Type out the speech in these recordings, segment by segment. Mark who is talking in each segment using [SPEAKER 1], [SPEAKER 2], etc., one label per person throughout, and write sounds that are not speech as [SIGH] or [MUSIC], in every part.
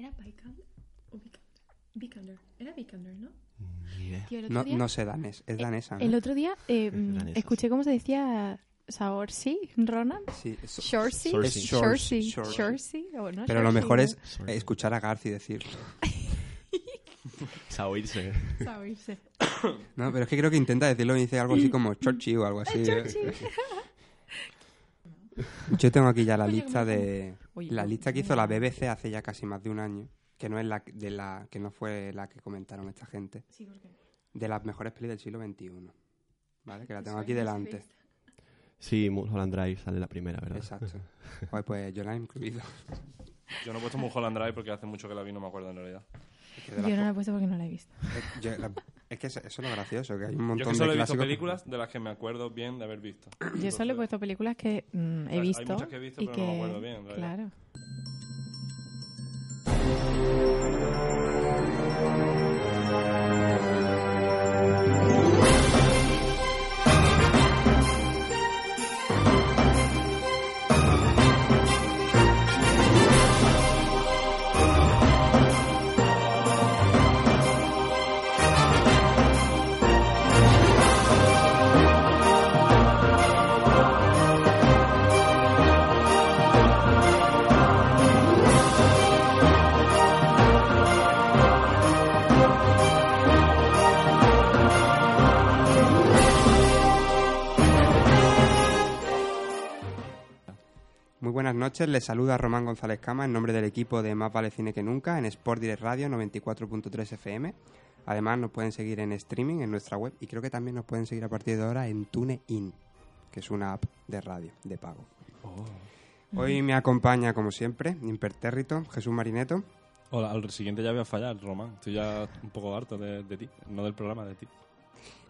[SPEAKER 1] ¿Era Vikander? ¿O Vikander? Vikander. Era Vikander, ¿no?
[SPEAKER 2] Ni idea.
[SPEAKER 1] Tío, el otro
[SPEAKER 2] No,
[SPEAKER 1] día-
[SPEAKER 2] no sé danés, es danesa. ¿no?
[SPEAKER 1] El otro día eh, mm,
[SPEAKER 3] danesa,
[SPEAKER 1] escuché cómo se decía Saorsi, Ronan.
[SPEAKER 2] Sí, es-
[SPEAKER 1] Shorsi.
[SPEAKER 3] Shorsi.
[SPEAKER 2] Es
[SPEAKER 1] Shorsi.
[SPEAKER 2] Shorsi, Shorsi.
[SPEAKER 1] Shorsi, o no,
[SPEAKER 2] Pero lo
[SPEAKER 1] Shorsi,
[SPEAKER 2] mejor
[SPEAKER 1] ¿no? [LAUGHS]
[SPEAKER 2] es eh, escuchar a Garci decirlo.
[SPEAKER 3] A oírse.
[SPEAKER 1] Saorsi.
[SPEAKER 2] No, pero es que creo que intenta decirlo y dice algo así
[SPEAKER 1] [COUGHS]
[SPEAKER 2] como Chorchi o algo así. ¿eh? Yo tengo aquí ya la
[SPEAKER 1] Coño, que
[SPEAKER 2] lista
[SPEAKER 1] me como.
[SPEAKER 2] de
[SPEAKER 1] Oye,
[SPEAKER 2] la
[SPEAKER 1] no,
[SPEAKER 2] lista que
[SPEAKER 1] no,
[SPEAKER 2] hizo la
[SPEAKER 1] no.
[SPEAKER 2] BBC hace ya casi más de un año, que no es la de la que no fue la que comentaron esta gente,
[SPEAKER 1] Sí, porque-
[SPEAKER 2] de las mejores pelis del siglo XXI. ¿Vale? Que la tengo
[SPEAKER 1] Soy
[SPEAKER 2] aquí
[SPEAKER 1] Miss
[SPEAKER 2] delante.
[SPEAKER 1] Face.
[SPEAKER 3] Sí, Mulholland Drive sale la primera, ¿verdad?
[SPEAKER 2] Exacto. Joder, pues yo la he incluido.
[SPEAKER 4] Yo no he puesto Mulholland Drive porque hace mucho que la vi, no me acuerdo en realidad.
[SPEAKER 2] Es que, de las
[SPEAKER 1] Yo no la he
[SPEAKER 2] po-
[SPEAKER 1] puesto porque no la he visto.
[SPEAKER 2] es- yo la- es que eso eso es lo gracioso, que hay un
[SPEAKER 4] Yo
[SPEAKER 2] montón
[SPEAKER 4] es que solo
[SPEAKER 2] de
[SPEAKER 4] he visto
[SPEAKER 2] clásicos.
[SPEAKER 4] películas de las que me acuerdo bien de haber visto.
[SPEAKER 2] Pues
[SPEAKER 1] Yo solo he
[SPEAKER 4] Entonces,
[SPEAKER 1] puesto películas que mm,
[SPEAKER 4] sea,
[SPEAKER 1] he
[SPEAKER 4] hay
[SPEAKER 1] visto.
[SPEAKER 4] muchas que he visto,
[SPEAKER 1] y
[SPEAKER 4] pero
[SPEAKER 1] que...
[SPEAKER 4] no me acuerdo bien, en realidad.
[SPEAKER 1] Claro.
[SPEAKER 2] Muy buenas noches, les saluda Román González Cama en nombre del equipo de Más Vale Cine que Nunca en Sport Direct Radio 94.3 FM. Además nos pueden seguir en streaming en nuestra web y creo que también nos pueden seguir a partir de ahora en TuneIn, que es una app de radio de pago.
[SPEAKER 4] oh.
[SPEAKER 2] Hoy me acompaña, como siempre, impertérrito, Jesús Marineto.
[SPEAKER 4] Hola, al siguiente ya voy a fallar, Román. Estoy ya un poco harto de, de ti, no del programa, de ti.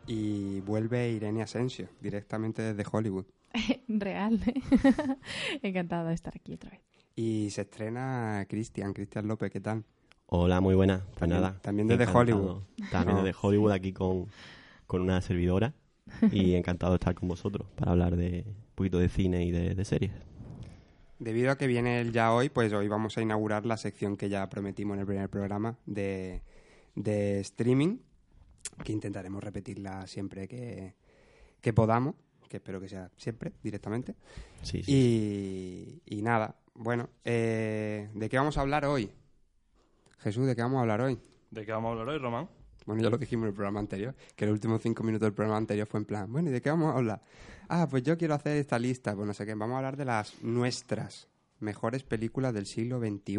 [SPEAKER 2] Y vuelve Irene Asensio, directamente desde Hollywood.
[SPEAKER 1] [LAUGHS] Real. ¿eh? [LAUGHS] Encantada de estar aquí otra vez.
[SPEAKER 2] Y se estrena Cristian, Cristian López, ¿qué tal?
[SPEAKER 3] Hola, muy buena. Pues
[SPEAKER 2] También-
[SPEAKER 3] nada.
[SPEAKER 2] también desde Hollywood.
[SPEAKER 3] También
[SPEAKER 2] No.
[SPEAKER 3] desde Hollywood aquí con, con una servidora. Y encantado de estar con vosotros para hablar de un poquito de cine y de, de series.
[SPEAKER 2] Debido a que viene el ya hoy, pues hoy vamos a inaugurar la sección que ya prometimos en el primer programa de, de streaming, que intentaremos repetirla siempre que, que podamos, que espero que sea siempre directamente.
[SPEAKER 3] Sí, sí.
[SPEAKER 2] Y, y nada, bueno, eh, ¿de qué vamos a hablar hoy? Jesús, ¿de qué vamos a hablar hoy?
[SPEAKER 4] ¿De qué vamos a hablar hoy, Román?
[SPEAKER 2] Bueno, ya lo dijimos en el programa anterior, que los últimos cinco minutos del programa anterior fue en plan, bueno, ¿y de qué vamos a hablar? Ah, pues yo quiero hacer esta lista, pues no sé qué, vamos a hablar de las nuestras mejores películas del siglo XXI.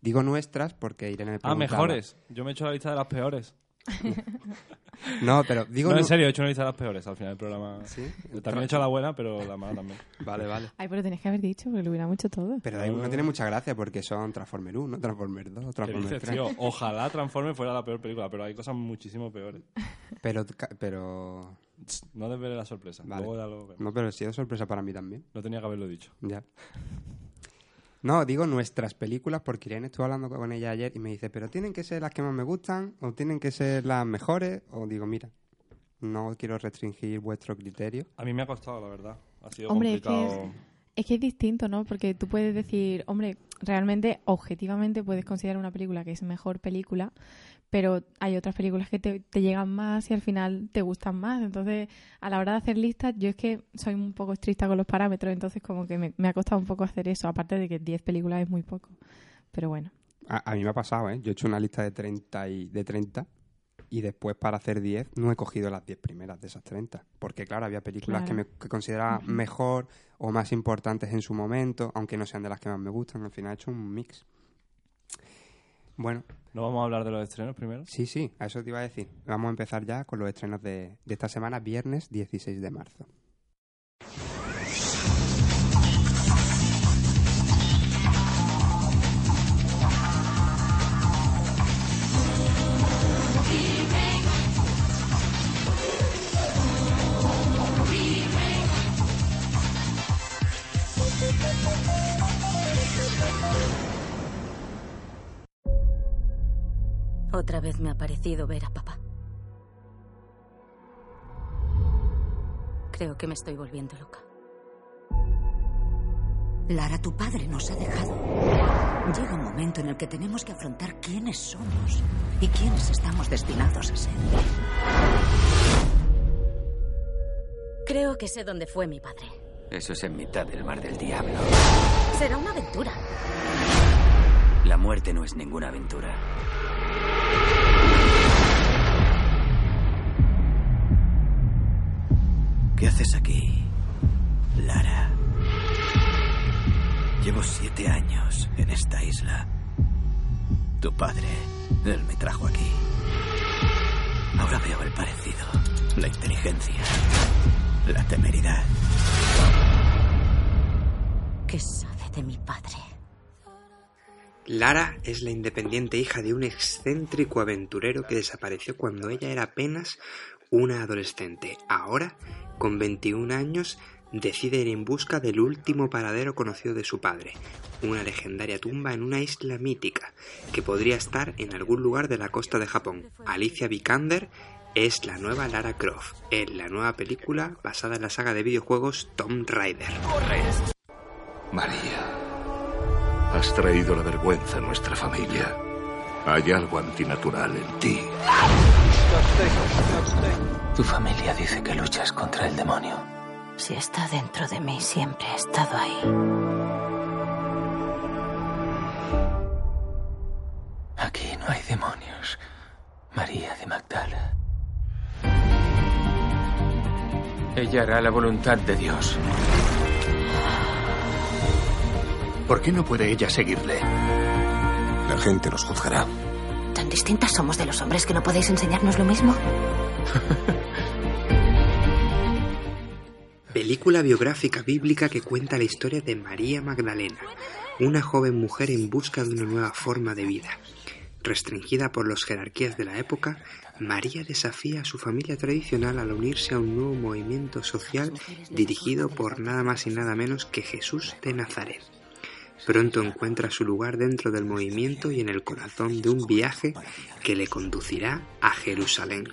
[SPEAKER 2] Digo nuestras porque Irene me
[SPEAKER 4] Ah,
[SPEAKER 2] preguntaba.
[SPEAKER 4] mejores. Yo me he hecho la lista de las peores.
[SPEAKER 2] No, pero digo...
[SPEAKER 4] no, en
[SPEAKER 2] nu-
[SPEAKER 4] serio, he hecho una lista de las peores al final del programa.
[SPEAKER 2] Sí.
[SPEAKER 4] También he hecho la buena, pero la
[SPEAKER 2] [LAUGHS]
[SPEAKER 4] mala también.
[SPEAKER 2] Vale, vale.
[SPEAKER 1] Ay, pero tenías que haber dicho porque lo hubiéramos hecho todo.
[SPEAKER 2] Pero ahí no tiene mucha gracia porque son Transformer 1, Transformer 2,
[SPEAKER 4] ¿Qué
[SPEAKER 2] Transformer
[SPEAKER 4] dices,
[SPEAKER 2] 3.
[SPEAKER 4] tío? Ojalá Transformers fuera la peor película, pero hay cosas muchísimo peores.
[SPEAKER 2] Pero, ca- pero...
[SPEAKER 4] Tss, No desvele la sorpresa.
[SPEAKER 2] Vale.
[SPEAKER 4] Luego ya lo vemos.
[SPEAKER 2] No, pero ha sido sorpresa para mí también.
[SPEAKER 4] No tenía que haberlo dicho.
[SPEAKER 2] Ya. No, digo nuestras películas porque Irene estuvo hablando con ella ayer y me dice, pero tienen que ser las que más me gustan o tienen que ser las mejores. O digo, mira, no quiero restringir vuestro criterio.
[SPEAKER 4] A mí me ha costado, la verdad. Ha sido
[SPEAKER 1] Hombre, es que
[SPEAKER 4] complicado.
[SPEAKER 1] Es que es distinto, ¿no? Porque tú puedes decir, hombre, realmente, objetivamente puedes considerar una película que es mejor película, pero hay otras películas que te, te llegan más y al final te gustan más. Entonces, a la hora de hacer listas, yo es que soy un poco estricta con los parámetros, entonces como que me, me ha costado un poco hacer eso, aparte de que 10 películas es muy poco. Pero bueno,
[SPEAKER 2] A, a mí me ha pasado, ¿eh? Yo he hecho una lista de 30 y, de 30 y después para hacer 10 no he cogido las 10 primeras de esas 30. Porque claro, había películas
[SPEAKER 1] Claro.
[SPEAKER 2] que me que consideraba mejor o más importantes en su momento, aunque no sean de las que más me gustan. Al final he hecho un mix. Bueno,
[SPEAKER 4] ¿No vamos a hablar de los estrenos primero?
[SPEAKER 2] Sí, sí, a eso te iba a decir. Vamos a empezar ya con los estrenos de, de esta semana, viernes 16 de marzo.
[SPEAKER 5] Otra vez me ha parecido ver a papá. Creo que me estoy volviendo loca.
[SPEAKER 6] Lara, tu padre nos ha dejado. Llega un momento en el que tenemos que afrontar quiénes somos y quiénes estamos destinados a ser.
[SPEAKER 5] Creo que sé dónde fue mi padre.
[SPEAKER 7] Eso es en mitad del mar del diablo.
[SPEAKER 5] Será una aventura.
[SPEAKER 7] La muerte no es ninguna aventura. ¿Qué haces aquí, Lara? Llevo siete años en esta isla. Tu padre, él me trajo aquí. Ahora veo el parecido, la inteligencia, la temeridad.
[SPEAKER 5] ¿Qué sabe de mi padre?
[SPEAKER 2] Lara es la independiente hija de un excéntrico aventurero que desapareció cuando ella era apenas una adolescente. Ahora, con 21 años, decide ir en busca del último paradero conocido de su padre, una legendaria tumba en una isla mítica que podría estar en algún lugar de la costa de Japón. Alicia Vikander es la nueva Lara Croft, en la nueva película basada en la saga de videojuegos Tomb Raider.
[SPEAKER 8] María, has traído la vergüenza a nuestra familia. Hay algo antinatural en ti.
[SPEAKER 7] Tu familia dice que luchas contra el demonio.
[SPEAKER 5] Si está dentro de mí, siempre ha estado ahí.
[SPEAKER 7] Aquí no hay demonios. María de Magdala. Ella hará la voluntad de Dios.
[SPEAKER 8] ¿Por qué no puede ella seguirle? La gente nos juzgará.
[SPEAKER 5] ¿Tan distintas somos de los hombres que no podéis enseñarnos lo mismo?
[SPEAKER 2] Película biográfica bíblica que cuenta la historia de María Magdalena, una joven mujer en busca de una nueva forma de vida. Restringida por las jerarquías de la época, María desafía a su familia tradicional al unirse a un nuevo movimiento social dirigido por nada más y nada menos que Jesús de Nazaret. Pronto encuentra su lugar dentro del movimiento y en el corazón de un viaje que le conducirá a Jerusalén.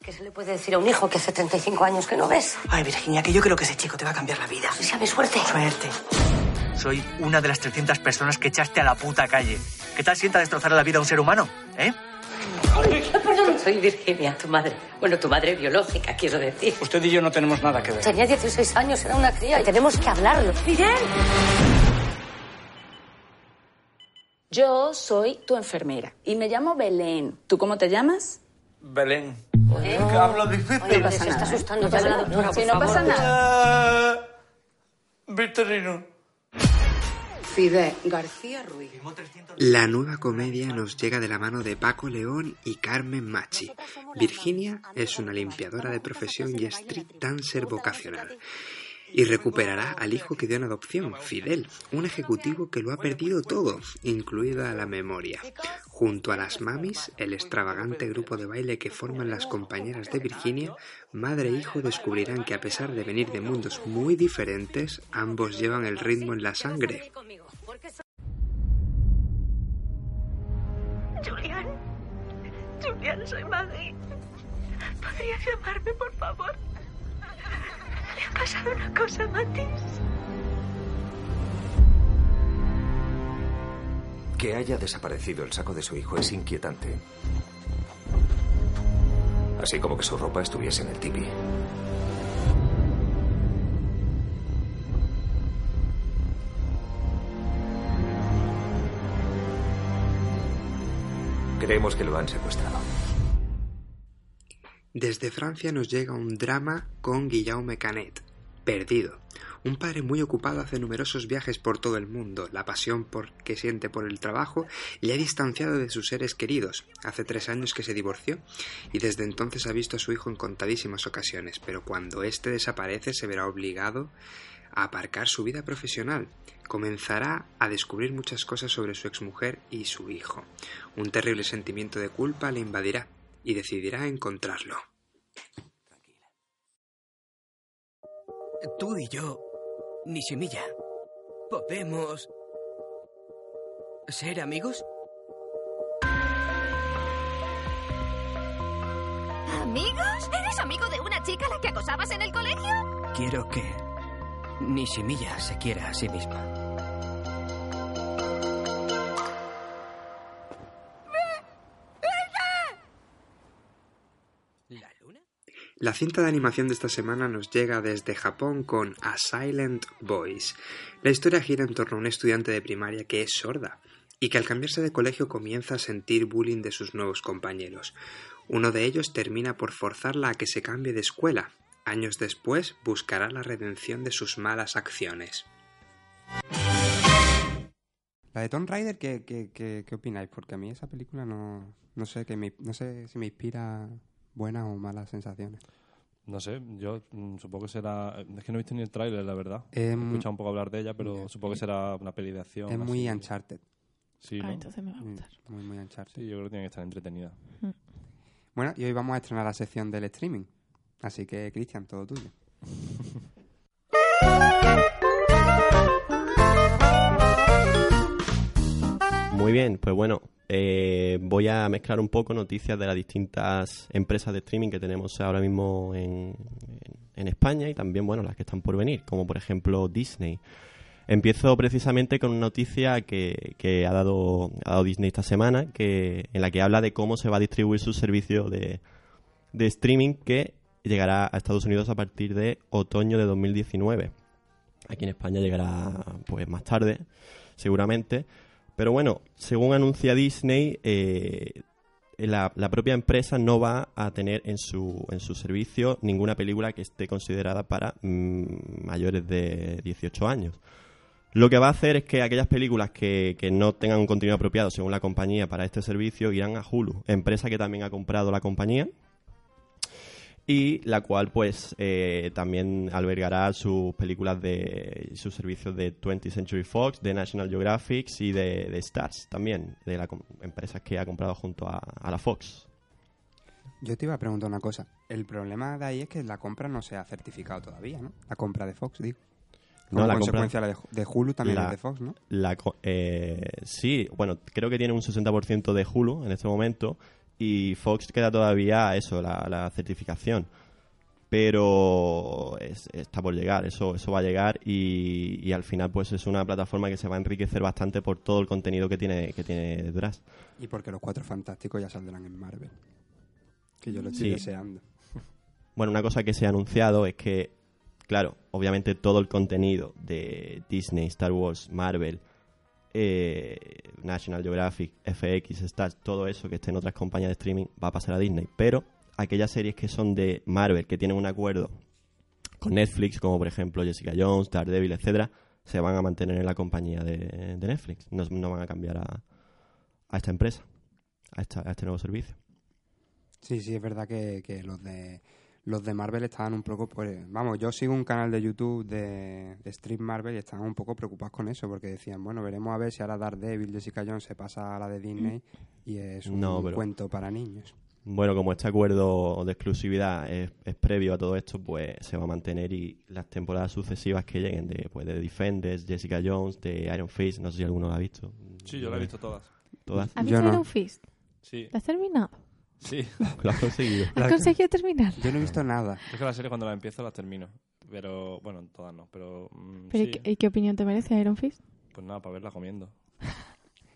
[SPEAKER 5] ¿Qué se le puede decir a un hijo que hace 35 años que no ves?
[SPEAKER 9] Ay, Virginia, que yo creo que ese chico te va a cambiar la vida.
[SPEAKER 5] Si sabes suerte.
[SPEAKER 9] Suerte. Soy una de las 300 personas que echaste a la puta calle. ¿Qué tal sienta destrozar la vida a un ser humano? ¿Eh?
[SPEAKER 5] Perdón, soy Virginia, tu madre. Bueno, tu madre biológica, quiero decir.
[SPEAKER 10] Usted y yo no tenemos nada que ver.
[SPEAKER 5] Tenía 16 años, era una cría y tenemos que hablarlo. ¡Miguel!
[SPEAKER 11] Yo soy tu enfermera y me llamo Belén. ¿Tú cómo te llamas?
[SPEAKER 10] Belén.
[SPEAKER 11] ¿Eh?
[SPEAKER 10] Que hablo difícil.
[SPEAKER 5] Oye, pero se está asustando ya la doctora,
[SPEAKER 11] Si
[SPEAKER 5] por
[SPEAKER 11] ¿eh? no
[SPEAKER 5] favor.
[SPEAKER 11] pasa nada.
[SPEAKER 10] Ah, Victorino.
[SPEAKER 6] Fidel García Ruiz.
[SPEAKER 2] La nueva comedia nos llega de la mano de Paco León y Carmen Machi. Virginia es una limpiadora de profesión y street dancer vocacional. Y recuperará al hijo que dio en adopción, Fidel, un ejecutivo que lo ha perdido todo, incluida la memoria. Junto a las mamis, el extravagante grupo de baile que forman las compañeras de Virginia, madre e hijo descubrirán que a pesar de venir de mundos muy diferentes, ambos llevan el ritmo en la sangre.
[SPEAKER 12] Julián. Julián, soy Maggie. ¿Podrías llamarme, por favor? Le ha pasado una cosa, Matis.
[SPEAKER 13] Que haya desaparecido el saco de su hijo es inquietante. Así como que su ropa estuviese en el tipi. Creemos que lo han secuestrado.
[SPEAKER 2] Desde Francia nos llega un drama con Guillaume Canet, Perdido. Un padre muy ocupado hace numerosos viajes por todo el mundo. La pasión por que siente por el trabajo le ha distanciado de sus seres queridos. Hace tres años que se divorció y desde entonces ha visto a su hijo en contadísimas ocasiones, pero cuando éste desaparece se verá obligado a aparcar su vida profesional. Comenzará a descubrir muchas cosas sobre su exmujer y su hijo. Un terrible sentimiento de culpa le invadirá y decidirá encontrarlo.
[SPEAKER 14] Tú y yo, Nishimiya, ¿podemos ser amigos?
[SPEAKER 15] ¿Amigos? ¿Eres amigo de una chica a la que acosabas en el colegio?
[SPEAKER 7] Quiero que Nishimiya se quiera a sí misma.
[SPEAKER 16] La cinta de animación de esta semana nos llega desde Japón con A Silent Voice. La historia gira en torno a un estudiante de primaria que es sorda y que al cambiarse de colegio comienza a sentir bullying de sus nuevos compañeros. Uno de ellos termina por forzarla a que se cambie de escuela. Años después buscará la redención de sus malas acciones.
[SPEAKER 2] La de Tomb Raider, ¿qué, qué, qué- qué opináis? Porque a mí esa película no, no, sé, que me- no sé si me inspira buenas o malas sensaciones.
[SPEAKER 4] No sé, yo mm, supongo que será... Es que no he visto ni el tráiler, la verdad.
[SPEAKER 2] Em,
[SPEAKER 4] He escuchado un poco hablar de ella, pero supongo que será una peli de acción.
[SPEAKER 2] Es muy
[SPEAKER 4] así.
[SPEAKER 2] Uncharted.
[SPEAKER 1] Ah,
[SPEAKER 4] Sí, ¿no?
[SPEAKER 2] Mm, Muy, muy Uncharted.
[SPEAKER 4] Sí, yo creo que tiene que estar entretenida.
[SPEAKER 2] Bueno, y hoy vamos a estrenar la sección del streaming. Así que, Cristian, todo tuyo.
[SPEAKER 3] Muy bien, pues bueno, eh, voy a mezclar un poco noticias de las distintas empresas de streaming que tenemos ahora mismo en, en- en España y también, bueno, las que están por venir, como por ejemplo Disney. Empiezo precisamente con una noticia que, que ha, dado, ha dado Disney esta semana, que, en la que habla de cómo se va a distribuir su servicio de, de streaming que llegará a Estados Unidos a partir de otoño de 2019. Aquí en España llegará pues más tarde, seguramente. Pero bueno, según anuncia Disney, eh, la, la propia empresa no va a tener en su, en su servicio ninguna película que esté considerada para mm, mayores de 18 años. Lo que va a hacer es que aquellas películas que, que no tengan un contenido apropiado según la compañía para este servicio irán a Hulu, empresa que también ha comprado la compañía y la cual pues eh, también albergará sus películas de sus servicios de 20th Century Fox, de National Geographic y de, de Stars también, de las com- empresas que ha comprado junto a, a la Fox.
[SPEAKER 2] Yo te iba a preguntar una cosa. El problema de ahí es que la compra no se ha certificado todavía, ¿no? La compra de Fox, digo. Como
[SPEAKER 3] la compra-
[SPEAKER 2] consecuencia la de, de Hulu también
[SPEAKER 3] la-
[SPEAKER 2] es de Fox, ¿no?
[SPEAKER 3] la co- eh, sí, bueno, creo que tiene un 60% de Hulu en este momento y Fox queda todavía eso, la, la certificación. Pero es- está por llegar, eso, eso va a llegar y, y al final pues es una plataforma que se va a enriquecer bastante por todo el contenido que tiene, que tiene detrás.
[SPEAKER 2] Y porque los cuatro fantásticos ya saldrán en Marvel. Que yo lo estoy
[SPEAKER 3] Sí.
[SPEAKER 2] deseando.
[SPEAKER 3] Bueno, una cosa que se ha anunciado es que, claro, obviamente todo el contenido de Disney, Star Wars, Marvel, eh, National Geographic, FX, Stars, todo eso que esté en otras compañías de streaming va a pasar a Disney. Pero aquellas series que son de Marvel, que tienen un acuerdo con Netflix, como por ejemplo Jessica Jones, Daredevil, etcétera, se van a mantener en la compañía de, de Netflix. No, no van a cambiar a, a esta empresa, a esta- a este nuevo servicio.
[SPEAKER 2] Sí, sí, es verdad que, que los de los de Marvel estaban un poco... pues, vamos, yo sigo un canal de YouTube de, de Street Marvel y estaban un poco preocupados con eso porque decían, bueno, veremos a ver si ahora Daredevil, Jessica Jones se pasa a la de Disney y es un
[SPEAKER 3] No, pero-
[SPEAKER 2] cuento para niños.
[SPEAKER 3] Bueno, como este acuerdo de exclusividad es, es previo a todo esto, pues se va a mantener y las temporadas sucesivas que lleguen de, pues, de Defenders, Jessica Jones, de Iron Fist, no sé si alguno la ha visto. Eh,
[SPEAKER 4] Sí, yo la he visto todas.
[SPEAKER 1] [LAUGHS]
[SPEAKER 3] ¿Todas?
[SPEAKER 1] ¿Has visto Iron Fist?
[SPEAKER 4] Sí.
[SPEAKER 1] ¿La has terminado?
[SPEAKER 4] Sí.
[SPEAKER 3] Lo has conseguido.
[SPEAKER 1] ¿Has conseguido terminar?
[SPEAKER 2] Yo no he visto nada.
[SPEAKER 4] Es que la serie cuando la empiezo la termino. Pero, bueno, todas no. Pero, mm,
[SPEAKER 1] ¿Pero eh,
[SPEAKER 4] sí.
[SPEAKER 1] ¿y qué- ¿y qué opinión te merece Iron Fist?
[SPEAKER 4] Pues nada, para verla comiendo.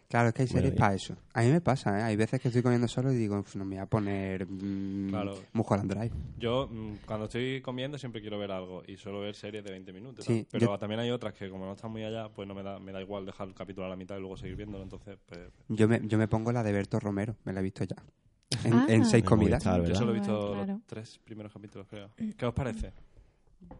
[SPEAKER 2] Claro, es que hay
[SPEAKER 4] Bueno,
[SPEAKER 2] series
[SPEAKER 4] y-
[SPEAKER 2] para eso. A mí me pasa, ¿eh? Hay veces que estoy comiendo solo y digo, "Uf, no me voy a poner mm,
[SPEAKER 4] Claro.
[SPEAKER 2] Mujer and Drive.
[SPEAKER 4] Yo, mm, cuando estoy comiendo, siempre quiero ver algo. Y suelo ver series de 20 minutos.
[SPEAKER 2] Sí,
[SPEAKER 4] tal. Pero
[SPEAKER 2] yo-
[SPEAKER 4] también hay otras que, como no están muy allá, pues no me da, me da igual dejar el capítulo a la mitad y luego seguir viéndolo. Entonces, pues,
[SPEAKER 2] Yo me, yo me pongo la de Berto Romero, me la he visto ya. En,
[SPEAKER 4] Ah.
[SPEAKER 2] en seis
[SPEAKER 4] En
[SPEAKER 2] comidas.
[SPEAKER 4] Movistar, ¿verdad? Yo
[SPEAKER 1] Ah,
[SPEAKER 4] solo he visto
[SPEAKER 2] Bueno,
[SPEAKER 4] los
[SPEAKER 2] claro.
[SPEAKER 4] tres primeros capítulos, creo. ¿Qué os parece?
[SPEAKER 2] Mm.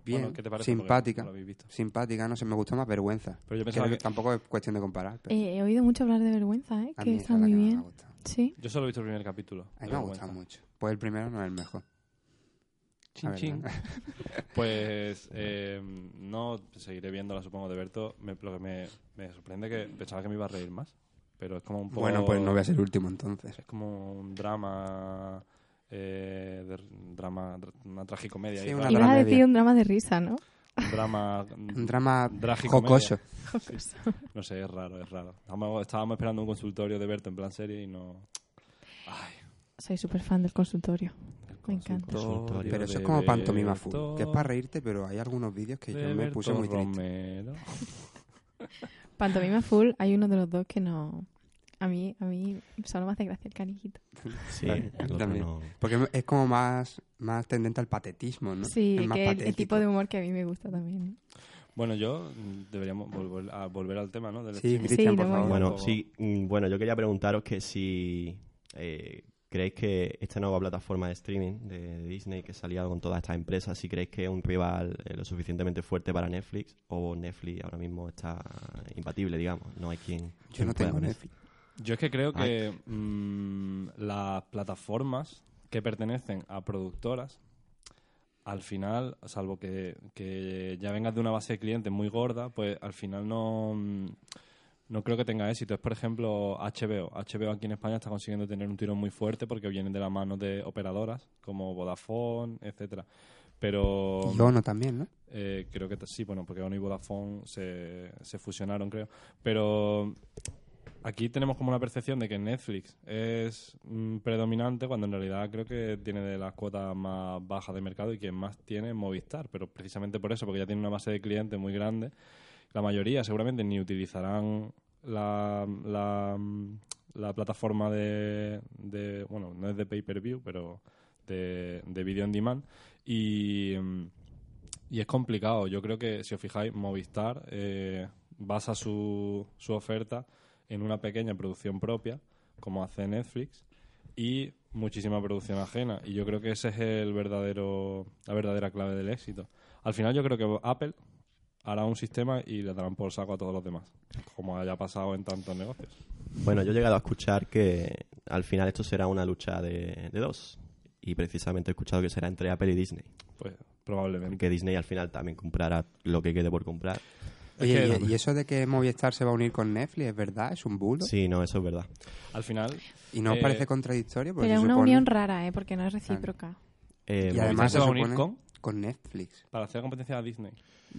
[SPEAKER 2] Bien,
[SPEAKER 4] Bueno, ¿qué te parece? Porque
[SPEAKER 2] simpática.
[SPEAKER 4] no lo habéis visto.
[SPEAKER 2] Simpática, no sé, me gusta más vergüenza.
[SPEAKER 4] Pero yo pensaba
[SPEAKER 2] Creo que,
[SPEAKER 4] que-
[SPEAKER 2] tampoco es cuestión de comparar. pero-
[SPEAKER 1] Eh, he oído mucho hablar de vergüenza, ¿eh?
[SPEAKER 2] A
[SPEAKER 1] Que
[SPEAKER 2] mí
[SPEAKER 1] está
[SPEAKER 2] es la
[SPEAKER 1] muy
[SPEAKER 2] que más me
[SPEAKER 1] bien. Sí.
[SPEAKER 4] Yo solo he visto el primer capítulo.
[SPEAKER 2] A mí me
[SPEAKER 4] de
[SPEAKER 2] ha
[SPEAKER 4] vergüenza.
[SPEAKER 2] gustado mucho. Pues el primero no es el mejor.
[SPEAKER 4] Chin,
[SPEAKER 2] La verdad. [LAUGHS]
[SPEAKER 4] chin. Pues eh, no seguiré viéndola, supongo, de Berto. Me, lo que me, me sorprende que pensaba que me iba a reír más. Pero es como un poco.
[SPEAKER 2] Bueno, pues no voy a ser el último entonces.
[SPEAKER 4] Es como un drama. Eh, de- un drama dr- una tragicomedia.
[SPEAKER 2] Sí,
[SPEAKER 4] ahí,
[SPEAKER 2] una
[SPEAKER 4] ¿vale?
[SPEAKER 1] Iban a decir un drama de risa,
[SPEAKER 2] [LAUGHS]
[SPEAKER 1] ¿no?
[SPEAKER 4] Un drama.
[SPEAKER 2] Un drama
[SPEAKER 4] tragicomedia.
[SPEAKER 2] jocoso.
[SPEAKER 4] Sí.
[SPEAKER 1] [LAUGHS]
[SPEAKER 4] No sé, es raro, es raro. Estábamos, estábamos esperando un consultorio de Berto en plan serie y no.
[SPEAKER 1] Soy súper fan del consultorio.
[SPEAKER 4] El
[SPEAKER 1] Me encanta.
[SPEAKER 3] Consultorio
[SPEAKER 2] Pero eso
[SPEAKER 3] de
[SPEAKER 2] es como pantomima full,
[SPEAKER 4] Beto-
[SPEAKER 2] que es para reírte, pero hay algunos vídeos que yo me
[SPEAKER 4] Beberto
[SPEAKER 2] puse muy triste.
[SPEAKER 4] Romero.
[SPEAKER 1] Pantomima Full, hay uno de los dos que no... A mí, a mí solo me hace gracia el canijito.
[SPEAKER 4] [LAUGHS]
[SPEAKER 3] Sí,
[SPEAKER 2] También,
[SPEAKER 3] el otro
[SPEAKER 2] también.
[SPEAKER 3] no.
[SPEAKER 2] Porque es como más, más tendente al patetismo, ¿no?
[SPEAKER 1] Sí,
[SPEAKER 2] es más
[SPEAKER 1] que el- el,
[SPEAKER 2] patético.
[SPEAKER 1] tipo de humor que a mí me gusta también. ¿eh?
[SPEAKER 4] Bueno, yo mm, deberíamos volver, a volver al tema, ¿no? Del
[SPEAKER 2] Sí,
[SPEAKER 4] streaming.
[SPEAKER 1] Cristian, Sí, por lo favor. voy.
[SPEAKER 3] Bueno,
[SPEAKER 4] Tampoco-
[SPEAKER 3] sí, mm, bueno, yo quería preguntaros que si eh, creéis que esta nueva plataforma de streaming de Disney que salía con todas estas empresas, si creéis que es un rival eh, lo suficientemente fuerte para Netflix o Netflix ahora mismo está imbatible, digamos, no hay quien.
[SPEAKER 2] Yo
[SPEAKER 3] quien
[SPEAKER 2] no
[SPEAKER 3] pueda
[SPEAKER 2] tengo
[SPEAKER 3] con eso.
[SPEAKER 2] Netflix.
[SPEAKER 4] Yo es que creo
[SPEAKER 3] Ay.
[SPEAKER 4] que mm, las plataformas que pertenecen a productoras, al final, salvo que, que ya vengas de una base de clientes muy gorda, pues al final no, mm, no creo que tenga éxito. Es, por ejemplo, HBO. HBO aquí en España está consiguiendo tener un tirón muy fuerte porque vienen de la mano de operadoras como Vodafone, etcétera. Pero...
[SPEAKER 2] Y Ono también, ¿no?
[SPEAKER 4] Eh, creo que t- sí, bueno, porque Ono y Vodafone se, se fusionaron, creo. Pero aquí tenemos como una percepción de que Netflix es mm, predominante cuando en realidad creo que tiene de las cuotas más bajas de mercado y quien más tiene es Movistar. Pero precisamente por eso, porque ya tiene una base de clientes muy grande, la mayoría seguramente ni utilizarán la, la, la plataforma de, de- Bueno, no es de pay-per-view, pero de, de video on demand. Y. mm, y es complicado. Yo creo que, si os fijáis, Movistar eh, basa su, su oferta en una pequeña producción propia, como hace Netflix, y muchísima producción ajena. Y yo creo que ese es el verdadero, la verdadera clave del éxito. Al final yo creo que Apple hará un sistema y le darán por saco a todos los demás, como haya pasado en tantos negocios.
[SPEAKER 3] Bueno, yo he llegado a escuchar que al final esto será una lucha de, de dos. Y precisamente he escuchado que será entre Apple y Disney.
[SPEAKER 4] Pues probablemente.
[SPEAKER 3] Que Disney al final también comprará lo que quede por comprar.
[SPEAKER 2] Oye,
[SPEAKER 4] Es que-
[SPEAKER 2] y, y eso de que Movistar se va a unir con Netflix, ¿es verdad? ¿Es un bulo?
[SPEAKER 3] Sí, no, eso es verdad.
[SPEAKER 4] Al final...
[SPEAKER 2] ¿Y no os
[SPEAKER 4] eh,
[SPEAKER 2] parece contradictorio? Porque
[SPEAKER 1] Pero es
[SPEAKER 2] Pues se
[SPEAKER 1] una
[SPEAKER 2] supone-
[SPEAKER 1] unión rara, ¿eh? Porque no es recíproca.
[SPEAKER 3] Eh,
[SPEAKER 2] Y
[SPEAKER 3] Movistar
[SPEAKER 2] además
[SPEAKER 4] se va a
[SPEAKER 2] supone
[SPEAKER 4] unir con-
[SPEAKER 2] Con Netflix.
[SPEAKER 4] Para hacer competencia a Disney.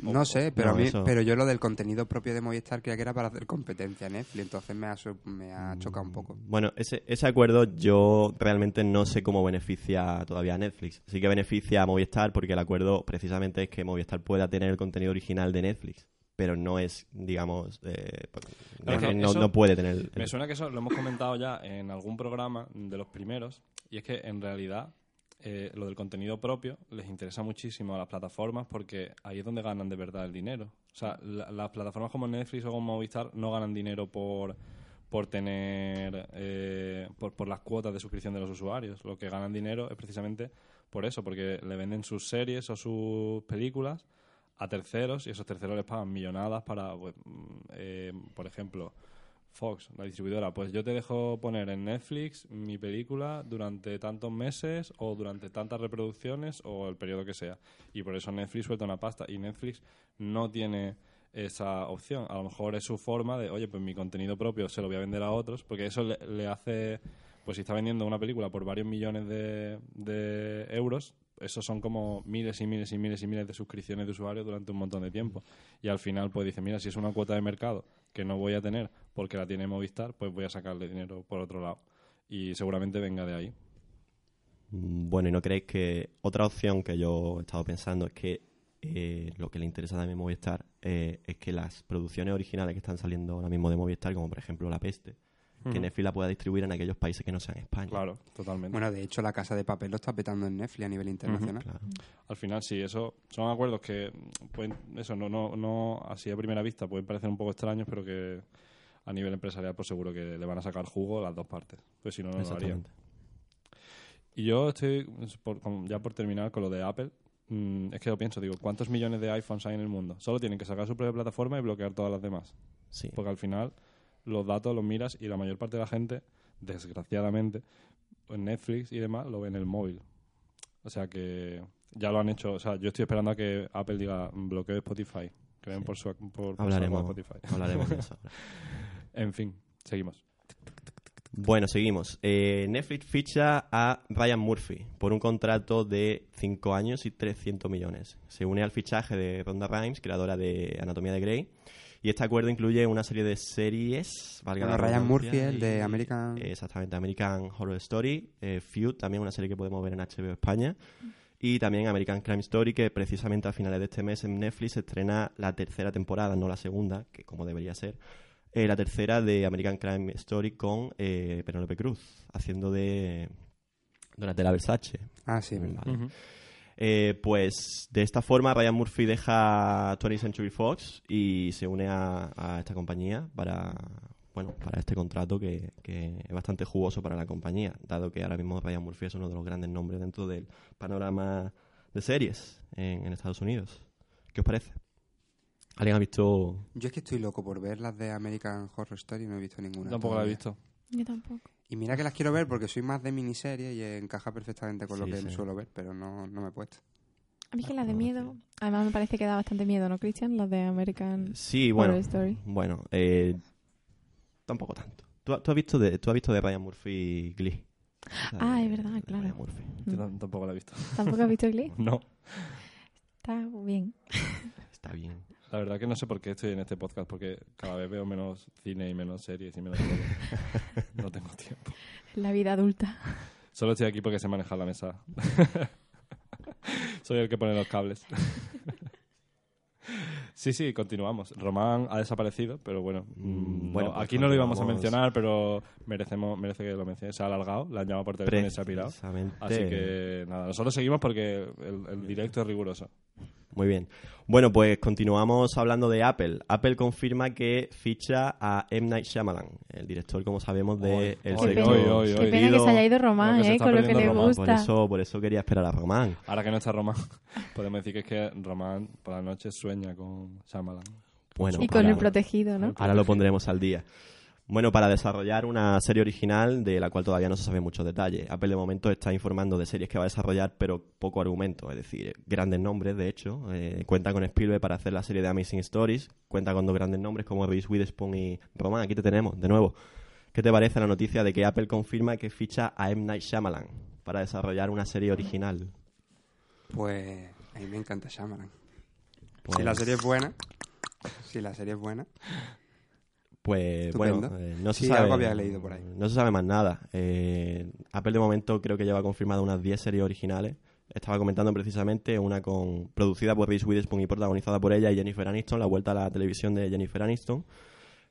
[SPEAKER 4] O-
[SPEAKER 2] No sé, pero
[SPEAKER 3] No,
[SPEAKER 2] a mí,
[SPEAKER 3] eso-
[SPEAKER 2] pero yo lo del contenido propio de Movistar creía que era para hacer competencia a Netflix, entonces me ha, su- me ha chocado un poco.
[SPEAKER 3] Bueno, ese, ese acuerdo yo realmente no sé cómo beneficia todavía a Netflix. Sí que beneficia a Movistar porque el acuerdo precisamente es que Movistar pueda tener el contenido original de Netflix, pero no es, digamos, eh,
[SPEAKER 4] Claro,
[SPEAKER 3] Netflix
[SPEAKER 4] que
[SPEAKER 3] no,
[SPEAKER 4] eso-
[SPEAKER 3] no puede tener... el-
[SPEAKER 4] Me suena que eso lo hemos comentado ya en algún programa de los primeros, y es que en realidad eh, lo del contenido propio les interesa muchísimo a las plataformas porque ahí es donde ganan de verdad el dinero. O sea, la- las plataformas como Netflix o como Movistar no ganan dinero por por tener eh, por, por las cuotas de suscripción de los usuarios. Lo que ganan dinero es precisamente por eso, porque le venden sus series o sus películas a terceros y esos terceros les pagan millonadas para, pues, mm, eh, por ejemplo, Fox, la distribuidora, pues yo te dejo poner en Netflix mi película durante tantos meses o durante tantas reproducciones o el periodo que sea. Y por eso Netflix suelta una pasta y Netflix no tiene esa opción. A lo mejor es su forma de, oye, pues mi contenido propio se lo voy a vender a otros, porque eso le, le hace, pues si está vendiendo una película por varios millones de, de euros, esos son como miles y miles y miles y miles de suscripciones de usuarios durante un montón de tiempo. Y al final, pues dice, mira, si es una cuota de mercado que no voy a tener porque la tiene Movistar, pues voy a sacarle dinero por otro lado. Y seguramente venga de ahí.
[SPEAKER 3] Mm, Bueno, ¿y no creéis que otra opción que yo he estado pensando es que eh, lo que le interesa también a Movistar eh, es que las producciones originales que están saliendo ahora mismo de Movistar, como por ejemplo La Peste, que
[SPEAKER 4] Ujú.
[SPEAKER 3] Netflix la pueda distribuir en aquellos países que no sean España.
[SPEAKER 4] Claro, totalmente.
[SPEAKER 2] Bueno, de hecho, la Casa de Papel lo está petando en Netflix a nivel internacional.
[SPEAKER 3] Claro.
[SPEAKER 4] Al final, sí, eso son acuerdos que, mm, pueden, eso no, no, no, así a primera vista pueden parecer un poco extraños, pero que a nivel empresarial, pues seguro que le van a sacar jugo las dos partes. Pues si no, no lo harían.
[SPEAKER 3] Exactamente.
[SPEAKER 4] Y yo estoy, es por- con- ya por terminar con lo de Apple, mm, es que lo pienso, digo, ¿cuántos millones de iPhones hay en el mundo? Solo tienen que sacar su propia plataforma y bloquear todas las demás.
[SPEAKER 3] Sí.
[SPEAKER 4] Porque al final los datos los miras y la mayor parte de la gente, desgraciadamente, en Netflix y demás, lo ve en el móvil. O sea que ya lo han hecho. O sea, yo estoy esperando a que Apple diga "Mm, bloqueo Spotify. Que ven
[SPEAKER 3] Sí.
[SPEAKER 4] por su ac- por, por su
[SPEAKER 3] Hablaremos,
[SPEAKER 4] agua Spotify.
[SPEAKER 3] hablaremos de eso.
[SPEAKER 4] [LAUGHS] en fin, seguimos.
[SPEAKER 3] [LAUGHS] Bueno, seguimos. Eh, Netflix ficha a Ryan Murphy por un contrato de 5 años y 300 millones. Se une al fichaje de Ronda Rhimes, creadora de Anatomía de Grey, Y este acuerdo incluye una serie de series. valga
[SPEAKER 2] Bueno,
[SPEAKER 3] la
[SPEAKER 2] Ryan
[SPEAKER 3] redundancia,
[SPEAKER 2] Murphy, el
[SPEAKER 3] y-
[SPEAKER 2] de American-
[SPEAKER 3] eh, Exactamente, American Horror Story. eh, Feud, también una serie que podemos ver en HBO España. Y también American Crime Story, que precisamente a finales de este mes en Netflix se estrena la tercera temporada, no la segunda, que como debería ser. eh, la tercera de American Crime Story con eh, Penélope Cruz, haciendo de Donatella Versace.
[SPEAKER 2] Ah, sí, verdad.
[SPEAKER 3] Vale. Eh, pues de esta forma Ryan Murphy deja 20th Century Fox y se une a, a esta compañía para bueno para este contrato que, que es bastante jugoso para la compañía, dado que ahora mismo Ryan Murphy es uno de los grandes nombres dentro del panorama de series en, en Estados Unidos. ¿Qué os parece? ¿Alguien ha visto
[SPEAKER 2] Yo es que estoy loco por ver las de American Horror Story y no he visto ninguna.
[SPEAKER 4] Tampoco la
[SPEAKER 2] todavía.
[SPEAKER 4] he visto.
[SPEAKER 1] Yo tampoco.
[SPEAKER 2] Y mira que las quiero ver porque soy más de miniserie y encaja perfectamente con lo
[SPEAKER 3] Sí,
[SPEAKER 2] que
[SPEAKER 3] sí.
[SPEAKER 2] suelo ver, pero no, no me he puesto.
[SPEAKER 1] A
[SPEAKER 2] Ah,
[SPEAKER 1] mí que la de miedo, además me parece que da bastante miedo, ¿no, Christian? La de American
[SPEAKER 3] Sí, bueno.
[SPEAKER 1] Horror Story.
[SPEAKER 3] Bueno, eh, tampoco tanto. ¿Tú, tú has visto de, tú has visto de Ryan Murphy Glee?
[SPEAKER 1] Ah, es verdad,
[SPEAKER 3] Ryan
[SPEAKER 1] claro.
[SPEAKER 3] Murphy.
[SPEAKER 4] Yo tam- tampoco la he visto.
[SPEAKER 1] Mm. ¿Tampoco has
[SPEAKER 2] [LAUGHS]
[SPEAKER 1] visto Glee?
[SPEAKER 4] No.
[SPEAKER 1] Está bien.
[SPEAKER 3] Está bien.
[SPEAKER 4] La verdad que no sé por qué estoy en este podcast, porque cada vez veo menos cine y menos series y menos
[SPEAKER 3] [LAUGHS]
[SPEAKER 4] todo. No tengo tiempo.
[SPEAKER 1] La vida adulta.
[SPEAKER 4] Solo estoy aquí porque sé manejar la mesa. [LAUGHS] Soy el que pone los cables. [LAUGHS] Sí, sí, continuamos. Román ha desaparecido, pero bueno. mm,
[SPEAKER 3] bueno,
[SPEAKER 4] no,
[SPEAKER 3] pues
[SPEAKER 4] aquí no lo íbamos a
[SPEAKER 3] continuamos.
[SPEAKER 4] mencionar, pero merecemos, merece que lo mencione. Se ha alargado, le han llamado por teléfono y se ha pirado.
[SPEAKER 3] Precisamente.
[SPEAKER 4] Así que nada, nosotros seguimos porque el, el directo es riguroso.
[SPEAKER 3] Muy bien. Bueno, pues continuamos hablando de Apple. Apple confirma que ficha a M. Night Shyamalan, el director, como sabemos, de El
[SPEAKER 4] oy,
[SPEAKER 3] Sexto
[SPEAKER 4] oy, oy, oy.
[SPEAKER 1] Qué pena que se haya ido Román,
[SPEAKER 4] Lo que se
[SPEAKER 1] ¿eh?
[SPEAKER 4] está
[SPEAKER 1] Con lo que
[SPEAKER 4] perdiendo
[SPEAKER 1] le
[SPEAKER 4] Román,
[SPEAKER 3] Por
[SPEAKER 1] gusta.
[SPEAKER 3] eso, por eso quería esperar a Román.
[SPEAKER 4] Ahora que no está Román, [LAUGHS] podemos decir que es que Román por la noche sueña con Shyamalan.
[SPEAKER 3] Bueno,
[SPEAKER 1] y con el
[SPEAKER 3] para-
[SPEAKER 1] protegido, ¿no?
[SPEAKER 3] Ahora lo pondremos al día. Bueno, para desarrollar una serie original de la cual todavía no se sabe muchos detalles. Apple de momento está informando de series que va a desarrollar, pero poco argumento. Es decir, eh, grandes nombres, de hecho. Eh, cuenta con Spielberg para hacer la serie de Amazing Stories. Cuenta con dos grandes nombres como Reese Witherspoon y Roman. Aquí te tenemos, de nuevo. ¿Qué te parece la noticia de que Apple confirma que ficha a M. Night Shyamalan para desarrollar una serie original?
[SPEAKER 2] Pues a mí me encanta Shyamalan. Si
[SPEAKER 3] Pues-
[SPEAKER 2] la serie es buena, si la serie es buena,
[SPEAKER 3] Pues
[SPEAKER 2] Estupendo.
[SPEAKER 3] bueno, eh, no se
[SPEAKER 2] Sí,
[SPEAKER 3] sabe.
[SPEAKER 2] algo había leído por ahí.
[SPEAKER 3] No se sabe más nada. Eh, Apple de momento creo que lleva confirmada unas 10 series originales. Estaba comentando precisamente una con producida por Reese Witherspoon y protagonizada por ella y Jennifer Aniston, la vuelta a la televisión de Jennifer Aniston.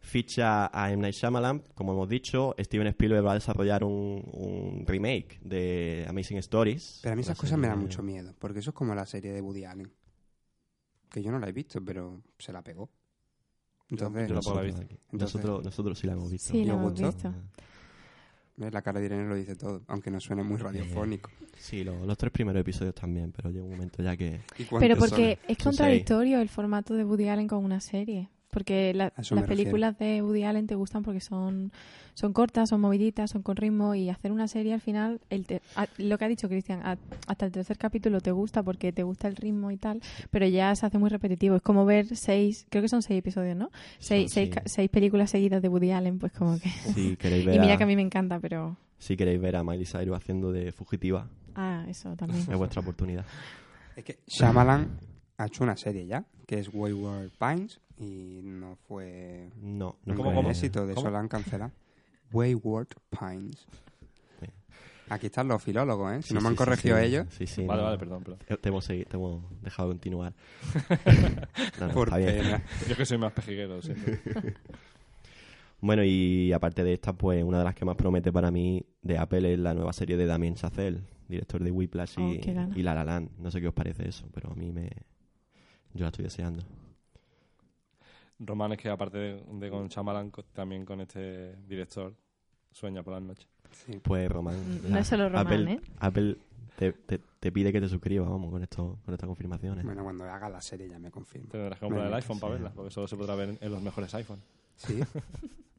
[SPEAKER 3] Ficha a M. Night Shyamalan, como hemos dicho, Steven Spielberg va a desarrollar un, un remake de Amazing Stories.
[SPEAKER 2] pero a mí esas
[SPEAKER 3] Una
[SPEAKER 2] cosas me dan
[SPEAKER 3] serie-
[SPEAKER 2] mucho miedo, porque eso es como la serie de Woody Allen. Que yo no la he visto, pero se la pegó. Entonces,
[SPEAKER 4] yo tampoco la
[SPEAKER 3] Nosotros,
[SPEAKER 4] he visto.
[SPEAKER 2] Entonces-
[SPEAKER 3] nosotros, nosotros sí la hemos visto.
[SPEAKER 1] Sí,
[SPEAKER 2] ¿Y
[SPEAKER 1] lo
[SPEAKER 2] os
[SPEAKER 1] hemos
[SPEAKER 2] gustó?
[SPEAKER 1] visto.
[SPEAKER 2] ¿ves? la cara de Irene lo dice todo, aunque no suene
[SPEAKER 3] Eh.
[SPEAKER 2] muy radiofónico.
[SPEAKER 3] Sí, lo- los tres primeros episodios también, pero llega un momento ya que...
[SPEAKER 2] ¿Y cuántos
[SPEAKER 1] Pero
[SPEAKER 2] son?
[SPEAKER 1] porque es
[SPEAKER 3] Son
[SPEAKER 1] contradictorio el formato de Woody Allen con una serie. Porque la-
[SPEAKER 2] A eso
[SPEAKER 1] las
[SPEAKER 2] me refiero.
[SPEAKER 1] películas de Woody Allen te gustan porque son, son cortas, son moviditas, son con ritmo y hacer una serie al final, el te- a- lo que ha dicho Cristian, a- hasta el tercer capítulo te gusta porque te gusta el ritmo y tal, pero ya se hace muy repetitivo. Es como ver seis, creo que son seis episodios, ¿no? Seis,
[SPEAKER 3] sí.
[SPEAKER 1] seis, ca- seis películas seguidas de Woody Allen, pues como
[SPEAKER 3] [LAUGHS]
[SPEAKER 1] que...
[SPEAKER 3] Si queréis ver
[SPEAKER 1] y mira
[SPEAKER 3] a-
[SPEAKER 1] que a mí me encanta, pero...
[SPEAKER 3] si queréis ver a Miley Cyrus haciendo de fugitiva,
[SPEAKER 1] Ah, eso también.
[SPEAKER 3] [LAUGHS] es vuestra oportunidad.
[SPEAKER 2] Es que Shyamalan ha hecho una serie ya, que es Wayward Pines, y no fue
[SPEAKER 3] No, no
[SPEAKER 2] un
[SPEAKER 4] ¿Cómo,
[SPEAKER 2] gran
[SPEAKER 4] cómo?
[SPEAKER 2] éxito, de eso
[SPEAKER 4] ¿Cómo?
[SPEAKER 2] la han cancelado. Wayward Pines. Aquí están los filólogos, ¿eh? Si no me han corregido ellos,
[SPEAKER 3] Sí, sí.
[SPEAKER 4] Vale,
[SPEAKER 3] no.
[SPEAKER 4] vale, perdón, perdón.
[SPEAKER 3] Eh, Te hemos, segui- te hemos dejado
[SPEAKER 2] [LAUGHS]
[SPEAKER 3] continuar. No, no,
[SPEAKER 2] por
[SPEAKER 3] está bien.
[SPEAKER 2] pena.
[SPEAKER 4] Yo que soy más pejiguero, siempre.
[SPEAKER 3] Bueno, y aparte de esta, pues una de las que más promete para mí de Apple es la nueva serie de Damien Chazelle, director de Whiplash y,
[SPEAKER 1] Oh, qué gana.
[SPEAKER 3] y La La Land. No sé qué os parece eso, pero a mí me... Yo la estoy deseando.
[SPEAKER 4] Román es que aparte de, de con Shyamalan, co- también con este director sueña por las noches.
[SPEAKER 2] Sí.
[SPEAKER 3] Pues Román.
[SPEAKER 1] No es solo Román,
[SPEAKER 3] Apple,
[SPEAKER 1] ¿eh?
[SPEAKER 3] Apple te, te- te pide que te suscribas, vamos, con, esto, con estas confirmaciones.
[SPEAKER 2] Bueno, cuando haga la serie ya me confirmo.
[SPEAKER 4] Tendrás que comprar
[SPEAKER 2] Venga,
[SPEAKER 4] el iPhone para
[SPEAKER 3] sí.
[SPEAKER 4] verla, porque solo se podrá ver en los mejores iPhone.
[SPEAKER 3] [LAUGHS]
[SPEAKER 2] ¿Sí?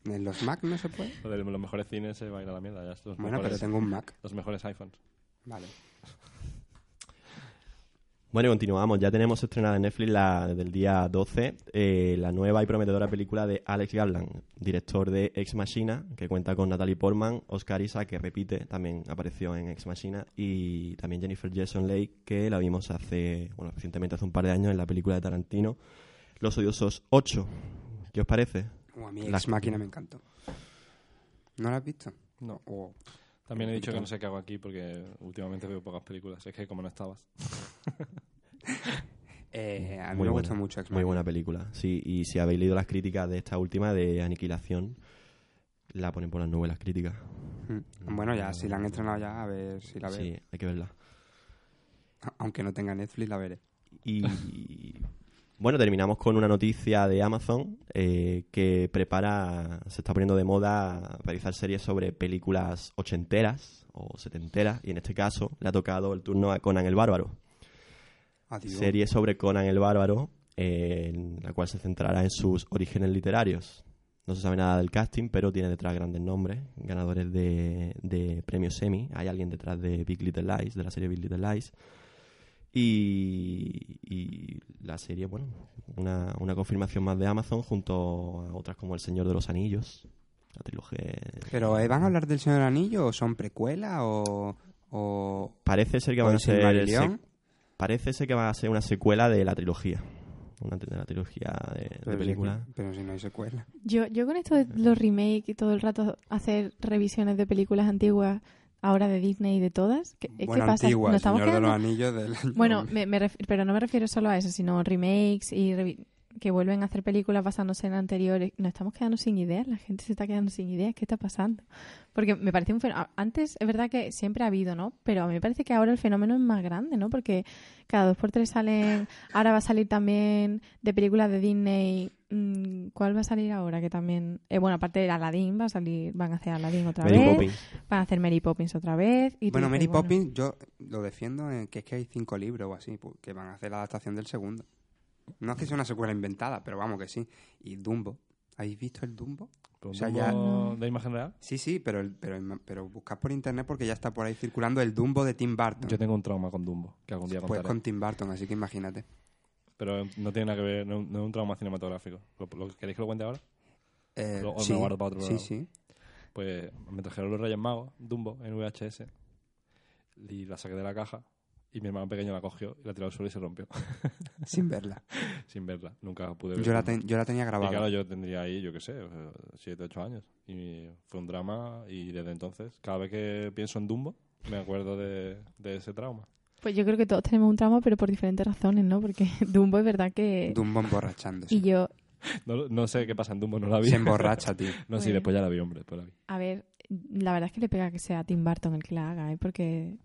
[SPEAKER 2] ¿En los Mac no se puede?
[SPEAKER 4] Lo de los mejores cines se va a ir a la mierda. Ya los,
[SPEAKER 2] Bueno, pero
[SPEAKER 4] mejores,
[SPEAKER 2] tengo un Mac.
[SPEAKER 4] los mejores iPhones.
[SPEAKER 2] Vale.
[SPEAKER 3] Bueno, y continuamos. Ya tenemos estrenada en Netflix la, del día 12 eh, la nueva y prometedora película de Alex Garland, director de Ex Machina, que cuenta con Natalie Portman, Oscar Isaac, que repite, también apareció en Ex Machina, y también Jennifer Jason Leigh, que la vimos hace, bueno, recientemente, hace un par de años en la película de Tarantino, Los Odiosos 8, ¿Qué os parece?
[SPEAKER 2] O Uh, a mí Ex Máquina me encantó. ¿No la has visto?
[SPEAKER 4] No.
[SPEAKER 3] Oh.
[SPEAKER 4] También he dicho que no sé qué hago aquí porque últimamente veo pocas películas. Es que como no estabas.
[SPEAKER 2] Eh, a mí
[SPEAKER 3] Muy
[SPEAKER 2] me
[SPEAKER 3] buena,
[SPEAKER 2] gustó mucho Ex
[SPEAKER 3] Muy
[SPEAKER 2] Machina.
[SPEAKER 3] buena película. Sí, y si habéis leído las críticas de esta última de Aniquilación, la ponen por las nubes las críticas.
[SPEAKER 2] Mm. Bueno, ya, si la han estrenado ya, a ver si la veo.
[SPEAKER 3] Sí, hay que verla.
[SPEAKER 2] Aunque no tenga Netflix, la veré.
[SPEAKER 3] Y [LAUGHS] bueno, terminamos con una noticia de Amazon eh, que prepara, se está poniendo de moda realizar series sobre películas ochenteras o setenteras, y en este caso le ha tocado el turno a Conan el Bárbaro.
[SPEAKER 2] Adiós.
[SPEAKER 3] Serie sobre Conan el Bárbaro, eh, en la cual se centrará en sus orígenes literarios. No se sabe nada del casting, pero tiene detrás grandes nombres, ganadores de, de premios Emmy. Hay alguien detrás de Big Little Lies, de la serie Big Little Lies. Y, y la serie, bueno, una, una confirmación más de Amazon junto a otras como El Señor de los Anillos, la trilogía.
[SPEAKER 2] Pero, eh, ¿van a hablar del Señor del Anillo? ¿O son precuelas? ¿O, o
[SPEAKER 3] Parece ser que
[SPEAKER 2] o
[SPEAKER 3] van a
[SPEAKER 2] el
[SPEAKER 3] ser
[SPEAKER 2] Silmarillion?
[SPEAKER 3] sec- parece ser que va a ser una secuela de la trilogía, una tri- de la trilogía de- de,
[SPEAKER 2] Pero si-
[SPEAKER 3] película.
[SPEAKER 2] pero si no hay secuela.
[SPEAKER 1] Yo, yo con esto de los remakes y todo el rato hacer revisiones de películas antiguas, ahora de Disney y de todas, ¿qué, qué
[SPEAKER 2] Bueno,
[SPEAKER 1] pasa?
[SPEAKER 2] antigua,
[SPEAKER 1] ¿Nos estamos
[SPEAKER 2] Señor de los
[SPEAKER 1] quedando-
[SPEAKER 2] Anillos del año
[SPEAKER 1] Bueno, me- me ref- pero no me refiero solo a eso, sino remakes y revi- que vuelven a hacer películas basándose en anteriores. Nos estamos quedando sin ideas, la gente se está quedando sin ideas, ¿qué está pasando? Porque me parece un fenómeno... Antes es verdad que siempre ha habido, ¿no? Pero a mí me parece que ahora el fenómeno es más grande, ¿no? Porque cada dos por tres salen... Ahora va a salir también de películas de Disney... mm, ¿Cuál va a salir ahora? Que también... eh, bueno, aparte de Aladdin, va a salir, van a hacer Aladdin otra
[SPEAKER 3] Mary
[SPEAKER 1] vez.
[SPEAKER 3] Poppins.
[SPEAKER 1] Van a hacer Mary Poppins otra vez. Y tú
[SPEAKER 2] Bueno,
[SPEAKER 1] dices,
[SPEAKER 2] Mary
[SPEAKER 1] bueno.
[SPEAKER 2] Poppins, yo lo defiendo en que es que hay cinco libros o así, pu- que van a hacer la adaptación del segundo. No es que sea una secuela inventada, pero vamos que sí. Y Dumbo. ¿Habéis visto el Dumbo?
[SPEAKER 4] O sea, ya... ¿De imagen real?
[SPEAKER 2] Sí, sí, pero, el- pero, en- pero buscad por internet porque ya está por ahí circulando el Dumbo de Tim Burton.
[SPEAKER 4] Yo tengo un trauma con Dumbo, que algún día
[SPEAKER 2] Ah. Pues
[SPEAKER 4] contaré.
[SPEAKER 2] con Tim Burton, así que imagínate.
[SPEAKER 4] Pero no tiene nada que ver, no, no es un trauma cinematográfico. ¿Lo, lo- queréis que lo cuente ahora?
[SPEAKER 2] Eh,
[SPEAKER 4] Lo- o
[SPEAKER 2] sí,
[SPEAKER 4] me guardo para otro
[SPEAKER 2] sí,
[SPEAKER 4] programa.
[SPEAKER 2] sí.
[SPEAKER 4] Pues me trajeron los Reyes Magos, Dumbo, en VHS. Y la saqué de la caja. Y mi hermano pequeño la cogió y la tiró al suelo y se rompió. [LAUGHS]
[SPEAKER 2] Sin verla.
[SPEAKER 4] Sin verla. Nunca pude verla.
[SPEAKER 2] Yo la ten- yo la tenía grabada.
[SPEAKER 4] Y claro, yo tendría ahí, yo qué sé, 7, 8 años. Y fue un drama. Y desde entonces, cada vez que pienso en Dumbo, me acuerdo de, de ese trauma.
[SPEAKER 1] Pues yo creo que todos tenemos un trauma, pero por diferentes razones, ¿no? Porque [LAUGHS] Dumbo es verdad que...
[SPEAKER 4] [LAUGHS]
[SPEAKER 2] Dumbo emborrachándose.
[SPEAKER 1] Y yo,
[SPEAKER 4] No, lo- no sé qué pasa en Dumbo, no la vi.
[SPEAKER 2] Se emborracha, tío.
[SPEAKER 4] [LAUGHS] no, sí,
[SPEAKER 1] Bueno.
[SPEAKER 4] después ya la vi, hombre, después la vi.
[SPEAKER 1] a ver, la verdad es que le pega que sea Tim Burton el que la haga, ¿eh? Porque...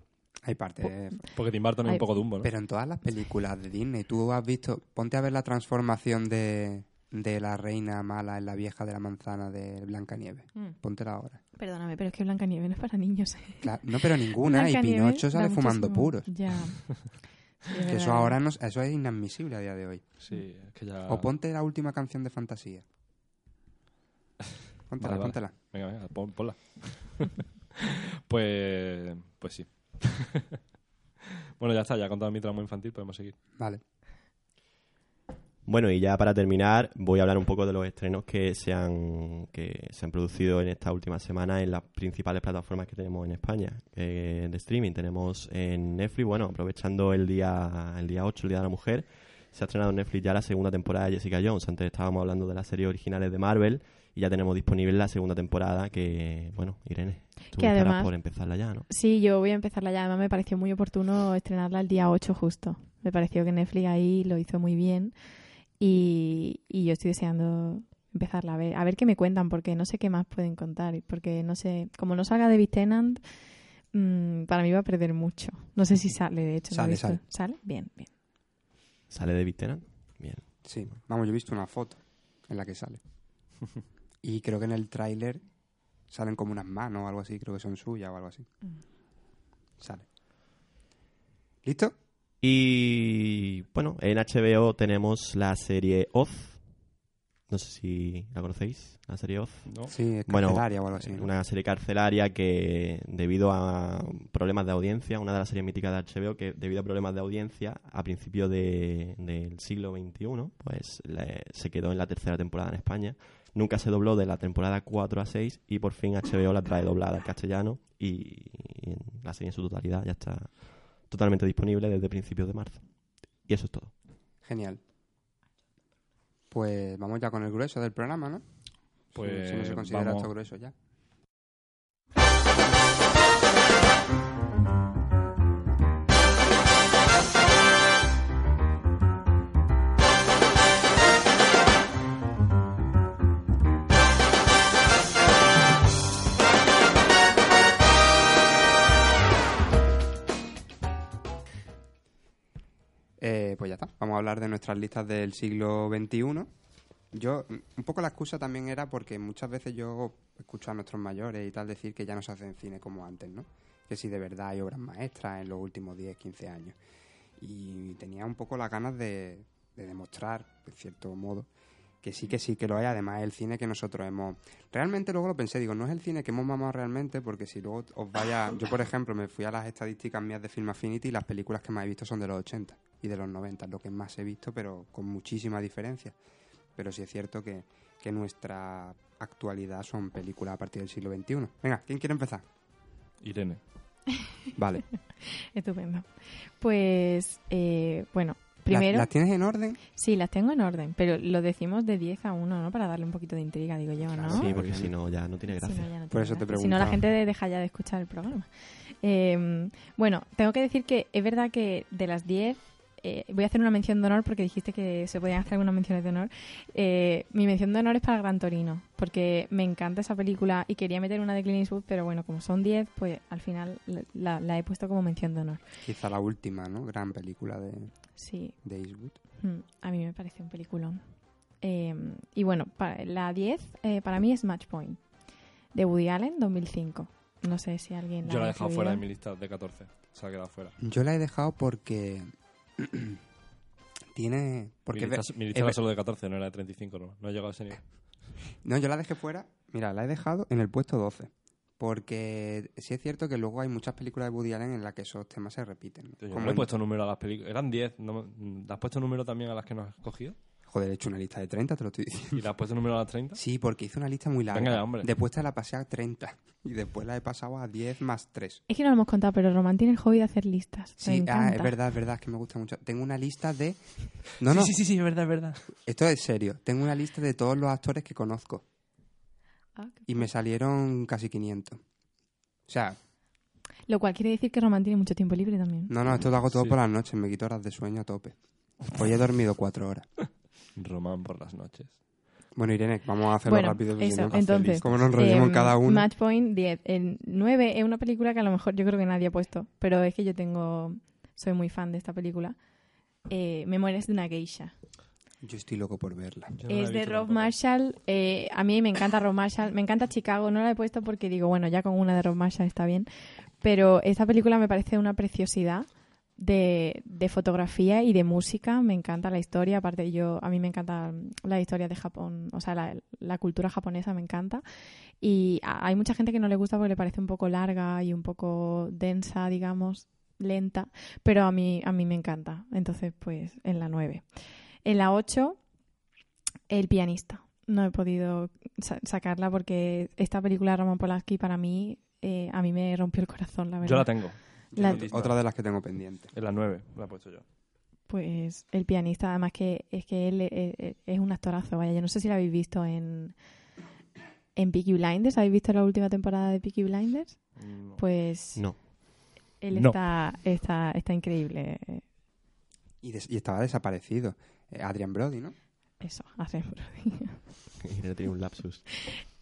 [SPEAKER 2] Hay partes.
[SPEAKER 4] Porque Tim Burton es un Hay- poco Dumbo, ¿no?
[SPEAKER 2] Pero en todas las películas de Disney, tú has visto. Ponte a ver la transformación de, de la reina mala en la vieja de la manzana de Blancanieves.
[SPEAKER 1] Mm.
[SPEAKER 2] Póntela ahora.
[SPEAKER 1] Perdóname, pero es que Blancanieves no es para niños. ¿eh?
[SPEAKER 2] Cla- no, pero ninguna, y
[SPEAKER 1] Blancanieves
[SPEAKER 2] Pinocho sale
[SPEAKER 1] da
[SPEAKER 2] fumando
[SPEAKER 1] muchísimo-
[SPEAKER 2] puros. [LAUGHS]
[SPEAKER 1] Ya. Sí, es
[SPEAKER 2] Que
[SPEAKER 1] verdad.
[SPEAKER 2] eso ahora no, eso es inadmisible a día de hoy.
[SPEAKER 4] Sí, es que ya.
[SPEAKER 2] O ponte la última canción de fantasía. Póntela,
[SPEAKER 4] Vale, vale.
[SPEAKER 2] póntela.
[SPEAKER 4] Venga, venga, pon- ponla. [LAUGHS] pues, pues sí. [LAUGHS] bueno, ya está, ya he contado mi tramo infantil, podemos seguir.
[SPEAKER 2] Vale.
[SPEAKER 3] Bueno, y ya para terminar, voy a hablar un poco de los estrenos que se han, que se han producido en esta última semana en las principales plataformas que tenemos en España eh, de streaming. Tenemos en Netflix, bueno, aprovechando el día, el día 8, el Día de la Mujer, se ha estrenado en Netflix ya la segunda temporada de Jessica Jones. Antes estábamos hablando de las series originales de Marvel y ya tenemos disponible la segunda temporada que, bueno, Irene, tú
[SPEAKER 1] Que
[SPEAKER 3] estarás
[SPEAKER 1] además-
[SPEAKER 3] por empezarla ya, ¿no?
[SPEAKER 1] Sí, yo voy a empezarla ya. Además, me pareció muy oportuno estrenarla el día 8 justo. Me pareció que Netflix ahí lo hizo muy bien. Y, y yo estoy deseando empezarla a ver. A ver qué me cuentan, porque no sé qué más pueden contar. y Porque no sé, como no salga de Tenant, mm, para mí va a perder mucho. No sé si sale, de hecho. no he
[SPEAKER 3] Sale,
[SPEAKER 1] visto.
[SPEAKER 3] sale.
[SPEAKER 1] Bien, bien.
[SPEAKER 3] Sale de Tenant. Bien.
[SPEAKER 2] Sí, vamos, yo he visto una foto en la que sale. y creo que en el tráiler salen como unas manos o algo así, creo que son suyas o algo así. Sale. ¿Listo?
[SPEAKER 3] Y bueno, en HBO tenemos la serie Oz. No sé si la conocéis, la serie Oz.
[SPEAKER 2] Sí, es
[SPEAKER 3] Bueno, eh,
[SPEAKER 2] carcelaria o algo así, ¿no?
[SPEAKER 3] Una serie carcelaria que, debido a problemas de audiencia, una de las series míticas de HBO, que debido a problemas de audiencia, a principios de- del siglo XXI, pues le- se quedó en la tercera temporada en España. Nunca se dobló de la temporada 4 a 6 y por fin HBO la trae doblada al castellano y, y la serie en su totalidad ya está totalmente disponible desde principios de marzo. Y eso es todo.
[SPEAKER 2] Genial. Pues vamos ya con el grueso del programa, ¿no?
[SPEAKER 4] Pues
[SPEAKER 2] si no se considera
[SPEAKER 4] vamos.
[SPEAKER 2] esto grueso ya. Eh, pues ya está, vamos a hablar de nuestras listas del siglo XXI. Yo, un poco la excusa también era porque muchas veces yo escucho a nuestros mayores y tal decir que ya no se hacen cine como antes, ¿no? Que si de verdad hay obras maestras en los últimos 10, 15 años. Y tenía un poco las ganas de, de demostrar, de cierto modo, que sí, que sí, que lo hay. Además, el cine que nosotros hemos. Realmente luego lo pensé, digo, no es el cine que hemos mamado realmente, porque si luego os vaya. Yo, por ejemplo, me fui a las estadísticas mías de Film Affinity y las películas que más he visto son de los 80 y de los 90, lo que más he visto, pero con muchísima diferencia. Pero sí es cierto que, que nuestra actualidad son películas a partir del siglo XXI. Venga, ¿quién quiere empezar?
[SPEAKER 4] Irene.
[SPEAKER 2] Vale.
[SPEAKER 1] Estupendo. Pues, eh, bueno,
[SPEAKER 2] ¿Las-
[SPEAKER 1] primero...
[SPEAKER 2] ¿Las tienes en orden?
[SPEAKER 1] Sí, las tengo en orden, pero lo decimos de 10 a 1, ¿no? Para darle un poquito de intriga, digo yo, ¿no?
[SPEAKER 3] Sí, porque si no ya no tiene
[SPEAKER 1] Si no,
[SPEAKER 3] gracia. [LAUGHS]
[SPEAKER 1] ya no
[SPEAKER 2] Por
[SPEAKER 1] tiene
[SPEAKER 2] eso te
[SPEAKER 1] gracia. Si no, la
[SPEAKER 2] preguntaba.
[SPEAKER 1] gente de- deja ya de escuchar el programa. Eh, bueno, tengo que decir que es verdad que de las 10, eh, voy a hacer una mención de honor porque dijiste que se podían hacer algunas menciones de honor. Eh, mi mención de honor es para Gran Torino, porque me encanta esa película y quería meter una de Clint Eastwood, pero bueno, como son 10, pues al final la- la- la he puesto como mención de honor.
[SPEAKER 2] Quizá la última, ¿no? Gran película de,
[SPEAKER 1] Sí.
[SPEAKER 2] de Eastwood.
[SPEAKER 1] Mm, A mí me parece un peliculón. Eh, y bueno, para, la 10 eh, para mí es Match Point, de Woody Allen, 2005. No sé si alguien la
[SPEAKER 4] Yo la he
[SPEAKER 1] ha
[SPEAKER 4] dejado
[SPEAKER 1] recibido.
[SPEAKER 4] fuera de mi lista de 14. Se ha quedado fuera.
[SPEAKER 2] Yo la he dejado porque. [CLEARS THROAT] tiene. Porque
[SPEAKER 4] mi
[SPEAKER 2] ve-
[SPEAKER 4] lista, mi lista
[SPEAKER 2] es
[SPEAKER 4] era
[SPEAKER 2] ve-
[SPEAKER 4] solo de 14, no era de 35, no, no he llegado a ese nivel.
[SPEAKER 2] No, yo la dejé fuera. Mira, la he dejado en el puesto 12. Porque sí es cierto que luego hay muchas películas de Woody Allen en las que esos temas se repiten.
[SPEAKER 4] Yo
[SPEAKER 2] Como
[SPEAKER 4] no he
[SPEAKER 2] en-
[SPEAKER 4] puesto número a las películas. Eran 10. No, me- ¿Le has puesto número también a las que nos has cogido?
[SPEAKER 2] Joder, he hecho una lista de 30, te lo estoy diciendo.
[SPEAKER 4] ¿Y le has puesto número a las
[SPEAKER 2] [LAUGHS]
[SPEAKER 4] 30?
[SPEAKER 2] Sí, porque hice una lista muy larga.
[SPEAKER 4] Venga ya, hombre.
[SPEAKER 2] Después te la pasé a 30. Y después la he pasado a 10 más 3.
[SPEAKER 1] Es que no lo hemos contado, pero Román tiene el hobby de hacer listas. Me
[SPEAKER 2] Sí, ah,
[SPEAKER 1] encanta.
[SPEAKER 2] es verdad, es verdad, es que me gusta mucho. Tengo una lista de. No,
[SPEAKER 4] Sí,
[SPEAKER 2] no.
[SPEAKER 4] sí, sí, sí, es verdad, es verdad.
[SPEAKER 2] Esto es serio. Tengo una lista de todos los actores que conozco.
[SPEAKER 1] Ah,
[SPEAKER 2] Y me salieron casi 500. O sea,
[SPEAKER 1] Lo cual quiere decir que Román tiene mucho tiempo libre también.
[SPEAKER 2] no, no, esto lo hago todo
[SPEAKER 4] Sí.
[SPEAKER 2] por las noches. Me quito horas de sueño a tope. Hoy he dormido cuatro horas.
[SPEAKER 4] Román por las noches.
[SPEAKER 2] Bueno, Irene, vamos a hacerlo
[SPEAKER 1] Bueno,
[SPEAKER 2] rápido. porque
[SPEAKER 1] eso,
[SPEAKER 2] no-
[SPEAKER 1] entonces.
[SPEAKER 2] Como nos enrollemos en
[SPEAKER 1] em,
[SPEAKER 2] cada uno.
[SPEAKER 1] Match Point 10. El 9 es una película que a lo mejor yo creo que nadie ha puesto, pero es que yo tengo. Soy muy fan de esta película. Eh, Memorias de una Geisha.
[SPEAKER 2] Yo estoy loco por verla.
[SPEAKER 1] es de Rob Marshall. eh, a mí me encanta Rob Marshall. Me encanta Chicago. No la he puesto porque digo, bueno, ya con una de Rob Marshall está bien. Pero esta película me parece una preciosidad de, de fotografía y de música. Me encanta la historia. Aparte, yo a mí me encanta la historia de Japón. O sea, la, la cultura japonesa me encanta. Y a- hay mucha gente que no le gusta porque le parece un poco larga y un poco densa, digamos, lenta. Pero a mí, a mí me encanta. Entonces, pues en la 9. En la 8 el pianista. No he podido sa- sacarla porque esta película de Roman Polanski para mí, eh, a mí me rompió el corazón, la verdad.
[SPEAKER 4] Yo la tengo.
[SPEAKER 1] La-
[SPEAKER 4] Lista.
[SPEAKER 2] Otra de las que tengo pendiente.
[SPEAKER 4] En la 9 la he puesto yo.
[SPEAKER 1] Pues el pianista, además que es que él eh, eh, es un actorazo, vaya, yo no sé si la habéis visto en, en Peaky Blinders, ¿habéis visto la última temporada de Peaky Blinders?
[SPEAKER 4] Mm,
[SPEAKER 1] Pues
[SPEAKER 3] No.
[SPEAKER 1] él
[SPEAKER 3] No.
[SPEAKER 1] está, está, está increíble, eh,
[SPEAKER 2] Y, des- y estaba desaparecido. Eh, Adrian Brody, ¿no?
[SPEAKER 1] eso, hace [LAUGHS]
[SPEAKER 3] Irene tiene un lapsus.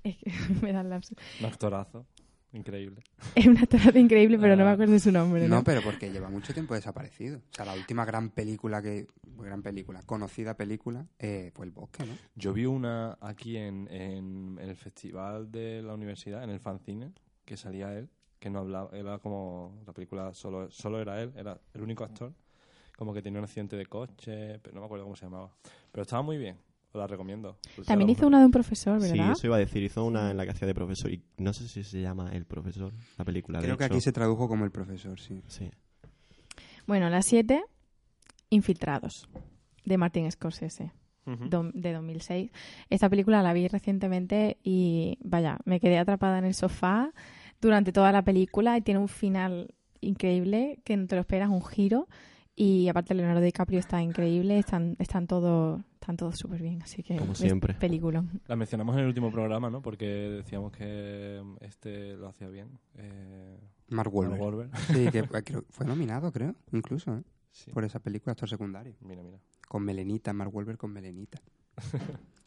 [SPEAKER 1] es que [LAUGHS] me da el lapsus.
[SPEAKER 4] Un actorazo. Increíble.
[SPEAKER 1] Es un actorazo increíble, pero no
[SPEAKER 3] Ah.
[SPEAKER 1] me acuerdo de su nombre.
[SPEAKER 2] No,
[SPEAKER 1] ¿no?
[SPEAKER 2] pero porque lleva mucho tiempo desaparecido. O sea, la última gran película que... Gran película, conocida película, eh, fue El Bosque, ¿no?
[SPEAKER 4] Yo vi una aquí en, en el festival de la universidad, en el fanzine, que salía él, que no hablaba, era como la película solo, solo era él, era el único actor, como que tenía un accidente de coche, pero no me acuerdo cómo se llamaba. Pero estaba muy bien, os la recomiendo. Pues
[SPEAKER 1] También
[SPEAKER 4] ya la
[SPEAKER 1] hizo
[SPEAKER 4] buscaré.
[SPEAKER 1] una de un profesor,
[SPEAKER 3] Sí,
[SPEAKER 1] ¿verdad?
[SPEAKER 3] eso iba a decir. Hizo una en la que hacía de profesor y no sé si se llama El Profesor, la película. de
[SPEAKER 2] Creo que
[SPEAKER 3] hecho.
[SPEAKER 2] aquí se tradujo como El Profesor, sí.
[SPEAKER 3] Sí.
[SPEAKER 1] Bueno, la 7, Infiltrados, de Martin Scorsese,
[SPEAKER 4] Ujú.
[SPEAKER 1] dom- de 2006. Esta película la vi recientemente y, vaya, me quedé atrapada en el sofá durante toda la película y tiene un final increíble que no te lo esperas, un giro. Y aparte Leonardo DiCaprio está increíble, están, están todos están todos súper bien, así que
[SPEAKER 3] Como
[SPEAKER 1] es
[SPEAKER 3] siempre.
[SPEAKER 1] película.
[SPEAKER 4] La mencionamos en el último programa, ¿no? Porque decíamos que este lo hacía bien. Eh,
[SPEAKER 2] Mark Wahlberg. Sí, que fue- creo- fue nominado, creo, incluso, ¿eh? por esa película, actor secundario.
[SPEAKER 4] Mira, mira.
[SPEAKER 2] Con Melenita, Mark Wahlberg con [LAUGHS] Melenita.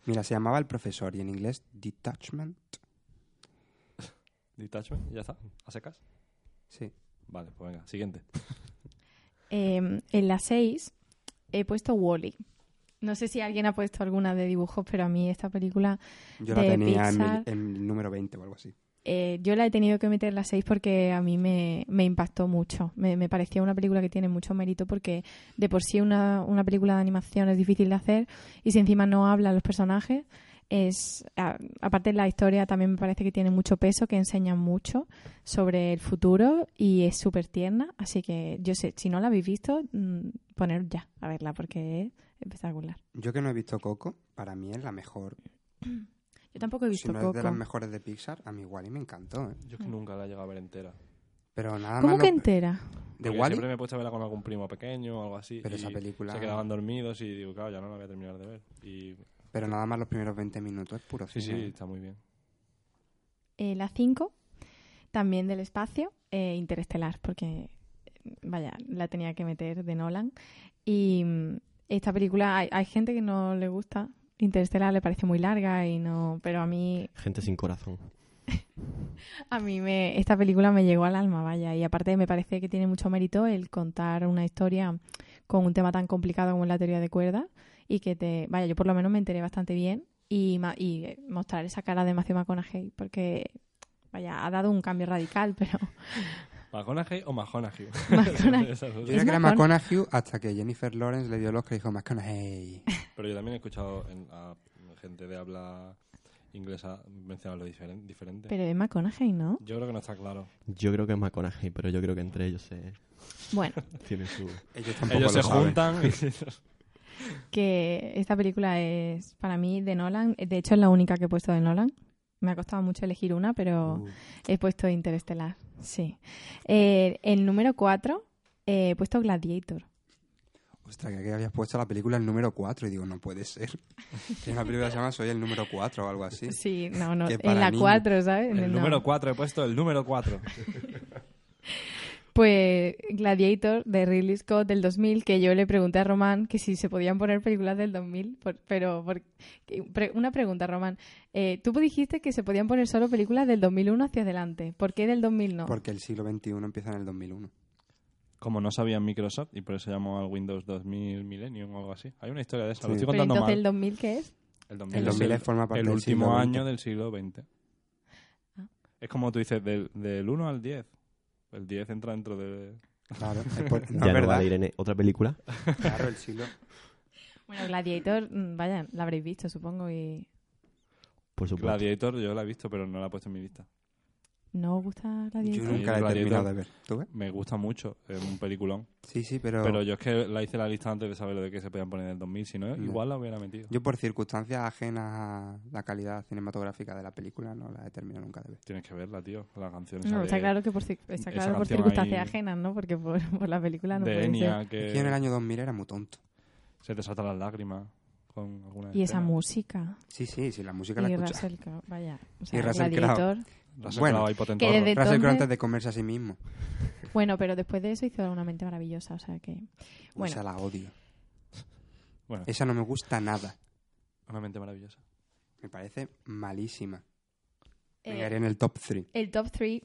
[SPEAKER 2] Mira, se llamaba El Profesor y en inglés Detachment.
[SPEAKER 4] Detachment, ya está. ¿A secas?
[SPEAKER 2] Sí.
[SPEAKER 4] Vale, pues venga, siguiente.
[SPEAKER 1] Eh, en la 6 he puesto Wally. No sé si alguien ha puesto alguna de dibujos, pero a mí esta película
[SPEAKER 2] Yo
[SPEAKER 1] de
[SPEAKER 2] la tenía en, mi-
[SPEAKER 1] Pixar,
[SPEAKER 2] en el número 20 o algo así.
[SPEAKER 1] eh, yo la he tenido que meter la 6 porque a mí me, me impactó mucho. Me, me parecía una película que tiene mucho mérito porque de por sí una, una película de animación es difícil de hacer y si encima no hablan los personajes, es a- aparte la historia también me parece que tiene mucho peso, que enseña mucho sobre el futuro y es súper tierna. Así que yo sé, si no la habéis visto, mm, poner ya a verla porque es espectacular.
[SPEAKER 2] Yo que no he visto Coco, para mí es la mejor.
[SPEAKER 1] Yo tampoco he
[SPEAKER 2] si
[SPEAKER 1] visto
[SPEAKER 2] no es de
[SPEAKER 1] Coco.
[SPEAKER 2] las mejores de Pixar, a mí Wally me encantó. ¿eh?
[SPEAKER 4] Yo
[SPEAKER 1] Mm.
[SPEAKER 4] es que nunca la he llegado a ver entera.
[SPEAKER 2] Ah, Pero nada
[SPEAKER 1] ¿Cómo
[SPEAKER 2] más.
[SPEAKER 1] que
[SPEAKER 2] lo-
[SPEAKER 1] entera?
[SPEAKER 2] ¿De
[SPEAKER 4] Porque
[SPEAKER 2] Wally?
[SPEAKER 4] Siempre me he puesto a verla con algún primo pequeño o algo así.
[SPEAKER 2] Pero esa
[SPEAKER 4] y
[SPEAKER 2] película-
[SPEAKER 4] Se quedaban dormidos y digo, claro, ya no la voy a terminar de ver. Y
[SPEAKER 2] Pero nada más los primeros 20 minutos es puro
[SPEAKER 4] sí, sí,
[SPEAKER 2] cine.
[SPEAKER 4] está muy bien.
[SPEAKER 1] Eh, la 5, también del espacio, eh, Interestelar, porque, vaya, la tenía que meter de Nolan. Y mm, esta película, hay, hay gente que no le gusta. Interestelar le parece muy larga y no, pero a mí,
[SPEAKER 3] Gente sin corazón.
[SPEAKER 1] a mí me, esta película me llegó al alma, vaya. Y aparte me parece que tiene mucho mérito el contar una historia con un tema tan complicado como es la teoría de cuerdas y que te, vaya, yo por lo menos me enteré bastante bien y, ma- y eh, mostrar esa cara de Matthew McConaughey porque, vaya, ha dado un cambio radical, pero
[SPEAKER 4] ¿McConaughey [LAUGHS] o Majonaghi?
[SPEAKER 1] [LAUGHS] McConaughey.
[SPEAKER 2] Yo diría que era McConaughey hasta que Jennifer Lawrence le dio el Oscar y
[SPEAKER 1] [LAUGHS]
[SPEAKER 2] dijo McConaughey.
[SPEAKER 4] Pero yo también he escuchado en- a gente de habla inglesa mencionarlo diferen- diferente.
[SPEAKER 1] Pero es McConaughey, ¿no?
[SPEAKER 4] Yo creo que no está claro.
[SPEAKER 3] Yo creo que es McConaughey, pero yo creo que entre ellos se...
[SPEAKER 1] Bueno.
[SPEAKER 3] Tiene su...
[SPEAKER 2] Ellos
[SPEAKER 4] Ellos
[SPEAKER 2] [LAUGHS]
[SPEAKER 4] se juntan. y-
[SPEAKER 1] Que esta película es para mí de Nolan, de hecho es la única que he puesto de Nolan. Me ha costado mucho elegir una, pero
[SPEAKER 2] Uh,
[SPEAKER 1] he puesto Interestelar, sí. Eh, el número 4 he puesto Gladiator.
[SPEAKER 2] Ostras, que aquí habías puesto la película el número 4 y digo, no puede
[SPEAKER 4] [LAUGHS]
[SPEAKER 2] ser. Tiene una película que se llama Soy el número 4 o algo así.
[SPEAKER 1] Sí, no, no,
[SPEAKER 2] Que
[SPEAKER 1] en
[SPEAKER 2] para
[SPEAKER 1] la
[SPEAKER 2] niños.
[SPEAKER 1] 4, ¿sabes?
[SPEAKER 4] El
[SPEAKER 1] No.
[SPEAKER 4] número 4, he puesto el número 4.
[SPEAKER 1] Pues Gladiator de Ridley Scott del 2000, que yo le pregunté a Román que si se podían poner películas del 2000, por- pero por- que- pre- una pregunta, Román. Eh, tú dijiste que se podían poner solo películas del 2001 hacia adelante. ¿Por qué del 2000 no?
[SPEAKER 2] Porque el siglo XXI empieza en el 2001.
[SPEAKER 4] Como no sabía Microsoft y por eso llamó al Windows 2000 Millennium o algo así. Hay una historia de esa, lo
[SPEAKER 2] Sí.
[SPEAKER 4] estoy
[SPEAKER 1] pero
[SPEAKER 4] contando
[SPEAKER 1] entonces
[SPEAKER 4] mal.
[SPEAKER 1] el 2000 qué es?
[SPEAKER 4] El
[SPEAKER 2] El 2000 forma parte
[SPEAKER 4] el
[SPEAKER 2] del
[SPEAKER 4] último
[SPEAKER 2] siglo
[SPEAKER 4] año
[SPEAKER 2] XX.
[SPEAKER 4] del siglo XX.
[SPEAKER 1] Ah.
[SPEAKER 4] Es como tú dices, del, del 1 al 10. El 10 entra dentro de...
[SPEAKER 2] [LAUGHS] Claro, es por- no
[SPEAKER 3] ya
[SPEAKER 2] es
[SPEAKER 3] no
[SPEAKER 2] verdad.
[SPEAKER 3] vale Irene. ¿Otra película?
[SPEAKER 2] Claro, el siglo.
[SPEAKER 1] Bueno, Gladiator, mm, vaya, la habréis visto, supongo, y
[SPEAKER 3] Por supuesto.
[SPEAKER 4] Gladiator yo la he visto, pero no la he puesto en mi lista.
[SPEAKER 1] ¿no os gusta Gladiator?
[SPEAKER 2] Yo nunca la he
[SPEAKER 4] Gladiator
[SPEAKER 2] terminado de ver. ¿Tú ves?
[SPEAKER 4] Me gusta mucho, es un peliculón.
[SPEAKER 2] Sí, sí, pero,
[SPEAKER 4] Pero yo es que la hice la lista antes de saber lo de que se podían poner en el 2000, si no,
[SPEAKER 2] No.
[SPEAKER 4] igual la hubiera metido.
[SPEAKER 2] yo por circunstancias ajenas a la calidad cinematográfica de la película no la he terminado nunca de ver.
[SPEAKER 4] Tienes que verla, tío, la canción. esa
[SPEAKER 1] No,
[SPEAKER 4] de-
[SPEAKER 1] está claro que por, cir- está
[SPEAKER 4] esa
[SPEAKER 1] claro por
[SPEAKER 4] canción
[SPEAKER 1] circunstancias
[SPEAKER 4] ahí
[SPEAKER 1] ajenas, ¿no? Porque por, por la película no
[SPEAKER 4] de
[SPEAKER 1] puede ser.
[SPEAKER 4] Enya,
[SPEAKER 2] Es que yo en el
[SPEAKER 4] que
[SPEAKER 2] año 2000 era muy tonto.
[SPEAKER 4] se te saltan las lágrimas con alguna
[SPEAKER 1] Y esa
[SPEAKER 4] escena.
[SPEAKER 1] música.
[SPEAKER 2] Sí, sí, sí, la música la
[SPEAKER 1] Y
[SPEAKER 2] escuchas.
[SPEAKER 1] Russell Crowe, vaya. O sea,
[SPEAKER 2] y Russell Crowe.
[SPEAKER 1] Gladiator.
[SPEAKER 4] Russell
[SPEAKER 2] Bueno,
[SPEAKER 4] Crowe
[SPEAKER 2] [LAUGHS]
[SPEAKER 4] ahí
[SPEAKER 2] Russell
[SPEAKER 4] potente.
[SPEAKER 1] Que desde
[SPEAKER 2] Crowe
[SPEAKER 1] entonces-
[SPEAKER 2] antes de comerse a sí mismo.
[SPEAKER 1] Bueno, pero después de eso hizo una mente maravillosa, o sea que... Bueno,
[SPEAKER 2] Esa la odio.
[SPEAKER 4] Bueno,
[SPEAKER 2] Esa no me gusta nada.
[SPEAKER 4] una mente maravillosa.
[SPEAKER 2] Me parece malísima. Me
[SPEAKER 1] Eh,
[SPEAKER 2] quedaría en el top 3.
[SPEAKER 1] el top 3,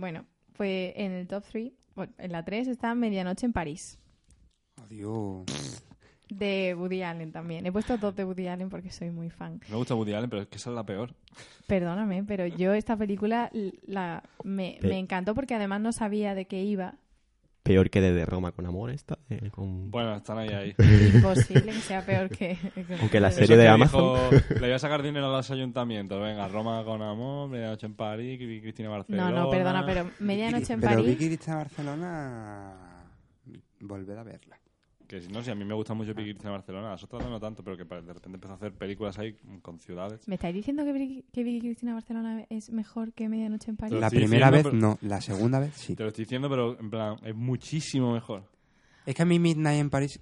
[SPEAKER 1] bueno, pues en el top 3, bueno, en la 3 está Medianoche en París,
[SPEAKER 2] Odio.
[SPEAKER 1] de Woody Allen también. He puesto dos de Woody Allen porque soy muy fan.
[SPEAKER 4] Me gusta Woody Allen, pero es que esa es la peor.
[SPEAKER 1] Perdóname, pero yo esta película l- la, me,
[SPEAKER 3] Pe-
[SPEAKER 1] me encantó porque además no sabía de qué
[SPEAKER 3] [LAUGHS]
[SPEAKER 1] iba.
[SPEAKER 3] Peor que desde Roma con amor esta. eh, con...
[SPEAKER 4] Bueno, están ahí, ahí.
[SPEAKER 1] Imposible que sea peor que... que-
[SPEAKER 3] Aunque la
[SPEAKER 4] Eso
[SPEAKER 3] serie
[SPEAKER 4] que
[SPEAKER 3] de
[SPEAKER 4] dijo,
[SPEAKER 3] Amazon.
[SPEAKER 4] Le voy a sacar dinero a los ayuntamientos. Venga, Roma con amor, Medianoche en París, y Cristina
[SPEAKER 1] No,
[SPEAKER 4] Barcelona.
[SPEAKER 1] no, perdona, pero Medianoche en
[SPEAKER 2] pero
[SPEAKER 1] París...
[SPEAKER 2] Vicky Lista Barcelona. mm, Volved a verla.
[SPEAKER 4] Que si no, si a mí me gusta mucho Vicky Cristina Barcelona, las otras no tanto, pero que pa- de repente empezó a hacer películas ahí mm, con ciudades.
[SPEAKER 1] ¿Me estáis diciendo que Vicky, que Vicky Cristina Barcelona es mejor que Medianoche en París?
[SPEAKER 4] Pero
[SPEAKER 2] La
[SPEAKER 4] estoy
[SPEAKER 2] primera
[SPEAKER 4] diciendo,
[SPEAKER 2] vez no, la segunda vez sí.
[SPEAKER 4] Te lo estoy diciendo, pero en plan, es muchísimo mejor.
[SPEAKER 2] Es que a mí Midnight en París...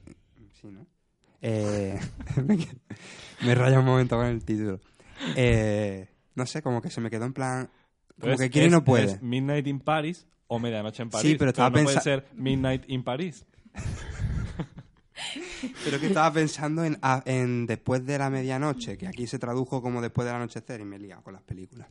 [SPEAKER 2] Sí, ¿no? Eh, [LAUGHS] me raya un momento con el título. Eh, no sé, como que se me quedó en plan... Como
[SPEAKER 4] Entonces,
[SPEAKER 2] que quiere y
[SPEAKER 4] Pues es-
[SPEAKER 2] no puede.
[SPEAKER 4] es Midnight in Paris o Medianoche en París.
[SPEAKER 2] Sí, pero estaba
[SPEAKER 4] no puede
[SPEAKER 2] pensa-
[SPEAKER 4] ser Midnight in Paris.
[SPEAKER 2] Pero que estaba pensando en, a- en después de la medianoche, que aquí se tradujo como después del anochecer y me he liado con las películas.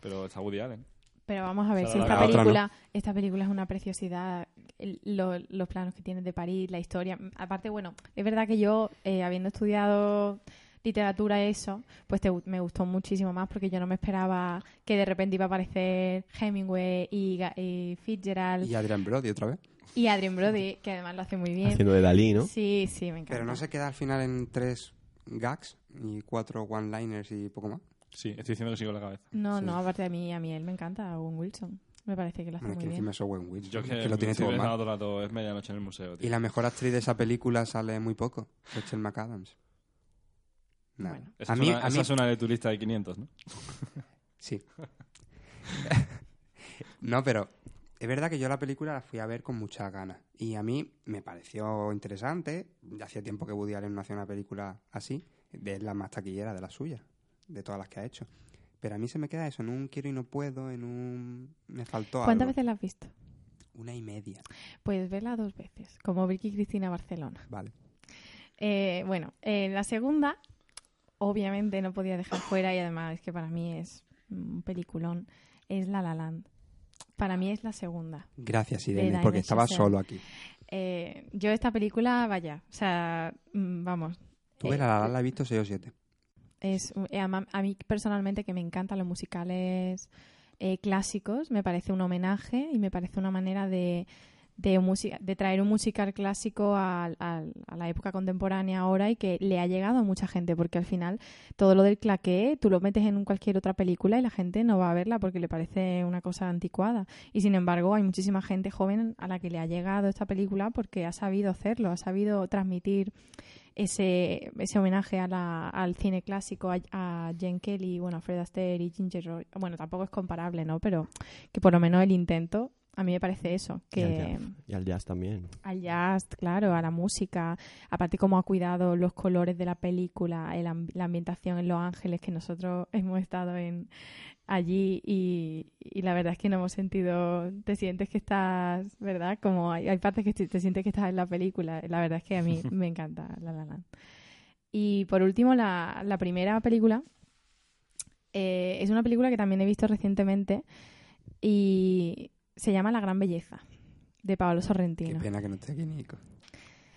[SPEAKER 4] Pero está Woody Allen.
[SPEAKER 1] Pero vamos a ver
[SPEAKER 2] Sara
[SPEAKER 1] si
[SPEAKER 2] la
[SPEAKER 1] esta
[SPEAKER 2] Gata, ¿no?
[SPEAKER 1] película, esta película es una preciosidad, el- lo- los planos que tienes de París, la historia. Aparte, bueno, es verdad que yo, eh, habiendo estudiado literatura y eso, pues te- me gustó muchísimo más porque yo no me esperaba que de repente iba a aparecer Hemingway y, Ga- y Fitzgerald
[SPEAKER 2] Y Adrian Brody otra vez.
[SPEAKER 1] y Adrien Brody, que además lo hace muy bien.
[SPEAKER 3] [LAUGHS] Haciendo de Dalí, ¿no?
[SPEAKER 1] Sí, sí, me encanta.
[SPEAKER 2] Pero no se queda al final en tres gags y cuatro one-liners y poco más.
[SPEAKER 4] Sí, estoy diciendo que sigo la cabeza.
[SPEAKER 1] No, no, aparte a mí, a mí él me encanta, Owen Wilson. Me parece que lo hace
[SPEAKER 2] Bueno, es
[SPEAKER 1] muy
[SPEAKER 2] que
[SPEAKER 1] bien.
[SPEAKER 2] encima es Owen Wilson,
[SPEAKER 4] Yo que,
[SPEAKER 2] que lo tiene todo mal.
[SPEAKER 4] todo el rato, es Medianoche en el museo, tío.
[SPEAKER 2] Y la mejor actriz de esa película sale muy poco, Rachel McAdams. Nada.
[SPEAKER 4] Esa
[SPEAKER 2] a
[SPEAKER 4] es
[SPEAKER 2] mí,
[SPEAKER 4] una-
[SPEAKER 2] a
[SPEAKER 4] Esa
[SPEAKER 2] mí
[SPEAKER 4] es una de tu lista de 500, ¿no?
[SPEAKER 2] Sí. [LAUGHS] no, pero es verdad que yo la película la fui a ver con muchas ganas. Y a mí me pareció interesante. Ya hacía tiempo que Woody Allen no hacía una película así, de la más taquillera de la suya, de todas las que ha hecho. Pero a mí se me queda eso, en un quiero y no puedo, en un... Me faltó
[SPEAKER 1] ¿Cuántas
[SPEAKER 2] algo.
[SPEAKER 1] veces la has visto?
[SPEAKER 2] Una y media.
[SPEAKER 1] Pues verla dos veces, como Vicky Cristina Barcelona.
[SPEAKER 2] Vale.
[SPEAKER 1] Eh, bueno, en la segunda, obviamente no podía dejar fuera, y además es que para mí es un peliculón, es La La Land. Para mí es la segunda.
[SPEAKER 2] Gracias,
[SPEAKER 1] de
[SPEAKER 2] Irene,
[SPEAKER 1] Diamond
[SPEAKER 2] porque estaba
[SPEAKER 1] Chazelle.
[SPEAKER 2] solo aquí.
[SPEAKER 1] Eh, yo esta película, vaya, o sea, mm, vamos, Eh,
[SPEAKER 2] Tú ves, la, la, Land la he visto 6 o 7.
[SPEAKER 1] Es, un- eh, ama- a mí personalmente que me encantan los musicales eh, clásicos, me parece un homenaje y me parece una manera de, de, musi- de traer un musical clásico al- al- a, la época contemporánea ahora y que le ha llegado a mucha gente, porque al final todo lo del claqué tú lo metes en cualquier otra película y la gente no va a verla porque le parece una cosa anticuada. Y sin embargo hay muchísima gente joven a la que le ha llegado esta película porque ha sabido hacerlo, ha sabido transmitir ese, ese homenaje a la- al cine clásico, a, a Jen Kelly, bueno, a Fred Astaire y Ginger Roy. Bueno, tampoco es comparable, ¿no? Pero que por lo menos el intento, a mí me parece eso,
[SPEAKER 3] Y al
[SPEAKER 1] que
[SPEAKER 3] jazz, y al jazz también.
[SPEAKER 1] al jazz, claro, a la música, aparte cómo ha cuidado los colores de la película, el am- la ambientación en Los Ángeles, que nosotros [LAUGHS] hemos estado en allí y, y la verdad es que no hemos sentido, te sientes que estás, ¿verdad? Como hay, hay partes que te, te sientes que estás en la película, la verdad es que a mí me encanta La La Land. Y por último, la, la primera película eh, es una película que también he visto recientemente y se llama La Gran Belleza, de Paolo Sorrentino.
[SPEAKER 2] Qué pena que no esté aquí Nico.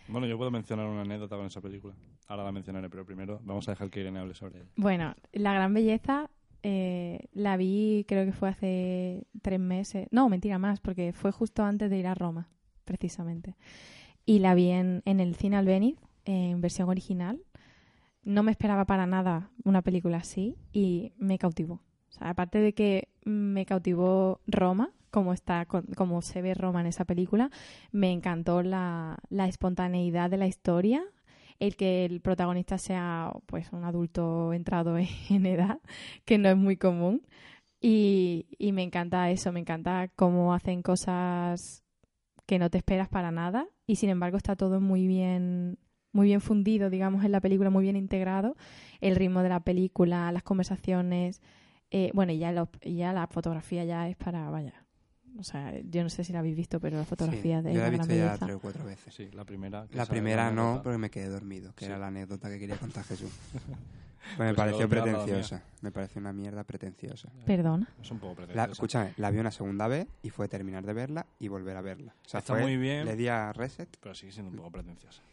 [SPEAKER 4] Bueno, yo puedo mencionar una anécdota con esa película. Ahora la mencionaré, pero primero vamos a dejar que Irene hable sobre ella.
[SPEAKER 1] Bueno, La Gran Belleza eh, la vi, creo que fue hace tres meses. No, mentira, más, porque fue justo antes de ir a Roma, precisamente. Y la vi en, en el Cine Albéniz, en versión original. No me esperaba para nada una película así y me cautivó. O sea, aparte de que me cautivó Roma, como, está, con- como se ve Roma en esa película, me encantó la, la espontaneidad de la historia, el que el protagonista sea pues un adulto entrado [LAUGHS] en edad, que no es muy común. Y, y me encanta eso, me encanta cómo hacen cosas que no te esperas para nada y sin embargo está todo muy bien muy bien fundido, digamos, en la película, muy bien integrado, el ritmo de la película, las conversaciones, eh, bueno, y ya, los- y ya la fotografía ya es para, vaya, o sea, yo no sé si la habéis visto, pero la fotografía de
[SPEAKER 2] yo la he
[SPEAKER 1] Gran
[SPEAKER 2] visto ya
[SPEAKER 1] Belleza.
[SPEAKER 2] tres o cuatro veces.
[SPEAKER 4] Sí, la primera. que
[SPEAKER 2] La
[SPEAKER 4] sale
[SPEAKER 2] primera
[SPEAKER 4] con
[SPEAKER 2] no,
[SPEAKER 4] anécdota.
[SPEAKER 2] porque me quedé dormido, que
[SPEAKER 4] Sí. Pues
[SPEAKER 2] era la anécdota que quería contar
[SPEAKER 4] [LAUGHS]
[SPEAKER 2] Jesús. Pues
[SPEAKER 4] Pero
[SPEAKER 2] me
[SPEAKER 4] se
[SPEAKER 2] pareció
[SPEAKER 4] dormía al lado
[SPEAKER 2] pretenciosa. Me pareció una mierda pretenciosa.
[SPEAKER 1] Perdona.
[SPEAKER 4] Es un poco
[SPEAKER 2] La,
[SPEAKER 4] pretenciosa.
[SPEAKER 2] escúchame, la vi una segunda vez y fue terminar de verla y volver a verla. O sea,
[SPEAKER 4] Está
[SPEAKER 2] fue-
[SPEAKER 4] muy bien.
[SPEAKER 2] Le di a reset.
[SPEAKER 4] Pero sigue siendo un poco pretenciosa.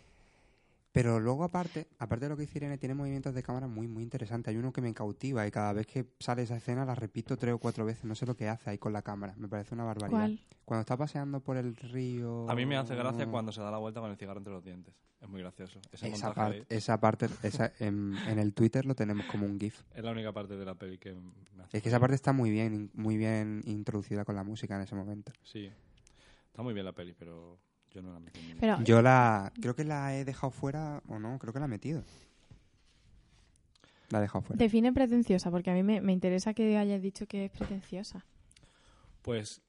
[SPEAKER 2] Pero luego, aparte, aparte de lo que dice Irene, tiene movimientos de cámara muy, muy interesantes. Hay uno que me cautiva y cada vez que sale esa escena la repito tres o cuatro veces. No sé lo que hace ahí con la cámara. Me parece una barbaridad.
[SPEAKER 4] ¿Cuál?
[SPEAKER 2] Cuando está paseando por el río...
[SPEAKER 4] A mí me hace gracia cuando se da la vuelta con el cigarro entre los dientes. Es muy gracioso. Ese
[SPEAKER 2] Mm. Esa
[SPEAKER 4] montaje
[SPEAKER 2] parte,
[SPEAKER 4] ahí
[SPEAKER 2] esa parte esa, en, en el Twitter lo tenemos como un GIF.
[SPEAKER 4] es la única parte de la peli que me hace.
[SPEAKER 2] Es que esa parte está muy bien, muy bien introducida con la música en ese momento.
[SPEAKER 4] Sí. Está muy bien la peli, pero yo no la metí. en mi lista.
[SPEAKER 2] Yo la... Creo que la he dejado fuera o no, creo que la he metido. La he dejado fuera.
[SPEAKER 1] Define pretenciosa, porque a mí me, me interesa que hayas dicho que es pretenciosa.
[SPEAKER 4] Pues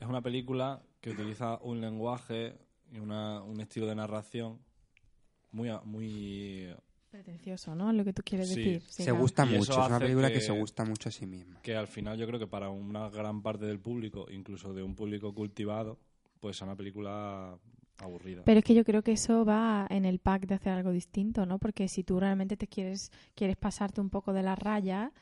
[SPEAKER 4] es una película que utiliza un lenguaje y una- un estilo de narración muy, a- muy
[SPEAKER 1] Pretencioso, ¿no? Lo que tú quieres
[SPEAKER 4] Sí.
[SPEAKER 1] decir.
[SPEAKER 4] Se
[SPEAKER 1] claro.
[SPEAKER 2] gusta
[SPEAKER 4] Y eso
[SPEAKER 2] mucho, es una
[SPEAKER 4] hace
[SPEAKER 2] película que se gusta mucho a sí
[SPEAKER 4] [LAUGHS]
[SPEAKER 2] misma.
[SPEAKER 4] Que al final yo creo que para una gran parte del público, incluso de un público cultivado, pues es una película aburrida.
[SPEAKER 1] Pero es que yo creo que eso va en el pack de hacer algo distinto, ¿no? Porque si tú realmente te quieres, quieres pasarte un poco de la raya,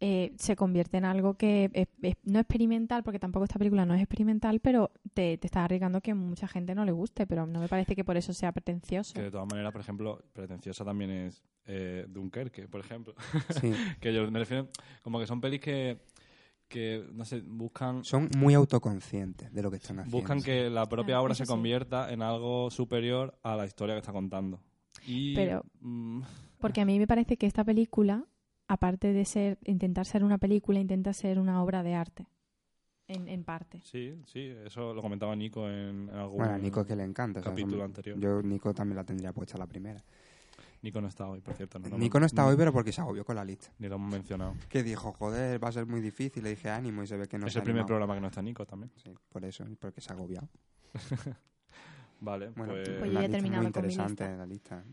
[SPEAKER 1] eh, se convierte en algo que es- es- no experimental, porque tampoco esta película no es experimental, pero te, te estás arriesgando que mucha gente no le guste, pero no me parece que por eso sea pretencioso.
[SPEAKER 4] Que de todas maneras, por ejemplo, pretenciosa también es eh, Dunkerque, por ejemplo. [LAUGHS]
[SPEAKER 2] Sí.
[SPEAKER 4] que yo me refiero, como que son pelis que, que no sé, buscan...
[SPEAKER 2] Son muy autoconscientes de lo que están haciendo.
[SPEAKER 4] Buscan que la propia
[SPEAKER 1] Claro,
[SPEAKER 4] obra
[SPEAKER 1] Ah, eso
[SPEAKER 4] se
[SPEAKER 1] sí.
[SPEAKER 4] convierta en algo superior a la historia que está contando. Y,
[SPEAKER 1] Pero-
[SPEAKER 4] mm,
[SPEAKER 1] Porque a mí me parece que esta película, aparte de ser intentar ser una película, intenta ser una obra de arte. En, en parte.
[SPEAKER 4] sí, sí, eso lo comentaba Nico en, en algún
[SPEAKER 2] Bueno, a Nico es que le encanta. o sea,
[SPEAKER 4] capítulo
[SPEAKER 2] son-
[SPEAKER 4] anterior.
[SPEAKER 2] Yo Nico también la tendría puesta la primera.
[SPEAKER 4] Nico no Mm. está hoy, por cierto. lo
[SPEAKER 2] Nico no está
[SPEAKER 4] men-
[SPEAKER 2] hoy, pero porque se agobió con la lista.
[SPEAKER 4] Ni lo hemos mencionado.
[SPEAKER 2] Que dijo, joder, va a ser muy difícil. Le dije ánimo y se ve que no
[SPEAKER 4] es
[SPEAKER 2] se
[SPEAKER 4] el
[SPEAKER 2] ha
[SPEAKER 4] primer
[SPEAKER 2] animado.
[SPEAKER 4] programa que no está Nico también.
[SPEAKER 2] Sí, por eso, y porque se ha agobiado.
[SPEAKER 4] Vale,
[SPEAKER 2] Bueno,
[SPEAKER 4] pues...
[SPEAKER 2] la
[SPEAKER 1] Pues yo ya he
[SPEAKER 2] lista es
[SPEAKER 1] terminado
[SPEAKER 2] muy
[SPEAKER 1] con mi
[SPEAKER 2] interesante
[SPEAKER 1] lista.
[SPEAKER 2] la lista.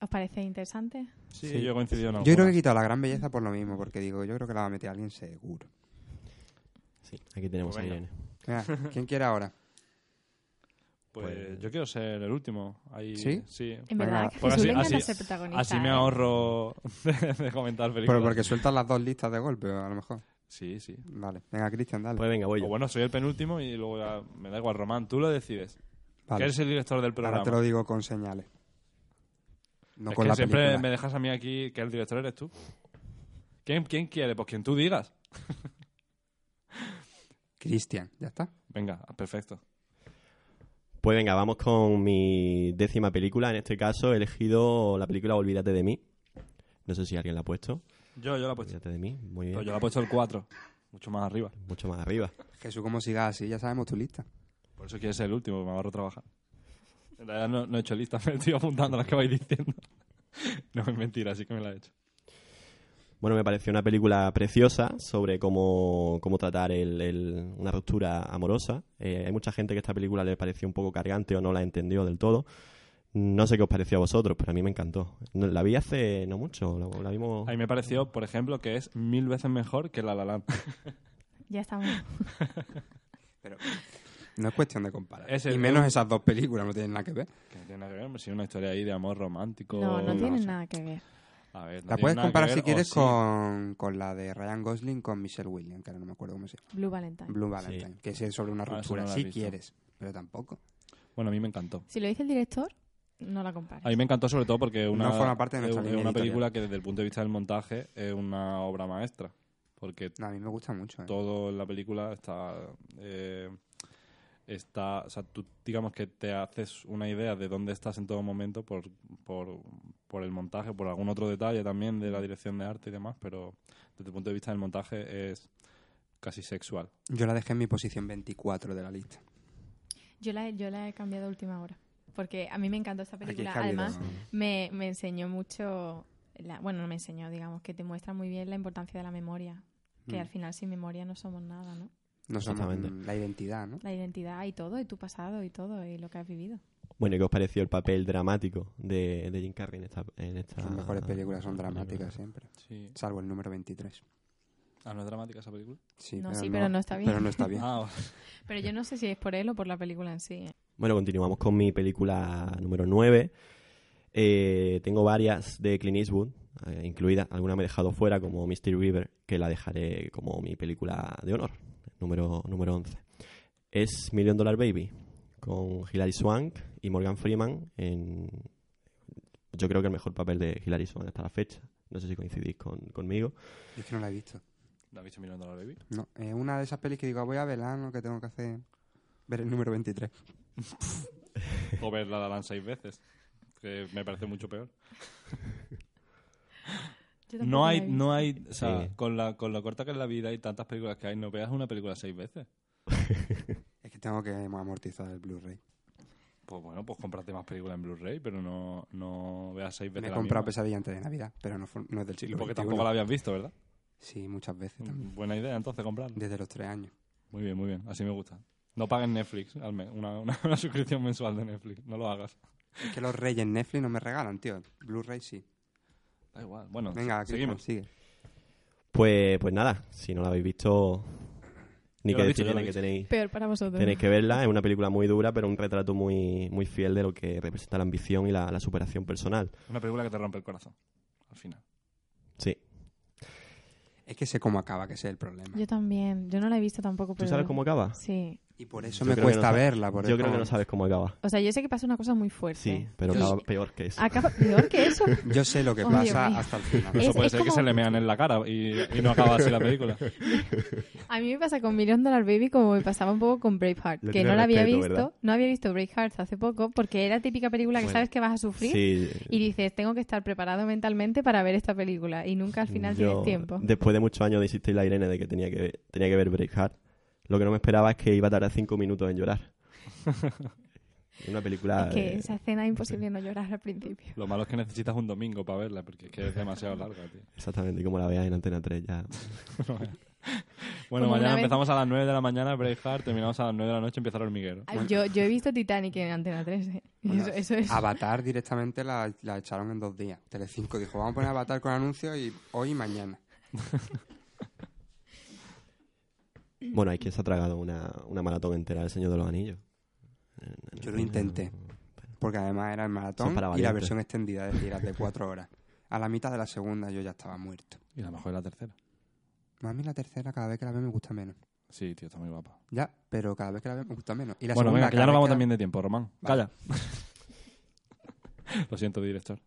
[SPEAKER 1] ¿Os parece interesante?
[SPEAKER 4] Sí, yo he coincidido en
[SPEAKER 2] Yo creo que he
[SPEAKER 4] algunas.
[SPEAKER 2] quitado la gran belleza por lo mismo, porque digo, yo creo que la va a meter alguien seguro.
[SPEAKER 3] Sí, aquí tenemos
[SPEAKER 4] Pues
[SPEAKER 3] a Irene.
[SPEAKER 4] venga. [LAUGHS]
[SPEAKER 2] Mira, ¿quién quiere ahora?
[SPEAKER 4] Pues, yo quiero ser el último. Ahí,
[SPEAKER 2] ¿Sí?
[SPEAKER 4] Sí.
[SPEAKER 1] En verdad, que
[SPEAKER 4] Pues
[SPEAKER 1] Jesús
[SPEAKER 4] así,
[SPEAKER 1] le encanta
[SPEAKER 4] así-
[SPEAKER 1] ser protagonista,
[SPEAKER 4] así me
[SPEAKER 1] ¿eh?
[SPEAKER 4] ahorro [LAUGHS] de, de comentar películas.
[SPEAKER 2] Pero porque sueltas las dos listas de golpe, a lo mejor.
[SPEAKER 4] Sí, sí.
[SPEAKER 2] Vale, venga, Cristian, dale.
[SPEAKER 3] Pues venga, voy
[SPEAKER 4] O
[SPEAKER 3] yo.
[SPEAKER 4] bueno, soy el penúltimo y luego ya me da igual, Román, tú lo decides.
[SPEAKER 2] Vale.
[SPEAKER 4] Que eres el director del programa.
[SPEAKER 2] Ahora te lo digo con señales. No
[SPEAKER 4] Es
[SPEAKER 2] con
[SPEAKER 4] que
[SPEAKER 2] la
[SPEAKER 4] siempre
[SPEAKER 2] película.
[SPEAKER 4] me dejas a mí aquí que el director eres tú. ¿Quién, quién quiere? Pues quien tú digas.
[SPEAKER 2] Cristian, ¿ya está?
[SPEAKER 4] Venga, perfecto.
[SPEAKER 3] Pues venga, vamos con mi décima película. En este caso he elegido la película Olvídate de mí. No sé si alguien la ha puesto.
[SPEAKER 4] Yo, yo la
[SPEAKER 2] Pues
[SPEAKER 4] he
[SPEAKER 3] Olvídate
[SPEAKER 4] puesto.
[SPEAKER 3] de mí, muy bien.
[SPEAKER 4] Pero Pues yo la he puesto el 4. Mucho más arriba.
[SPEAKER 3] Mucho más arriba.
[SPEAKER 2] Jesús, como sigas así, ya sabemos tu lista.
[SPEAKER 4] Por eso quieres ser el último, que me ahorro trabajar. En realidad no, no he hecho lista, [LAUGHS] me estoy apuntando a las que vais diciendo. [LAUGHS] No es mentira, así que me la he hecho.
[SPEAKER 3] Bueno, me pareció una película preciosa sobre cómo, cómo tratar el- el- una ruptura amorosa. Eh, hay mucha gente que esta película le pareció un poco cargante o no la entendió del todo. No sé qué os pareció a vosotros, pero a mí me encantó. No- La vi hace no mucho, la, la vimos...
[SPEAKER 4] A mí me pareció, por ejemplo, que es mil veces mejor que La La Land. [LAUGHS]
[SPEAKER 1] Ya estamos.
[SPEAKER 2] Pero no es cuestión de comparar.
[SPEAKER 4] Es el-
[SPEAKER 2] y menos esas dos películas, no tienen nada que ver.
[SPEAKER 4] que no tiene nada que ver, si es una historia ahí de amor romántico.
[SPEAKER 1] No, no tiene
[SPEAKER 4] sé.
[SPEAKER 1] nada que ver.
[SPEAKER 4] A ver, no
[SPEAKER 2] la
[SPEAKER 4] tiene
[SPEAKER 2] puedes
[SPEAKER 4] nada que
[SPEAKER 2] comparar
[SPEAKER 4] ver,
[SPEAKER 2] si
[SPEAKER 4] o
[SPEAKER 2] quieres
[SPEAKER 4] sí.
[SPEAKER 2] con, con la de Ryan Gosling con Michelle Williams, que ahora no me acuerdo cómo se llama.
[SPEAKER 1] Blue Valentine.
[SPEAKER 2] Blue Valentine, que es sobre una
[SPEAKER 4] Ah, esa
[SPEAKER 2] ruptura,
[SPEAKER 4] no la he
[SPEAKER 2] si
[SPEAKER 4] visto.
[SPEAKER 2] quieres, pero tampoco.
[SPEAKER 4] Bueno, a mí me encantó.
[SPEAKER 1] Si lo dice el director, no la compares.
[SPEAKER 4] A mí me encantó sobre todo porque una,
[SPEAKER 2] No forma parte de nuestra
[SPEAKER 4] es
[SPEAKER 2] línea
[SPEAKER 4] una
[SPEAKER 2] editorial.
[SPEAKER 4] película que desde el punto de vista del montaje es una obra maestra. Porque
[SPEAKER 2] No, a mí me gusta mucho. eh.
[SPEAKER 4] todo en la película está eh, está o sea tú digamos que te haces una idea de dónde estás en todo momento por, por, por el montaje por algún otro detalle también de la dirección de arte y demás pero desde el punto de vista del montaje es casi sexual
[SPEAKER 2] Yo la dejé en mi posición 24 de la lista.
[SPEAKER 1] Yo la, he- yo la he cambiado a última hora. Porque a mí me encantó esta
[SPEAKER 2] Aquí es que
[SPEAKER 1] película.
[SPEAKER 2] ha habido-
[SPEAKER 1] Además, me, me enseñó mucho. la- bueno, no me enseñó, digamos, que te muestra muy bien la importancia de la memoria. Que
[SPEAKER 2] Mm.
[SPEAKER 1] al final, sin memoria, no somos nada, ¿no?
[SPEAKER 2] no somos
[SPEAKER 3] Exactamente.
[SPEAKER 2] mm, la identidad, ¿no?
[SPEAKER 1] La identidad y todo, y tu pasado y todo, y lo que has vivido.
[SPEAKER 3] Bueno, ¿y qué os pareció el papel dramático de, de Jim Carrey en esta, en esta-
[SPEAKER 4] Ah,
[SPEAKER 2] Sus mejores películas son
[SPEAKER 3] película?
[SPEAKER 2] dramáticas siempre,
[SPEAKER 4] sí
[SPEAKER 2] salvo el número 23.
[SPEAKER 4] ah no es dramática esa película
[SPEAKER 2] Sí,
[SPEAKER 1] No, sí, pero no está bien.
[SPEAKER 2] Pero no está bien.
[SPEAKER 4] [LAUGHS] ah vale.
[SPEAKER 1] Pero yo no sé si es por él o por la película en sí. ¿eh?
[SPEAKER 3] Bueno, continuamos con mi película número 9. Eh, tengo varias de Clint Eastwood, eh, incluida. Alguna me he dejado fuera, como Mystery River, que la dejaré como mi película de honor, número, número 11. Es Million Dollar Baby, con Hilary Swank y Morgan Freeman en... Yo creo que el mejor papel de Hilary Swank hasta la fecha. No sé si coincidís con- conmigo.
[SPEAKER 2] Yo es que no la he visto.
[SPEAKER 4] ¿La habéis visto mirando a la baby
[SPEAKER 2] No, es una de esas pelis que digo, voy a velar, ¿no? Que tengo que hacer... Ver el número 23.
[SPEAKER 4] o ver la Dalan seis veces que me parece mucho peor
[SPEAKER 1] Yo tampoco
[SPEAKER 4] no
[SPEAKER 1] la
[SPEAKER 4] hay
[SPEAKER 1] he
[SPEAKER 4] no hay o sea
[SPEAKER 3] Sí.
[SPEAKER 4] con la con lo corta que es la vida y tantas películas que hay no veas una película seis veces
[SPEAKER 2] Es que tengo que amortizar el Blu-ray.
[SPEAKER 4] Pues bueno, pues cómprate más películas en Blu-ray, pero no, no veas seis veces
[SPEAKER 2] Me he
[SPEAKER 4] la
[SPEAKER 2] comprado
[SPEAKER 4] misma.
[SPEAKER 2] Pesadilla antes de Navidad, pero no, fue- no es del siglo
[SPEAKER 4] Porque
[SPEAKER 2] XXI.
[SPEAKER 4] tampoco la habías visto, ¿verdad?
[SPEAKER 2] Sí, muchas veces también.
[SPEAKER 4] Buena idea, entonces comprarla.
[SPEAKER 2] Desde los tres años.
[SPEAKER 4] Muy bien, muy bien, así me gusta. No paguen Netflix, al mes, una, una- [LAUGHS] una suscripción mensual de Netflix. No lo hagas.
[SPEAKER 2] Es que los reyes Netflix no me regalan, tío. Blu-ray sí.
[SPEAKER 4] Da igual. Bueno,
[SPEAKER 2] Venga,
[SPEAKER 4] seguimos.
[SPEAKER 2] Cristian, sigue.
[SPEAKER 3] Pues, pues nada, si no la habéis visto, ni
[SPEAKER 4] Yo
[SPEAKER 3] que
[SPEAKER 4] lo he visto,
[SPEAKER 3] decir
[SPEAKER 4] yo lo
[SPEAKER 3] tiene
[SPEAKER 4] he
[SPEAKER 3] que
[SPEAKER 4] visto.
[SPEAKER 3] tenéis,
[SPEAKER 1] Peor para vosotros.
[SPEAKER 3] tenéis que verla. Es una película muy dura, pero un retrato muy, muy fiel de lo que representa la ambición y la, la superación personal.
[SPEAKER 4] Una película que te rompe el corazón. Al final.
[SPEAKER 3] Sí.
[SPEAKER 2] Es que sé cómo acaba, que ese es el problema.
[SPEAKER 1] Yo también. Yo no la he visto tampoco. Pero...
[SPEAKER 3] sabes cómo acaba?
[SPEAKER 1] Sí.
[SPEAKER 2] Y por
[SPEAKER 3] Yo
[SPEAKER 2] eso me
[SPEAKER 3] creo que
[SPEAKER 2] cuesta
[SPEAKER 3] no sa-
[SPEAKER 2] verla. por
[SPEAKER 3] Yo
[SPEAKER 2] eso.
[SPEAKER 3] creo que no sabes cómo acaba.
[SPEAKER 1] O sea, yo sé que pasa una cosa muy fuerte.
[SPEAKER 3] Sí, pero
[SPEAKER 1] Y-
[SPEAKER 3] acaba peor que eso.
[SPEAKER 1] Acaba peor que eso.
[SPEAKER 2] [LAUGHS] Yo sé lo que
[SPEAKER 1] Oh, Dios
[SPEAKER 2] pasa
[SPEAKER 1] mío.
[SPEAKER 2] hasta el final.
[SPEAKER 1] Es-
[SPEAKER 4] Eso puede
[SPEAKER 1] es
[SPEAKER 4] ser que
[SPEAKER 1] como-
[SPEAKER 4] se le mean en la cara y, y no acaba así
[SPEAKER 2] [LAUGHS]
[SPEAKER 4] la película.
[SPEAKER 1] A mí me pasa con Million Dollar Baby como me pasaba un poco con Braveheart,
[SPEAKER 4] Le
[SPEAKER 1] que
[SPEAKER 4] tiene
[SPEAKER 1] no la había
[SPEAKER 4] respeto,
[SPEAKER 1] visto,
[SPEAKER 4] ¿verdad?
[SPEAKER 1] no había visto Braveheart hace poco porque era típica película que
[SPEAKER 3] Bueno,
[SPEAKER 1] sabes que vas a sufrir
[SPEAKER 3] sí.
[SPEAKER 1] y dices, tengo que estar preparado mentalmente para ver esta película y nunca al final
[SPEAKER 3] Yo,
[SPEAKER 1] tienes tiempo.
[SPEAKER 3] Después de muchos años de insistirle a Irene de que tenía que, tenía que ver Braveheart, lo que no me esperaba es que iba a tardar cinco minutos en llorar.
[SPEAKER 1] [LAUGHS]
[SPEAKER 3] Es una película...
[SPEAKER 1] Es que
[SPEAKER 3] eh,
[SPEAKER 1] esa escena es imposible no llorar al principio.
[SPEAKER 4] Lo malo es que necesitas un domingo para verla porque es que es demasiado larga, tío.
[SPEAKER 3] Exactamente, y como la veas en Antena 3 ya...
[SPEAKER 4] Bueno,
[SPEAKER 1] Como una
[SPEAKER 4] mañana
[SPEAKER 1] vez-
[SPEAKER 4] empezamos a las 9 de la mañana, Braveheart, terminamos a las 9 de la noche, empieza el hormiguero.
[SPEAKER 1] Ay, Yo, yo he visto Titanic en Antena 3. ¿eh? Y Eso, eso
[SPEAKER 2] ah,
[SPEAKER 1] es.
[SPEAKER 2] Avatar directamente la, la echaron en dos días. Telecinco dijo, vamos a poner Avatar con anuncios y hoy y mañana.
[SPEAKER 3] Bueno, hay quien se ha tragado una, una maratón entera del Señor de los Anillos.
[SPEAKER 2] Yo lo intenté. Porque además era el
[SPEAKER 3] Eso
[SPEAKER 2] maratón
[SPEAKER 3] es para
[SPEAKER 2] y la
[SPEAKER 3] valientes.
[SPEAKER 2] versión extendida, es decir, las de cuatro horas. A la mitad de la segunda yo ya estaba muerto.
[SPEAKER 4] Y a lo mejor es la tercera.
[SPEAKER 2] A mí la tercera cada vez que la veo me gusta menos.
[SPEAKER 4] Sí, tío, está muy guapa.
[SPEAKER 2] Ya, pero cada vez que la veo me gusta menos. Y la
[SPEAKER 4] bueno,
[SPEAKER 2] segunda
[SPEAKER 4] venga, que
[SPEAKER 2] cada
[SPEAKER 4] ya nos
[SPEAKER 2] vez
[SPEAKER 4] vamos
[SPEAKER 2] que la-
[SPEAKER 4] también de tiempo, Román. Calla. [LAUGHS] Lo siento, director.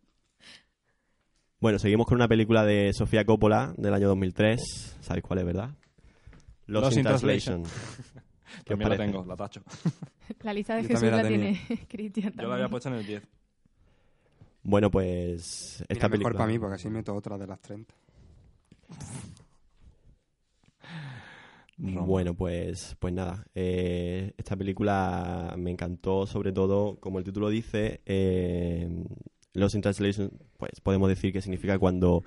[SPEAKER 3] Bueno, seguimos con una película de Sofía Coppola del año 2003. ¿Sabéis cuál es, verdad? Los
[SPEAKER 4] Lost in
[SPEAKER 3] Translation. ¿Qué os
[SPEAKER 4] También la
[SPEAKER 3] parece?
[SPEAKER 4] tengo, la tacho.
[SPEAKER 1] La lista de
[SPEAKER 4] Yo
[SPEAKER 1] Jesús
[SPEAKER 4] también
[SPEAKER 1] la,
[SPEAKER 4] la
[SPEAKER 1] tiene [LAUGHS] Cristian
[SPEAKER 4] Yo la había
[SPEAKER 1] también.
[SPEAKER 4] puesto en el 10.
[SPEAKER 3] Bueno, pues esta
[SPEAKER 2] Mira, mejor
[SPEAKER 3] película...
[SPEAKER 2] para mí porque así meto otra de las 30.
[SPEAKER 3] Bueno, pues, pues nada. eh, esta película me encantó, sobre todo, como el título dice, eh, Lost in Translation, pues podemos decir que significa cuando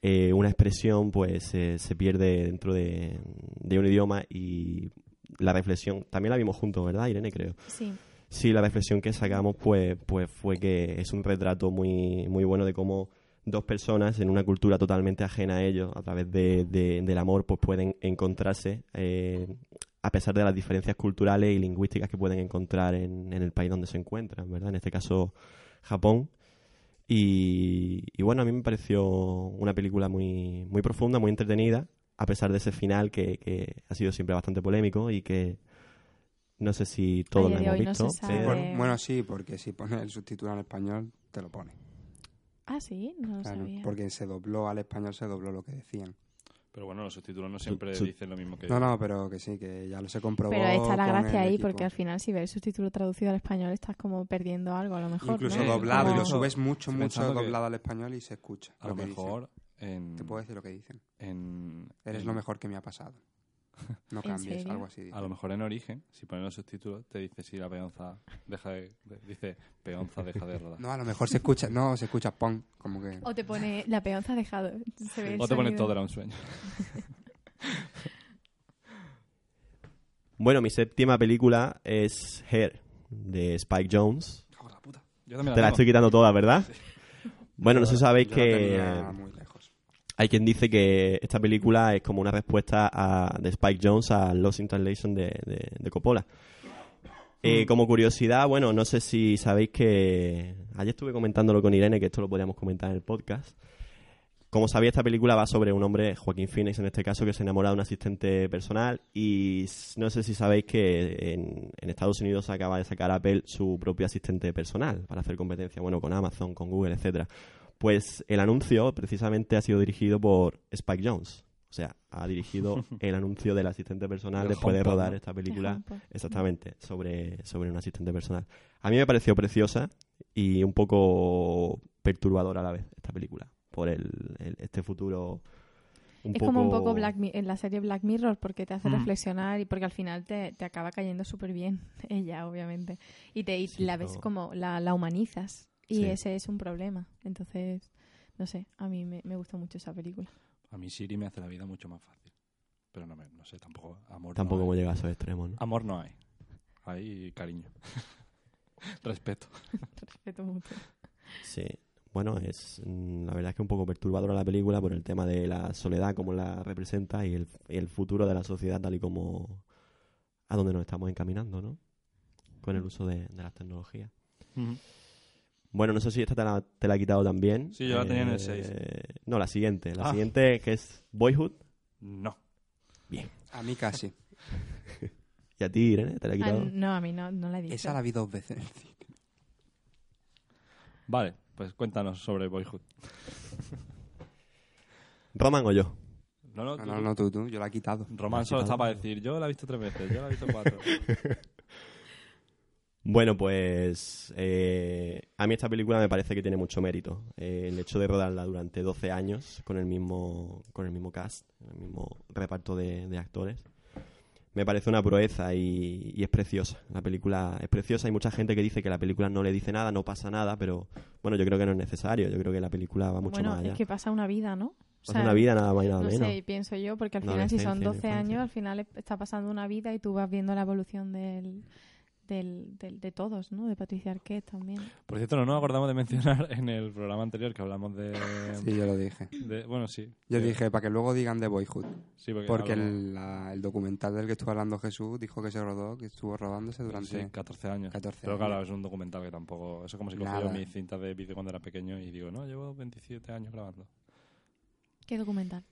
[SPEAKER 3] eh, una expresión pues eh, se pierde dentro de, de un idioma y la reflexión, también la vimos juntos, ¿verdad, Irene? Creo.
[SPEAKER 1] Sí.
[SPEAKER 3] Sí, la reflexión que sacamos pues, pues fue que es un retrato muy, muy bueno de cómo dos personas en una cultura totalmente ajena a ellos, a través de, de- del amor, pues pueden encontrarse eh, a pesar de las diferencias culturales y lingüísticas que pueden encontrar en, en el país donde se encuentran, ¿verdad? En este caso, Japón. Y, y bueno, a mí me pareció una película muy, muy profunda, muy entretenida, a pesar de ese final que, que ha sido siempre bastante polémico y que no sé si todos lo
[SPEAKER 1] día de
[SPEAKER 3] hemos
[SPEAKER 1] hoy no se
[SPEAKER 3] visto.
[SPEAKER 1] sabe.
[SPEAKER 3] pero-
[SPEAKER 2] Bueno, bueno, sí, porque si pones el subtítulo en español, te lo pone.
[SPEAKER 1] Ah, sí, no lo
[SPEAKER 2] Claro,
[SPEAKER 1] sabía.
[SPEAKER 2] porque se dobló al español, se dobló lo que decían.
[SPEAKER 4] Pero bueno, los subtítulos no siempre
[SPEAKER 3] su-
[SPEAKER 4] dicen lo mismo que
[SPEAKER 2] No, no, pero que sí, que ya lo se comprobó.
[SPEAKER 1] Pero está la
[SPEAKER 2] con
[SPEAKER 1] gracia
[SPEAKER 2] el
[SPEAKER 1] ahí,
[SPEAKER 2] equipo.
[SPEAKER 1] porque al final si ves el subtítulo traducido al español estás como perdiendo algo a lo mejor.
[SPEAKER 2] Incluso
[SPEAKER 1] ¿no?
[SPEAKER 2] doblado, y
[SPEAKER 1] Como-
[SPEAKER 2] lo subes mucho,
[SPEAKER 4] Estoy
[SPEAKER 2] mucho
[SPEAKER 4] pensando que
[SPEAKER 2] doblado al español y se escucha.
[SPEAKER 4] A
[SPEAKER 2] lo
[SPEAKER 4] lo
[SPEAKER 2] que Mm.
[SPEAKER 4] mejor
[SPEAKER 2] Dicen.
[SPEAKER 4] en...
[SPEAKER 2] Te puedo decir lo que dicen.
[SPEAKER 4] en-
[SPEAKER 2] Eres
[SPEAKER 4] en-
[SPEAKER 2] lo mejor que me ha pasado. No
[SPEAKER 1] [LAUGHS] ¿En
[SPEAKER 2] cambies,
[SPEAKER 1] serio?
[SPEAKER 2] algo así. dice.
[SPEAKER 4] A lo mejor en origen, si ponen los subtítulos, te dice si la peonza deja de... de- dice, peonza deja de rodar.
[SPEAKER 2] No, a lo mejor se escucha, no, se escucha pong, como que...
[SPEAKER 1] O te pone la peonza ha dejado. se ve el
[SPEAKER 4] o te pones
[SPEAKER 1] sonido.
[SPEAKER 4] todo era un sueño.
[SPEAKER 3] Bueno, mi séptima película es Hair, de Spike Jones.
[SPEAKER 4] Yo también la
[SPEAKER 3] Te la
[SPEAKER 4] tengo.
[SPEAKER 3] estoy quitando toda, ¿verdad? Bueno, no sé si sabéis
[SPEAKER 2] Yo la
[SPEAKER 3] que...
[SPEAKER 2] tenía muy lejos.
[SPEAKER 3] Hay quien dice que esta película es como una respuesta a, de Spike Jones a Lost in Translation de, de- de Coppola. Eh, como curiosidad, bueno, no sé si sabéis que ayer estuve comentándolo con Irene, que esto lo podríamos comentar en el podcast. Como sabía, esta película va sobre un hombre, Joaquín Phoenix en este caso, que se enamora de un asistente personal y s- no sé si sabéis que en, en Estados Unidos acaba de sacar Apple su propio asistente personal para hacer competencia, bueno, con Amazon, con Google, etcétera. Pues el anuncio precisamente ha sido dirigido por Spike Jones. O sea, ha dirigido el anuncio del asistente personal
[SPEAKER 4] El
[SPEAKER 3] después de
[SPEAKER 4] HomePod,
[SPEAKER 3] rodar
[SPEAKER 4] ¿no?
[SPEAKER 3] esta película.
[SPEAKER 4] HomePod.
[SPEAKER 3] Exactamente, sobre, sobre un asistente personal. A mí me pareció preciosa y un poco perturbadora a la vez esta película. Por el, el- este futuro. un
[SPEAKER 1] es como un poco Black Mi- en la serie Black Mirror porque te hace
[SPEAKER 3] Mm.
[SPEAKER 1] reflexionar y porque al final te, te acaba cayendo súper bien [LAUGHS] ella, obviamente. Y te y
[SPEAKER 3] Sí,
[SPEAKER 1] la ves
[SPEAKER 3] pero-
[SPEAKER 1] como, la, la humanizas y
[SPEAKER 3] Sí.
[SPEAKER 1] ese es un problema. Entonces, no sé, a mí me, me gustó mucho esa película. [LAUGHS]
[SPEAKER 4] A mí Siri me hace la vida mucho más fácil. Pero no, me, no sé, tampoco amor
[SPEAKER 3] Tampoco
[SPEAKER 4] no
[SPEAKER 3] hemos
[SPEAKER 4] hay.
[SPEAKER 3] llegado a esos extremos, ¿no?
[SPEAKER 4] Amor no hay. Ahí, cariño. [LAUGHS] Respeto.
[SPEAKER 1] Respeto mucho.
[SPEAKER 3] Sí. Bueno, es mm, la verdad es que un poco perturbadora la película por el tema de la soledad, como la representa, y el, y el futuro de la sociedad tal y como a donde nos estamos encaminando, ¿no? Con el uso de, de las tecnologías.
[SPEAKER 4] Ujú.
[SPEAKER 3] Bueno, no sé si esta te la, te la ha quitado también.
[SPEAKER 4] Sí, yo la tenía en el
[SPEAKER 3] Eh,
[SPEAKER 4] seis.
[SPEAKER 3] No, la siguiente. La
[SPEAKER 4] Ah.
[SPEAKER 3] siguiente que es Boyhood.
[SPEAKER 4] No.
[SPEAKER 3] Bien.
[SPEAKER 2] A
[SPEAKER 1] [LAUGHS]
[SPEAKER 2] mí casi.
[SPEAKER 3] Y a ti, Irene, te la he
[SPEAKER 1] Ah,
[SPEAKER 3] quitado.
[SPEAKER 1] no, a mí no, no la he dicho.
[SPEAKER 2] Esa la vi dos veces.
[SPEAKER 4] Vale, pues cuéntanos sobre Boyhood.
[SPEAKER 3] ¿Roman o yo?
[SPEAKER 4] No, no,
[SPEAKER 2] No,
[SPEAKER 4] tú-
[SPEAKER 2] no, no, tú, tú, yo la he quitado.
[SPEAKER 4] Román solo está para decir, yo la he visto tres veces, yo la he visto [LAUGHS] cuatro.
[SPEAKER 3] Bueno, pues eh, a mí esta película me parece que tiene mucho mérito. Eh, el hecho de rodarla durante 12 años con el mismo, con el mismo cast, el mismo reparto de, de actores, me parece una proeza y, y es preciosa. La película es preciosa. Hay mucha gente que dice que la película no le dice nada, no pasa nada, pero bueno, yo creo que no es necesario. Yo creo que la película va mucho
[SPEAKER 1] bueno,
[SPEAKER 3] más allá.
[SPEAKER 1] es que pasa una vida, ¿no?
[SPEAKER 3] Pasa una vida, nada más y nada
[SPEAKER 1] no
[SPEAKER 3] menos.
[SPEAKER 1] sé, y pienso yo, porque al
[SPEAKER 3] Una
[SPEAKER 1] final si son
[SPEAKER 3] adolescencia,
[SPEAKER 1] 12
[SPEAKER 3] una
[SPEAKER 1] años, al final es- está pasando una vida y tú vas viendo la evolución del, del, del- de todos, ¿no? De Patricia Arquette también.
[SPEAKER 4] Por cierto, no nos acordamos de mencionar en el programa anterior que hablamos de...
[SPEAKER 2] Sí, yo lo dije.
[SPEAKER 4] de- bueno, sí.
[SPEAKER 2] Yo
[SPEAKER 4] de-
[SPEAKER 2] dije, para que luego digan de Boyhood.
[SPEAKER 4] Sí, porque
[SPEAKER 2] el, la- el documental del que estuvo hablando Jesús dijo que se rodó, que estuvo rodándose durante...
[SPEAKER 4] Sí, 14 años.
[SPEAKER 2] 14
[SPEAKER 4] Pero claro,
[SPEAKER 2] años.
[SPEAKER 4] es un documental que tampoco... Eso es como si cogiera
[SPEAKER 2] Nada.
[SPEAKER 4] mis cintas de vídeo cuando era pequeño y digo, no, llevo 27 años grabando.
[SPEAKER 1] ¿Qué documental?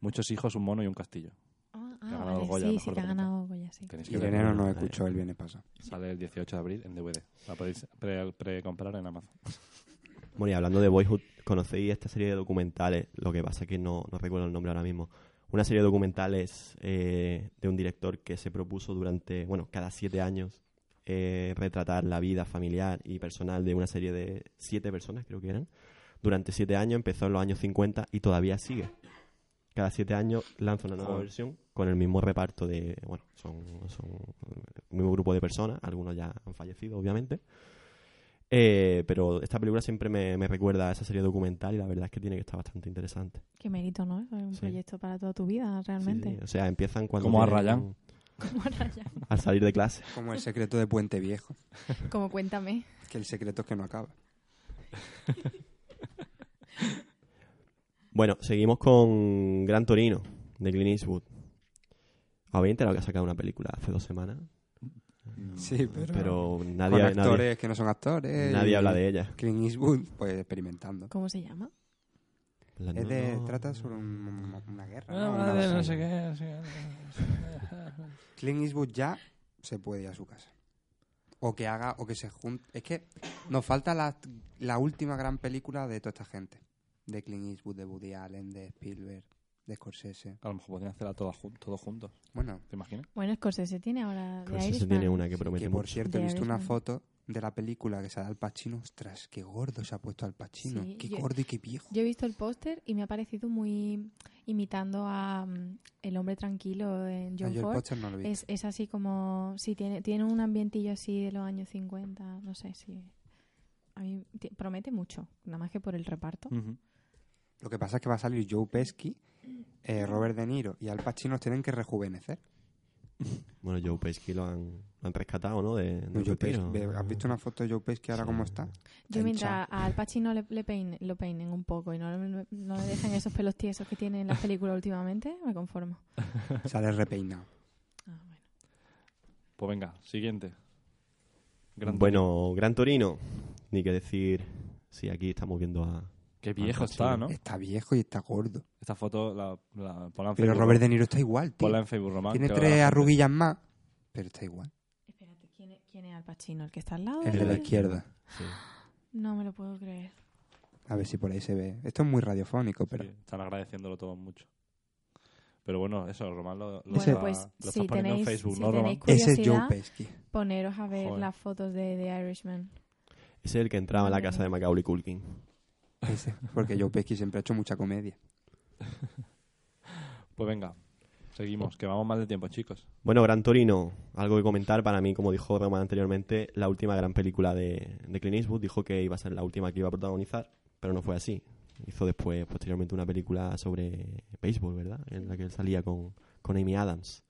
[SPEAKER 4] Muchos hijos, un mono y un castillo.
[SPEAKER 1] Ah,
[SPEAKER 4] Que ha
[SPEAKER 1] ah,
[SPEAKER 4] ganado
[SPEAKER 1] vale,
[SPEAKER 4] Goya,
[SPEAKER 1] sí,
[SPEAKER 4] mejor
[SPEAKER 1] sí, que ha
[SPEAKER 4] documental.
[SPEAKER 1] ganado Goya, sí.
[SPEAKER 4] Tenéis que
[SPEAKER 2] Y en
[SPEAKER 4] verlo.
[SPEAKER 2] enero no escuchó el viernes pasado.
[SPEAKER 4] Sale el 18 de abril en DVD. La podéis pre- pre-comprar en Amazon.
[SPEAKER 3] Bueno, y hablando de Boyhood, conocéis esta serie de documentales, lo que pasa que no, no recuerdo el nombre ahora mismo. Una serie de documentales eh, de un director que se propuso durante, bueno, cada siete años eh, retratar la vida familiar y personal de una serie de siete personas, creo que eran. Durante siete años, empezó en los años 50 y todavía sigue. Cada siete años lanza una nueva
[SPEAKER 4] Joder.
[SPEAKER 3] versión con el mismo reparto de, bueno, son, son el mismo grupo de personas, algunos ya han fallecido, obviamente. Eh, pero esta película siempre me, me recuerda a esa serie documental y la verdad es que tiene que estar bastante interesante.
[SPEAKER 1] Qué mérito, ¿no? Es un
[SPEAKER 3] Sí.
[SPEAKER 1] proyecto para toda tu vida,
[SPEAKER 3] Sí,
[SPEAKER 1] realmente. [LAUGHS]
[SPEAKER 3] sí, O sea, empiezan cuando...
[SPEAKER 4] Como a
[SPEAKER 3] tienen-
[SPEAKER 4] Rayán.
[SPEAKER 1] Como Rayán.
[SPEAKER 3] [LAUGHS] Al salir de clase.
[SPEAKER 2] Como el secreto de Puente Viejo.
[SPEAKER 1] Como cuéntame.
[SPEAKER 2] Que el secreto es que no acaba.
[SPEAKER 3] Bueno, seguimos con Gran Torino, de Clint Eastwood. ¿Habéis enterado que ha sacado una película hace dos semanas?
[SPEAKER 2] Sí, pero...
[SPEAKER 3] Pero Mm. nadie...
[SPEAKER 2] con
[SPEAKER 3] nadie-
[SPEAKER 2] actores que no son actores.
[SPEAKER 3] Nadie
[SPEAKER 2] y
[SPEAKER 3] habla de ella.
[SPEAKER 2] Clint Eastwood, pues experimentando.
[SPEAKER 1] ¿Cómo se llama?
[SPEAKER 3] La-
[SPEAKER 2] Es de,
[SPEAKER 3] no.
[SPEAKER 2] trata sobre un- una guerra. ¿no?
[SPEAKER 4] Ah,
[SPEAKER 2] Una
[SPEAKER 4] madre, no
[SPEAKER 2] batalla.
[SPEAKER 4] sé qué, no sé qué.
[SPEAKER 2] Clint Eastwood ya se puede ir a su casa. O que haga, o que se junte. Es que nos falta la, la última gran película de toda esta gente. De Clint Eastwood, de Woody Allen, de Spielberg, de Scorsese.
[SPEAKER 4] [LAUGHS] A lo mejor podrían hacerla todas jun- todos juntos.
[SPEAKER 2] Bueno,
[SPEAKER 4] ¿Te imaginas?
[SPEAKER 1] Bueno, Scorsese tiene ahora de
[SPEAKER 3] Scorsese
[SPEAKER 1] Irishman.
[SPEAKER 3] Pues tiene una que promete
[SPEAKER 2] que por
[SPEAKER 3] mucho.
[SPEAKER 2] cierto, he
[SPEAKER 1] The
[SPEAKER 2] visto una
[SPEAKER 1] Irishman.
[SPEAKER 2] foto de la película que sale Al Pacino. Ostras, qué gordo se ha puesto Al Pacino.
[SPEAKER 1] Sí,
[SPEAKER 2] qué
[SPEAKER 1] yo-
[SPEAKER 2] gordo y qué viejo.
[SPEAKER 1] Yo he visto el póster y me ha parecido muy imitando a mm, El hombre tranquilo en
[SPEAKER 2] Ah,
[SPEAKER 1] John
[SPEAKER 2] yo el
[SPEAKER 1] Ford.
[SPEAKER 2] póster no lo he
[SPEAKER 1] Es,
[SPEAKER 2] visto.
[SPEAKER 1] es así como sí tiene tiene un ambientillo así de los años 50, no sé si a mí ti- promete mucho, nada más que por el reparto.
[SPEAKER 2] Lo que pasa es que va a salir Joe Pesky, eh, Robert De Niro y Al Pacino los tienen que rejuvenecer.
[SPEAKER 3] Bueno, Joe Pesci lo han, lo han rescatado, ¿no? De, del
[SPEAKER 2] No, Pues Joe
[SPEAKER 3] retiro.
[SPEAKER 2] Pesci, ve- ¿Has visto una foto de Joe Pesky ahora cómo está?
[SPEAKER 1] Yo
[SPEAKER 2] Tenchao.
[SPEAKER 1] mientras a Al Pacino le, le peine- lo peinen un poco y no, le- no le dejen esos pelos tiesos que tiene en las películas últimamente, me conformo.
[SPEAKER 2] Sale repeinado.
[SPEAKER 1] Ah,
[SPEAKER 4] Pues venga, siguiente. Gran-
[SPEAKER 3] Bueno, Gran Torino, ni que decir... Sí, aquí estamos viendo a...
[SPEAKER 4] Qué
[SPEAKER 3] a
[SPEAKER 4] viejo
[SPEAKER 3] Pacino.
[SPEAKER 4] está, [LAUGHS] ¿no?
[SPEAKER 2] Está viejo y está gordo.
[SPEAKER 4] Esta foto la, la ponla
[SPEAKER 2] Pero
[SPEAKER 4] en Facebook.
[SPEAKER 2] Robert De Niro está igual, tío.
[SPEAKER 4] Ponla en Facebook, Román.
[SPEAKER 2] Tiene
[SPEAKER 4] que lo vea la
[SPEAKER 2] tres
[SPEAKER 4] gente.
[SPEAKER 2] arruguillas más, pero está igual.
[SPEAKER 1] Espérate, ¿quién es, quién es Al Pacino? ¿El que está al lado?
[SPEAKER 2] El de la izquierda.
[SPEAKER 3] Sí.
[SPEAKER 1] No me lo puedo creer.
[SPEAKER 2] A ver si por ahí se ve. Esto es muy radiofónico, pero...
[SPEAKER 4] Sí, están agradeciéndolo todos mucho. Pero bueno, eso, Román lo, lo
[SPEAKER 1] Bueno,
[SPEAKER 4] está-
[SPEAKER 1] pues
[SPEAKER 4] lo
[SPEAKER 1] si
[SPEAKER 4] está poniendo
[SPEAKER 1] tenéis,
[SPEAKER 4] en Facebook,
[SPEAKER 1] si
[SPEAKER 4] ¿no, Román?
[SPEAKER 1] tenéis
[SPEAKER 2] Ese es Joe
[SPEAKER 1] curiosidad,
[SPEAKER 2] Pesci.
[SPEAKER 1] poneros a ver
[SPEAKER 4] Joder.
[SPEAKER 1] las fotos de The Irishman.
[SPEAKER 3] Ese es el que entraba a la casa de Macaulay Culkin.
[SPEAKER 2] Ese, porque Joe Pesky siempre ha hecho mucha comedia.
[SPEAKER 4] Pues venga, seguimos, que vamos mal de tiempo, chicos.
[SPEAKER 3] Bueno, Gran Torino, algo que comentar para mí, como dijo Roman anteriormente, la última gran película de, de Clint Eastwood dijo que iba a ser la última que iba a protagonizar, pero no fue así. Hizo después, posteriormente, una película sobre béisbol, ¿verdad? En la que él salía con, con Amy Adams.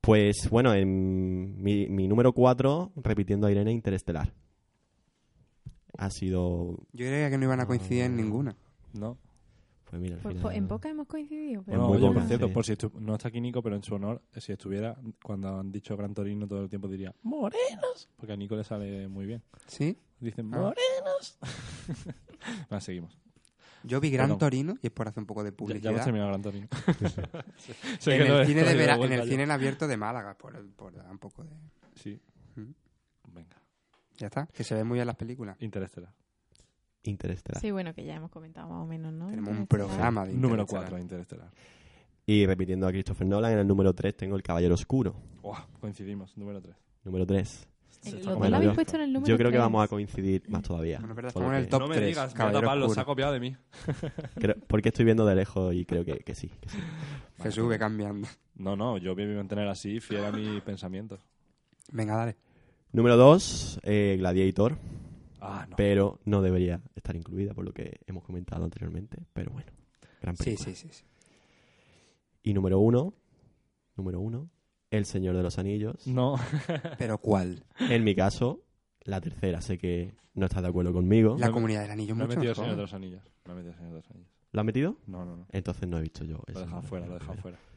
[SPEAKER 3] Pues bueno, en mi, mi número 4, repitiendo a Irene, Interestelar. Ha sido.
[SPEAKER 2] Yo creía que no iban a coincidir
[SPEAKER 4] Ah.
[SPEAKER 2] en ninguna.
[SPEAKER 4] No.
[SPEAKER 3] Pues mira, al
[SPEAKER 1] Pues,
[SPEAKER 3] final-
[SPEAKER 1] po- en pocas hemos coincidido. pero
[SPEAKER 4] Bueno,
[SPEAKER 3] muy
[SPEAKER 4] oye,
[SPEAKER 3] poca,
[SPEAKER 4] por cierto,
[SPEAKER 3] sí.
[SPEAKER 4] por si estu- no está aquí Nico, pero en su honor, eh, si estuviera, cuando han dicho Gran Torino todo el tiempo diría, ¡Morenos! Porque a Nico le sale muy bien.
[SPEAKER 2] ¿Sí?
[SPEAKER 4] Dicen,
[SPEAKER 2] Ah.
[SPEAKER 4] [LAUGHS] ¡Morenos! Nada, seguimos.
[SPEAKER 2] Yo vi Gran
[SPEAKER 4] Perdón.
[SPEAKER 2] Torino, y es por hacer un poco de
[SPEAKER 4] Ya-
[SPEAKER 2] publicidad.
[SPEAKER 4] Ya, hemos terminado Gran Torino. [LAUGHS] Sé
[SPEAKER 2] en,
[SPEAKER 4] que no
[SPEAKER 2] el cine
[SPEAKER 4] estoy
[SPEAKER 2] de vera- en
[SPEAKER 4] vuelta
[SPEAKER 2] el
[SPEAKER 4] ya.
[SPEAKER 2] cine en abierto de Málaga, por, por dar un poco de...
[SPEAKER 4] Sí.
[SPEAKER 2] Ujú.
[SPEAKER 4] Venga.
[SPEAKER 2] Ya está, que se ven muy bien las películas.
[SPEAKER 4] Interestelar.
[SPEAKER 3] Interestelar.
[SPEAKER 1] Sí, bueno, que ya hemos comentado más o menos, ¿no?
[SPEAKER 2] Tenemos un
[SPEAKER 1] Entonces,
[SPEAKER 2] programa de
[SPEAKER 4] Número
[SPEAKER 2] Interestelar.
[SPEAKER 4] 4, Interestelar.
[SPEAKER 3] Y repitiendo a Christopher Nolan, en el número 3 tengo El Caballero Oscuro.
[SPEAKER 4] Buah, coincidimos, número 3.
[SPEAKER 3] Número 3.
[SPEAKER 1] Eh, los dos lo habéis puesto en el número
[SPEAKER 3] yo creo que
[SPEAKER 1] tres.
[SPEAKER 3] vamos a coincidir más todavía.
[SPEAKER 2] Bueno, es verdad,
[SPEAKER 3] Solo
[SPEAKER 2] estamos en
[SPEAKER 3] que-
[SPEAKER 2] el top
[SPEAKER 4] No me
[SPEAKER 2] 3.
[SPEAKER 4] digas, voy a taparlo, se ha copiado de mí.
[SPEAKER 3] creo- porque estoy viendo de lejos y creo que, que sí. que sí.
[SPEAKER 2] Se sube cambiando.
[SPEAKER 4] No, no, yo voy a mantener así, fiel a [LAUGHS] mis pensamientos.
[SPEAKER 2] Venga, dale.
[SPEAKER 3] Número 2, Gladiator.
[SPEAKER 4] Ah, no.
[SPEAKER 3] Pero no debería estar incluida por lo que hemos comentado anteriormente. Pero bueno, gran
[SPEAKER 2] Sí,
[SPEAKER 3] película.
[SPEAKER 2] sí, sí. sí.
[SPEAKER 3] Y número 1, número 1, El Señor de los Anillos.
[SPEAKER 4] No.
[SPEAKER 2] ¿Pero cuál?
[SPEAKER 3] En mi caso, la tercera. Sé que no estás de acuerdo conmigo.
[SPEAKER 2] La Comunidad del Anillo es
[SPEAKER 4] No he
[SPEAKER 2] mucho
[SPEAKER 4] metido el
[SPEAKER 2] mejor.
[SPEAKER 4] Señor de los Anillos. No he metido el Señor de los Anillos.
[SPEAKER 3] ¿Lo has metido?
[SPEAKER 4] No, no, no.
[SPEAKER 3] Entonces no he visto yo. El
[SPEAKER 4] Lo he
[SPEAKER 3] Señor
[SPEAKER 4] dejado
[SPEAKER 3] de
[SPEAKER 4] fuera,
[SPEAKER 3] los
[SPEAKER 4] lo he dejado
[SPEAKER 3] Anillos.
[SPEAKER 4] fuera.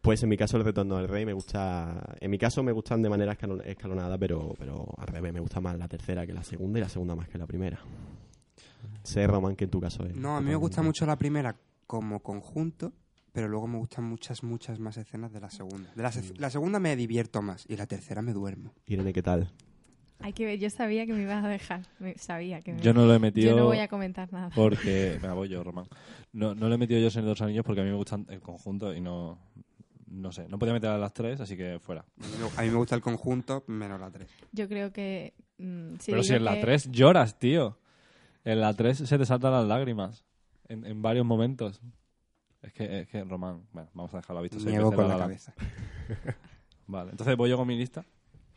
[SPEAKER 3] Pues en mi caso el retorno del rey me gusta... En mi caso me gustan de manera escalo- escalonada, pero, pero al revés, me gusta más la tercera que la segunda y la segunda más que la primera. Sé, Román, que en tu caso es...
[SPEAKER 2] No, a mí me gusta mucho la primera como conjunto, pero luego me gustan muchas, muchas más escenas de la segunda. De la, se- la segunda me divierto más y la tercera me duermo.
[SPEAKER 3] Irene, ¿qué tal?
[SPEAKER 1] Hay que ver, yo sabía que me ibas a dejar. me- sabía que me
[SPEAKER 4] Yo no lo he metido.
[SPEAKER 1] Yo no voy a comentar nada.
[SPEAKER 4] Porque. Me voy yo, Román. No, no lo he metido yo en los anillos porque a mí me gustan el conjunto y no. No sé. No podía meter a las tres, así que fuera.
[SPEAKER 2] A mí me- A mí me gusta el conjunto menos la tres.
[SPEAKER 1] Yo creo que. mm, si
[SPEAKER 4] Pero si
[SPEAKER 1] digo
[SPEAKER 4] en la
[SPEAKER 1] que-
[SPEAKER 4] 3 lloras, tío. En la 3 se te saltan las lágrimas. En, en varios momentos. Es que, es que Román. Bueno, vamos a dejarlo visto. seis
[SPEAKER 2] Niego
[SPEAKER 4] veces
[SPEAKER 2] con
[SPEAKER 4] La
[SPEAKER 2] la
[SPEAKER 4] La Land.
[SPEAKER 2] cabeza.
[SPEAKER 4] Vale, entonces voy yo con mi lista.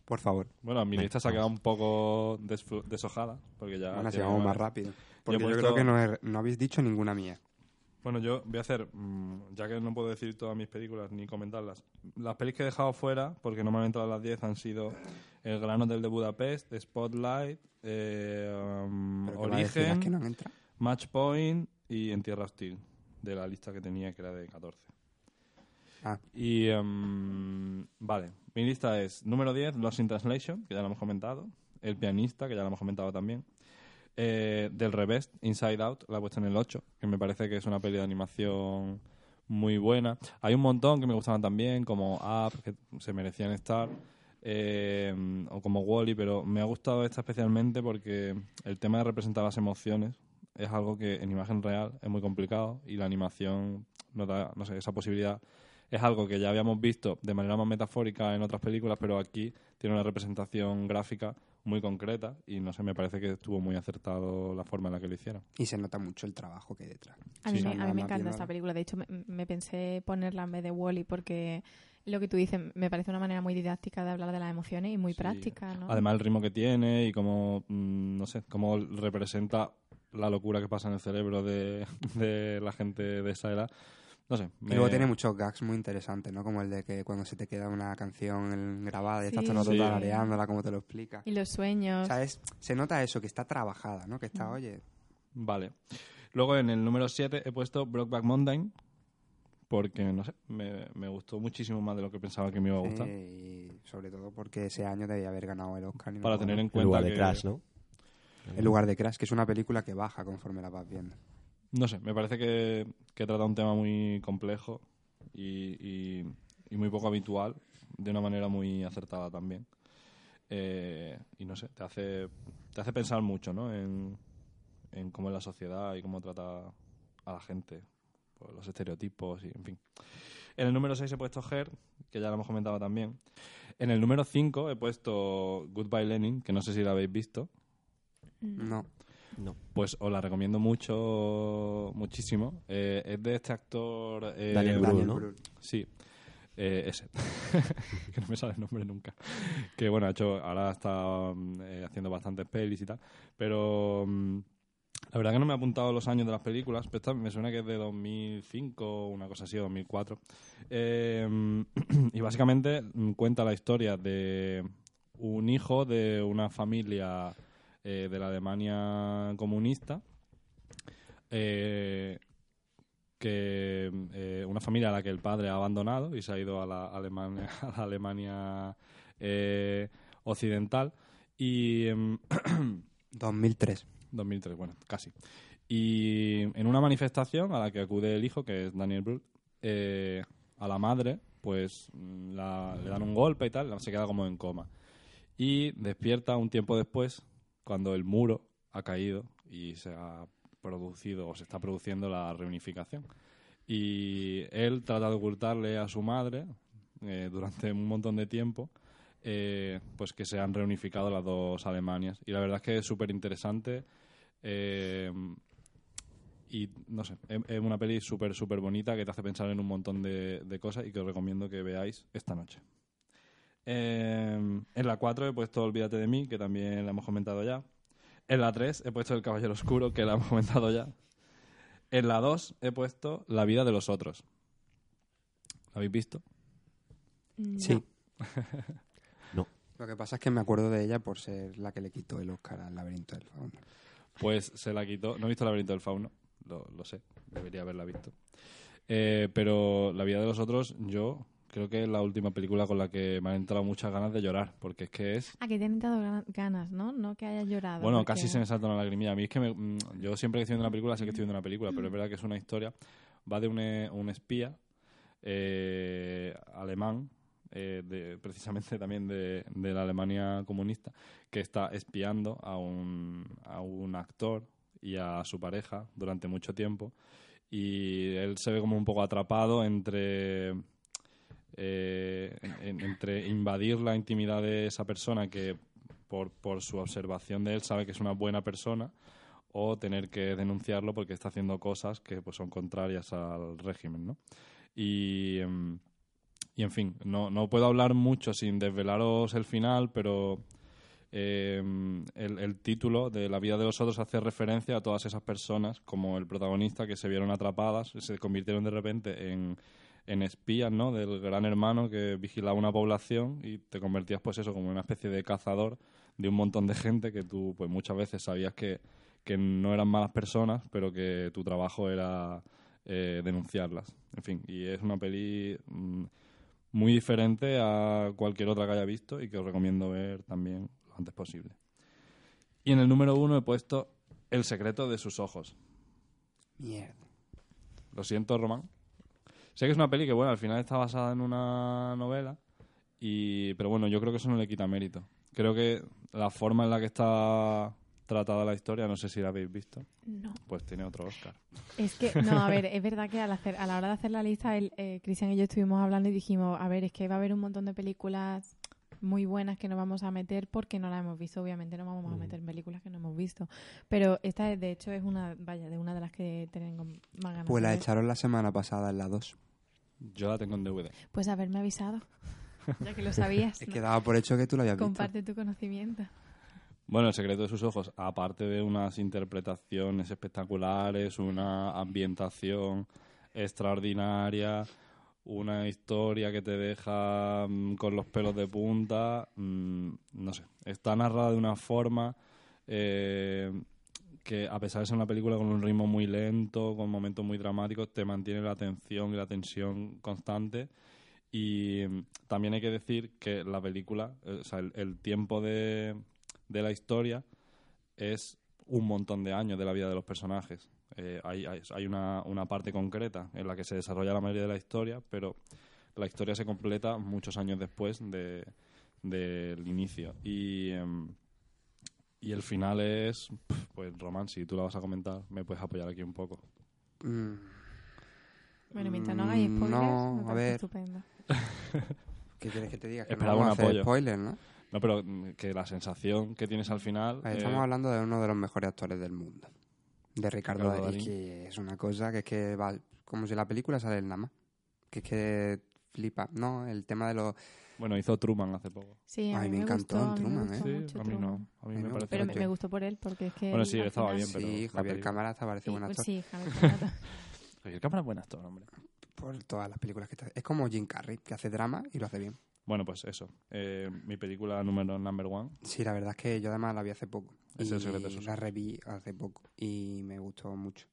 [SPEAKER 2] Por favor.
[SPEAKER 4] Bueno, mi
[SPEAKER 3] Venga,
[SPEAKER 4] lista se ha quedado un poco desfru- deshojada. Porque ya.
[SPEAKER 2] Bueno, si
[SPEAKER 4] tiene
[SPEAKER 2] vamos más
[SPEAKER 4] varias.
[SPEAKER 2] rápido.
[SPEAKER 4] he
[SPEAKER 2] Porque yo,
[SPEAKER 4] puesto-
[SPEAKER 2] creo que no, he- no habéis dicho ninguna mía.
[SPEAKER 4] Bueno, yo voy a hacer, mm, ya que no puedo decir todas mis películas ni comentarlas, las pelis que he dejado fuera, porque no me han entrado las 10, han sido El Gran Hotel de Budapest, Spotlight, eh, um,
[SPEAKER 2] Pero que va a decir las
[SPEAKER 4] Origen,
[SPEAKER 2] que no han entrado.
[SPEAKER 4] Match Point y En Tierra Hostil, de la lista que tenía, que era de 14.
[SPEAKER 2] Ah.
[SPEAKER 4] Y, em, vale, mi lista es número 10, Lost in Translation, que ya lo hemos comentado, El Pianista, que ya lo hemos comentado también, eh, del revés, Inside Out, la he puesto en el 8, que me parece que es una peli de animación muy buena. Hay un montón que me gustaban también, como Up, que se merecían estar, eh, o como Wally, pero me ha gustado esta especialmente porque el tema de representar las emociones es algo que en imagen real es muy complicado y la animación nos da, no sé, esa posibilidad. Es algo que ya habíamos visto de manera más metafórica en otras películas, pero aquí tiene una representación gráfica muy concreta y no sé, me parece que estuvo muy acertado la forma en la que lo hicieron.
[SPEAKER 2] Y se nota mucho el trabajo que hay detrás.
[SPEAKER 1] A mí,
[SPEAKER 2] Sí,
[SPEAKER 1] me, a
[SPEAKER 2] sí.
[SPEAKER 1] mí
[SPEAKER 2] Nada
[SPEAKER 1] me
[SPEAKER 2] más
[SPEAKER 1] encanta
[SPEAKER 2] viéndola.
[SPEAKER 1] esta película. De hecho, me, me pensé ponerla en vez de Wally porque lo que tú dices me parece una manera muy didáctica de hablar de las emociones y muy
[SPEAKER 4] Sí.
[SPEAKER 1] práctica,
[SPEAKER 2] Ah.
[SPEAKER 1] ¿no?
[SPEAKER 4] Además, el ritmo que tiene y cómo, mm, no sé, cómo representa la locura que pasa en el cerebro de, [LAUGHS] de la gente de esa edad. No sé.
[SPEAKER 2] Y
[SPEAKER 4] me-
[SPEAKER 2] luego tiene muchos gags muy interesantes, ¿no? Como el de que cuando se te queda una canción en- grabada y estás
[SPEAKER 1] Sí.
[SPEAKER 2] todo el rato
[SPEAKER 4] Sí.
[SPEAKER 2] tarareándola, como te lo explica.
[SPEAKER 1] Y los sueños.
[SPEAKER 2] O sea, es- se nota eso, que está trabajada, ¿no? Que está,
[SPEAKER 1] Mm.
[SPEAKER 2] oye,
[SPEAKER 4] Vale. Luego en el número 7 he puesto Brokeback Mountain porque, no sé, me, me gustó muchísimo más de lo que pensaba que me iba a gustar.
[SPEAKER 2] eh, y sobre todo porque ese año debía haber ganado el Oscar. y no
[SPEAKER 4] Para
[SPEAKER 2] lo ganó.
[SPEAKER 4] tener en
[SPEAKER 3] En
[SPEAKER 4] cuenta
[SPEAKER 3] lugar de
[SPEAKER 4] que-
[SPEAKER 3] Crash, ¿no?
[SPEAKER 2] El lugar de Crash, que es una película que baja conforme la vas viendo.
[SPEAKER 4] No sé, me parece que, que trata un tema muy complejo y, y- y muy poco habitual, de una manera muy acertada también. Eh, y no sé, te hace, te hace pensar mucho ¿no? en, en cómo es la sociedad y cómo trata a la gente, por los estereotipos y en fin. En el número 6 he puesto Her, que ya lo hemos comentado también. En el número 5 he puesto Goodbye Lenin, que no sé si la habéis visto.
[SPEAKER 1] Mm,
[SPEAKER 2] No.
[SPEAKER 3] No.
[SPEAKER 4] Pues os la recomiendo mucho, muchísimo. Eh, es de este actor. eh,
[SPEAKER 3] Daniel Brühl,
[SPEAKER 2] Daniel
[SPEAKER 3] ¿no?
[SPEAKER 2] Brühl.
[SPEAKER 4] Sí, eh, ese. [LAUGHS] que no me sale el nombre nunca. Que bueno, ha hecho, ahora está mm, eh, haciendo bastantes pelis y tal. Pero mm, La verdad que no me he apuntado los años de las películas, pero esta me suena que es de 2005, una cosa así, o 2004. Eh, [CLEARS THROAT] y básicamente mm, cuenta la historia de un hijo de una familia eh, de la Alemania comunista, eh, que eh, una familia a la que el padre ha abandonado y se ha ido a la Alemania, [LAUGHS] a la Alemania eh, occidental. Y, em,
[SPEAKER 2] 2003.
[SPEAKER 4] 2003, bueno, casi. Y en una manifestación a la que acude el hijo, que es Daniel Brühl, eh, a la madre, pues mm, la- le dan un golpe y tal, se queda como en coma. Y despierta un tiempo después, cuando el muro ha caído y se ha producido o se está produciendo la reunificación. Y él trata de ocultarle a su madre eh, durante un montón de tiempo eh, pues que se han reunificado las dos Alemanias. Y la verdad es que es súper interesante. eh, y no sé, es, es una peli súper, súper bonita que te hace pensar en un montón de, de cosas y que os recomiendo que veáis esta noche. Eh, en la 4 he puesto Olvídate de mí, que también la hemos comentado ya. En la 3 he puesto El Caballero Oscuro, que la hemos [LAUGHS] comentado ya. En la 2 he puesto La vida de los otros. ¿La habéis visto? [LAUGHS]
[SPEAKER 2] Sí.
[SPEAKER 3] No.
[SPEAKER 2] Lo que pasa es que me acuerdo de ella por ser la que le quitó el Oscar al laberinto del fauno.
[SPEAKER 4] Pues se la quitó. No he visto el laberinto del fauno, lo, lo sé, debería haberla visto. Eh, pero La vida de los otros, yo creo que es la última película con la que me han entrado muchas ganas de llorar, porque es que es...
[SPEAKER 1] Ah, que te han dado gana- ganas, ¿no? No que hayas llorado.
[SPEAKER 4] Bueno,
[SPEAKER 1] porque-
[SPEAKER 4] casi se me salta una lagrimilla. A mí es que me- mm, yo siempre que estoy viendo una película, sé que estoy viendo una película, pero es verdad que es una historia. Va de un, eh, un espía eh, alemán, eh, de- precisamente también de, de la Alemania comunista, que está espiando a un, a un actor y a su pareja durante mucho tiempo. Y él se ve como un poco atrapado entre eh, en- entre invadir la intimidad de esa persona que por, por su observación de él sabe que es una buena persona o tener que denunciarlo porque está haciendo cosas que pues, son contrarias al régimen, ¿no? Y, em, y, en fin, no, no puedo hablar mucho sin desvelaros el final, pero em, el, el título de La vida de los otros hace referencia a todas esas personas, como el protagonista, que se vieron atrapadas, se convirtieron de repente en, en espías, ¿no? Del gran hermano que vigilaba una población y te convertías, pues eso, como en una especie de cazador de un montón de gente que tú, pues muchas veces sabías que, que no eran malas personas, pero que tu trabajo era eh, denunciarlas. En fin, y es una peli mm, muy diferente a cualquier otra que haya visto y que os recomiendo ver también lo antes posible. Y en el número uno he puesto El secreto de sus ojos.
[SPEAKER 2] Mierda.
[SPEAKER 4] Lo siento, Román. Sé que es una peli que, bueno, al final está basada en una novela, y, pero bueno, yo creo que eso no le quita mérito. Creo que la forma en la que está tratada la historia, no sé si la habéis visto,
[SPEAKER 1] No.
[SPEAKER 4] pues tiene otro Oscar.
[SPEAKER 1] Es que, no, a ver, es verdad que al hacer, a la hora de hacer la lista, el, eh, Cristian y yo estuvimos hablando y dijimos, a ver, es que va a haber un montón de películas muy buenas que no vamos a meter porque no las hemos visto, obviamente no
[SPEAKER 2] Mm.
[SPEAKER 1] vamos a meter películas que no hemos visto. Pero esta, de hecho, es una, vaya, de una de las que tengo más ganas
[SPEAKER 2] Pues
[SPEAKER 1] de
[SPEAKER 2] la
[SPEAKER 1] ver.
[SPEAKER 2] echaron la semana pasada en la 2.
[SPEAKER 4] Yo la tengo en DVD.
[SPEAKER 1] Pues haberme
[SPEAKER 2] [LAUGHS]
[SPEAKER 1] avisado, ya que lo sabías.
[SPEAKER 2] Es
[SPEAKER 1] Pues ¿no?
[SPEAKER 2] que daba por hecho que tú lo habías visto.
[SPEAKER 1] Comparte tu conocimiento.
[SPEAKER 4] Bueno, El secreto de sus ojos, aparte de unas interpretaciones espectaculares, una ambientación extraordinaria, una historia que te deja mm, con los pelos de punta, mm, no sé, está narrada de una forma eh, que a pesar de ser una película con un ritmo muy lento, con momentos muy dramáticos, te mantiene la atención y la tensión constante. Y mm, también hay que decir que la película, eh, o sea, el, el tiempo de, de la historia es un montón de años de la vida de los personajes. Eh, hay hay- hay una, una parte concreta en la que se desarrolla la mayoría de la historia, pero la historia se completa muchos años después de- del inicio. Y, em, y el final es, pf, pues Román, si tú la vas a comentar, me puedes apoyar aquí un poco.
[SPEAKER 2] Mm,
[SPEAKER 1] Bueno, mientras no hagáis
[SPEAKER 2] Mm,
[SPEAKER 1] spoilers,
[SPEAKER 2] no,
[SPEAKER 1] me
[SPEAKER 2] a
[SPEAKER 1] parece
[SPEAKER 2] ver.
[SPEAKER 1] estupendo.
[SPEAKER 2] ¿Qué quieres que te diga? Que no
[SPEAKER 4] Esperaba
[SPEAKER 2] vamos
[SPEAKER 4] un
[SPEAKER 2] a hacer
[SPEAKER 4] apoyo.
[SPEAKER 2] spoiler, ¿no?
[SPEAKER 4] No, pero mm, que la sensación que tienes al final...
[SPEAKER 2] Ahí
[SPEAKER 4] eh,
[SPEAKER 2] Estamos hablando de uno de los mejores actores del mundo. De Ricardo,
[SPEAKER 4] Ricardo
[SPEAKER 2] Darín,
[SPEAKER 4] Darín.
[SPEAKER 2] que es una cosa que es que va como si la película sale el nada más. Que es que flipa. No, el tema de los
[SPEAKER 4] Bueno, hizo Truman hace poco.
[SPEAKER 1] Sí, a Ay, mí me me encantó gustó, en a mí me Truman, gustó ¿eh?
[SPEAKER 4] Sí,
[SPEAKER 1] mucho
[SPEAKER 4] a mí no.
[SPEAKER 1] Truman.
[SPEAKER 4] A mí
[SPEAKER 1] A mí
[SPEAKER 4] me
[SPEAKER 1] no.
[SPEAKER 4] parece
[SPEAKER 1] Pero me-
[SPEAKER 4] mucho.
[SPEAKER 1] me gustó por él, porque es que
[SPEAKER 4] Bueno,
[SPEAKER 1] él
[SPEAKER 4] sí,
[SPEAKER 1] al
[SPEAKER 4] estaba
[SPEAKER 1] final-
[SPEAKER 4] bien, pero...
[SPEAKER 2] Sí,
[SPEAKER 4] la
[SPEAKER 2] Javier
[SPEAKER 4] película-
[SPEAKER 2] Cámara te parece buen actor.
[SPEAKER 1] Sí, pues Javier Cámara.
[SPEAKER 4] Javier Cámara es buen actor, hombre.
[SPEAKER 2] Por todas las películas que está. Es como Jim Carrey, que hace drama y lo hace bien.
[SPEAKER 4] Bueno, pues eso. Eh, mi película número number one.
[SPEAKER 2] Sí, la verdad es que yo además la vi hace poco.
[SPEAKER 4] Es
[SPEAKER 2] y
[SPEAKER 4] el secreto de sus
[SPEAKER 2] la reví hace poco y me gustó mucho.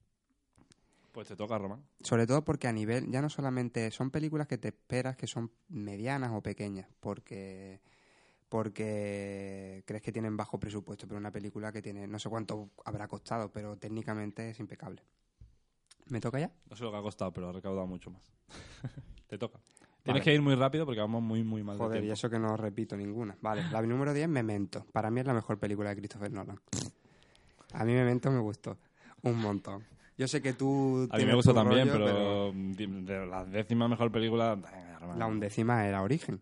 [SPEAKER 4] Pues te toca, Román.
[SPEAKER 2] Sobre todo porque a nivel, ya no solamente son películas que te esperas que son medianas o pequeñas, porque porque crees que tienen bajo presupuesto, pero una película que tiene, no sé cuánto habrá costado, pero técnicamente es impecable. ¿Me toca ya?
[SPEAKER 4] No sé lo que ha costado, pero ha recaudado mucho más. [LAUGHS] te toca.
[SPEAKER 2] Vale.
[SPEAKER 4] Tienes que ir muy rápido porque vamos muy, muy mal de
[SPEAKER 2] Joder, y
[SPEAKER 4] tiempo.
[SPEAKER 2] eso que no repito ninguna. Vale, la número 10, Memento. Para mí es la mejor película de Christopher Nolan. A mí Memento me gustó un montón. Yo sé que tú...
[SPEAKER 4] A mí me
[SPEAKER 2] tienes
[SPEAKER 4] gusta
[SPEAKER 2] tu
[SPEAKER 4] también,
[SPEAKER 2] rollo,
[SPEAKER 4] pero, mm, de la décima mejor película... venga, Román.
[SPEAKER 2] La undécima era Origen.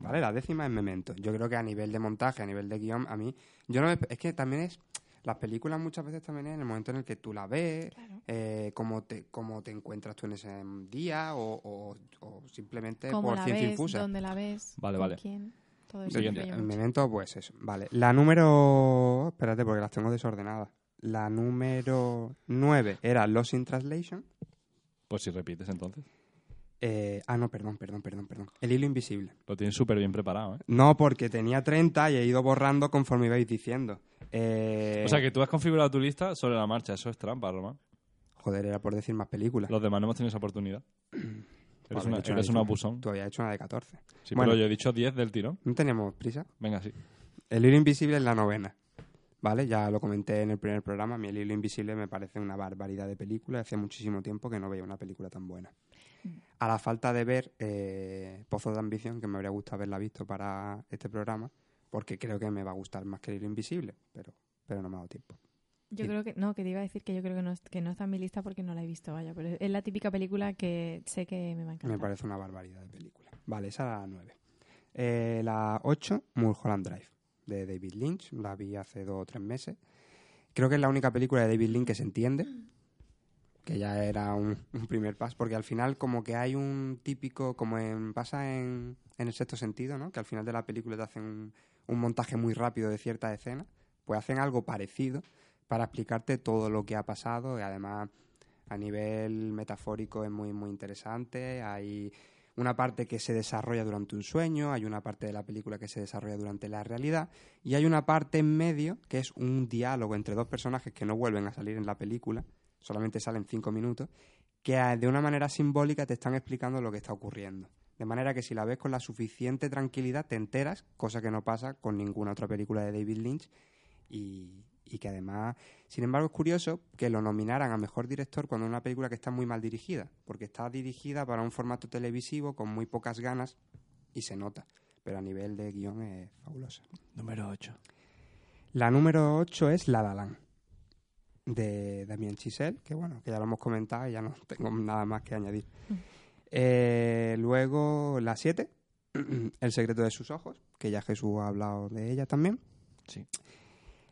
[SPEAKER 2] ¿Vale? La décima es Memento. Yo creo que a nivel de montaje, a nivel de guión, a mí. Yo no me- Es que también es. Las películas muchas veces también es en el momento en el que tú la ves, eh, cómo, te, cómo te encuentras tú en ese día o, o- o simplemente
[SPEAKER 1] ¿Cómo
[SPEAKER 2] ¿eh? por
[SPEAKER 1] la
[SPEAKER 2] ciencia
[SPEAKER 1] ves?
[SPEAKER 2] infusa.
[SPEAKER 1] ¿Dónde la ves?
[SPEAKER 2] Vale,
[SPEAKER 1] ¿Con
[SPEAKER 2] vale.
[SPEAKER 1] quién? Todo eso. influye
[SPEAKER 2] El
[SPEAKER 1] mucho.
[SPEAKER 2] Memento, pues eso. Vale. La número. Espérate, porque las tengo desordenadas. La número 9 era Lost in Translation.
[SPEAKER 4] Pues si repites entonces.
[SPEAKER 2] Eh, ah, no, perdón, perdón, perdón, perdón. El hilo invisible.
[SPEAKER 4] Lo tienes súper bien preparado, ¿eh?
[SPEAKER 2] No, porque tenía 30 y he ido borrando conforme ibais diciendo. Eh,
[SPEAKER 4] O sea que tú has configurado tu lista sobre la marcha. Eso es trampa, Román.
[SPEAKER 2] Joder, era por decir más películas.
[SPEAKER 4] Los demás no hemos tenido esa
[SPEAKER 2] [CLEARS THROAT]
[SPEAKER 4] oportunidad.
[SPEAKER 2] Pues
[SPEAKER 4] Eres,
[SPEAKER 2] habéis
[SPEAKER 4] una,
[SPEAKER 2] hecho
[SPEAKER 4] eres
[SPEAKER 2] de
[SPEAKER 4] un
[SPEAKER 2] 15.
[SPEAKER 4] abusón.
[SPEAKER 2] Tú habías hecho una de 14.
[SPEAKER 4] Sí,
[SPEAKER 2] Bueno.
[SPEAKER 4] pero yo he dicho 10 del tirón.
[SPEAKER 2] ¿No tenemos prisa?
[SPEAKER 4] Venga, sí.
[SPEAKER 2] El hilo invisible es la novena. ¿Vale? Ya lo comenté en el primer programa. A mí el hilo invisible me parece una barbaridad de película. Hace muchísimo tiempo que no veía una película tan buena. A la falta de ver eh, Pozo de Ambición, que me habría gustado haberla visto para este programa, porque creo que me va a gustar más que el hilo invisible, pero, pero no me ha dado tiempo.
[SPEAKER 1] Yo
[SPEAKER 2] Y-
[SPEAKER 1] creo que, no, que te iba a decir que yo creo que no, es- que no está en mi lista porque no la he visto, vaya, pero es la típica película que sé que me va a encantar.
[SPEAKER 2] Me parece una barbaridad de película. Vale, esa era la 9. Eh, la 8, Mulholland Drive, de David Lynch. La vi hace dos o tres meses. Creo que es la única película de David Lynch que se entiende. Que ya era un, un primer paso. Porque al final como que hay un típico, como en, pasa en, en el sexto sentido, ¿no? Que al final de la película te hacen un, un montaje muy rápido de ciertas escenas. Pues hacen algo parecido para explicarte todo lo que ha pasado y además a nivel metafórico es muy muy interesante. Hay una parte que se desarrolla durante un sueño, hay una parte de la película que se desarrolla durante la realidad y hay una parte en medio que es un diálogo entre dos personajes que no vuelven a salir en la película, solamente salen cinco minutos, que a- de una manera simbólica te están explicando lo que está ocurriendo. De manera que si la ves con la suficiente tranquilidad te enteras, cosa que no pasa con ninguna otra película de David Lynch y, y que además, sin embargo, es curioso que lo nominaran a mejor director cuando es una película que está muy mal dirigida, porque está dirigida para un formato televisivo con muy pocas ganas y se nota, pero a nivel de guión es fabulosa.
[SPEAKER 4] Número 8.
[SPEAKER 2] La número 8 es La La Land, de Damien Chisel, que bueno, que ya lo hemos comentado y ya no [LAUGHS] tengo nada más que añadir.
[SPEAKER 4] Mm.
[SPEAKER 2] Eh, luego la 7, [CLEARS THROAT] El secreto de sus ojos, que ya Jesús ha hablado de ella también.
[SPEAKER 4] Sí.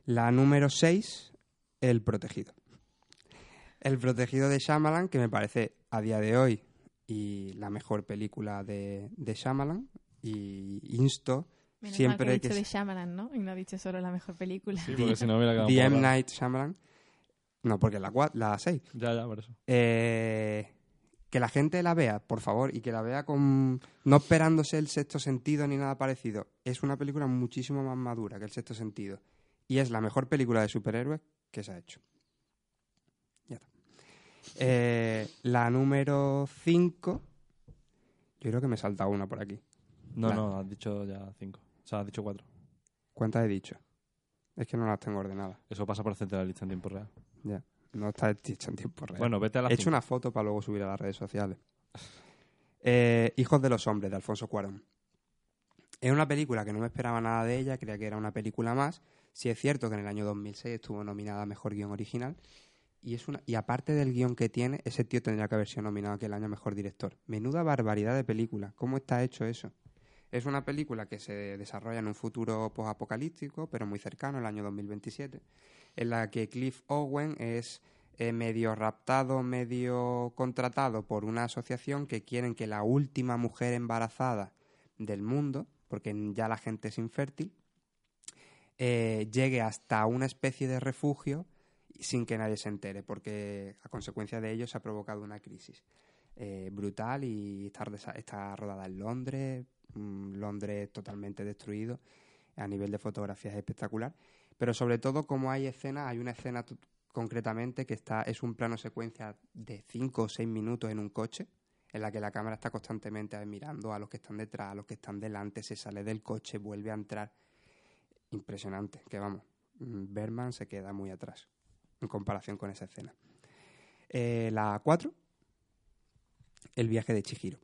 [SPEAKER 2] La número 6, El protegido. El protegido de Shyamalan, que me parece a día de hoy y la mejor película de, de Shyamalan. Y insto
[SPEAKER 1] Menos mal
[SPEAKER 2] siempre
[SPEAKER 1] que, he dicho
[SPEAKER 2] se-
[SPEAKER 1] de Shyamalan, ¿no? Y no ha dicho solo la mejor película.
[SPEAKER 4] Sí,
[SPEAKER 2] [LAUGHS]
[SPEAKER 4] porque si no hubiera quedado un
[SPEAKER 2] The
[SPEAKER 4] poco
[SPEAKER 2] M.
[SPEAKER 4] raro.
[SPEAKER 2] Night Shyamalan. No, porque la, cua- la 6.
[SPEAKER 4] Ya, ya, por eso.
[SPEAKER 2] Eh, que la gente la vea, por favor, y que la vea con no esperándose el sexto sentido ni nada parecido. Es una película muchísimo más madura que el sexto sentido. Y es la mejor película de superhéroes que se ha hecho. Ya está. Eh, la número 5. Yo creo que me he saltado una por aquí.
[SPEAKER 4] No,
[SPEAKER 2] La-
[SPEAKER 4] no, has dicho ya 5. O sea, has dicho 4.
[SPEAKER 2] ¿Cuántas he dicho? Es que no las tengo ordenadas.
[SPEAKER 4] Eso pasa por hacerte la lista en tiempo real.
[SPEAKER 2] Ya. No está hecho en tiempo real.
[SPEAKER 4] Bueno, vete a la
[SPEAKER 2] He hecho
[SPEAKER 4] cinco.
[SPEAKER 2] una foto para luego subir a las redes sociales. Eh, Hijos de los hombres, de Alfonso Cuarón. Es una película que no me esperaba nada de ella, creía que era una película más. Sí es cierto que en el año 2006 estuvo nominada a Mejor Guión Original. Y, es una, y aparte del guión que tiene, ese tío tendría que haber sido nominado aquel año a Mejor Director. Menuda barbaridad de película. ¿Cómo está hecho eso? Es una película que se desarrolla en un futuro posapocalíptico, pero muy cercano, el año 2027, en la que Cliff Owen es eh, medio raptado, medio contratado por una asociación que quieren que la última mujer embarazada del mundo, porque ya la gente es infértil, eh, llegue hasta una especie de refugio sin que nadie se entere, porque a consecuencia de ello se ha provocado una crisis eh, brutal y está, resa- está rodada en Londres, mm, Londres totalmente destruido, a nivel de fotografía es espectacular, pero sobre todo como hay escenas, hay una escena t- concretamente que está es un plano secuencia de 5 o 6 minutos en un coche, en la que la cámara está constantemente mirando a los que están detrás, a los que están delante, se sale del coche, vuelve a entrar. Impresionante, que vamos, mm, Berman se queda muy atrás en comparación con esa escena. Eh, la 4, el viaje de Chihiro,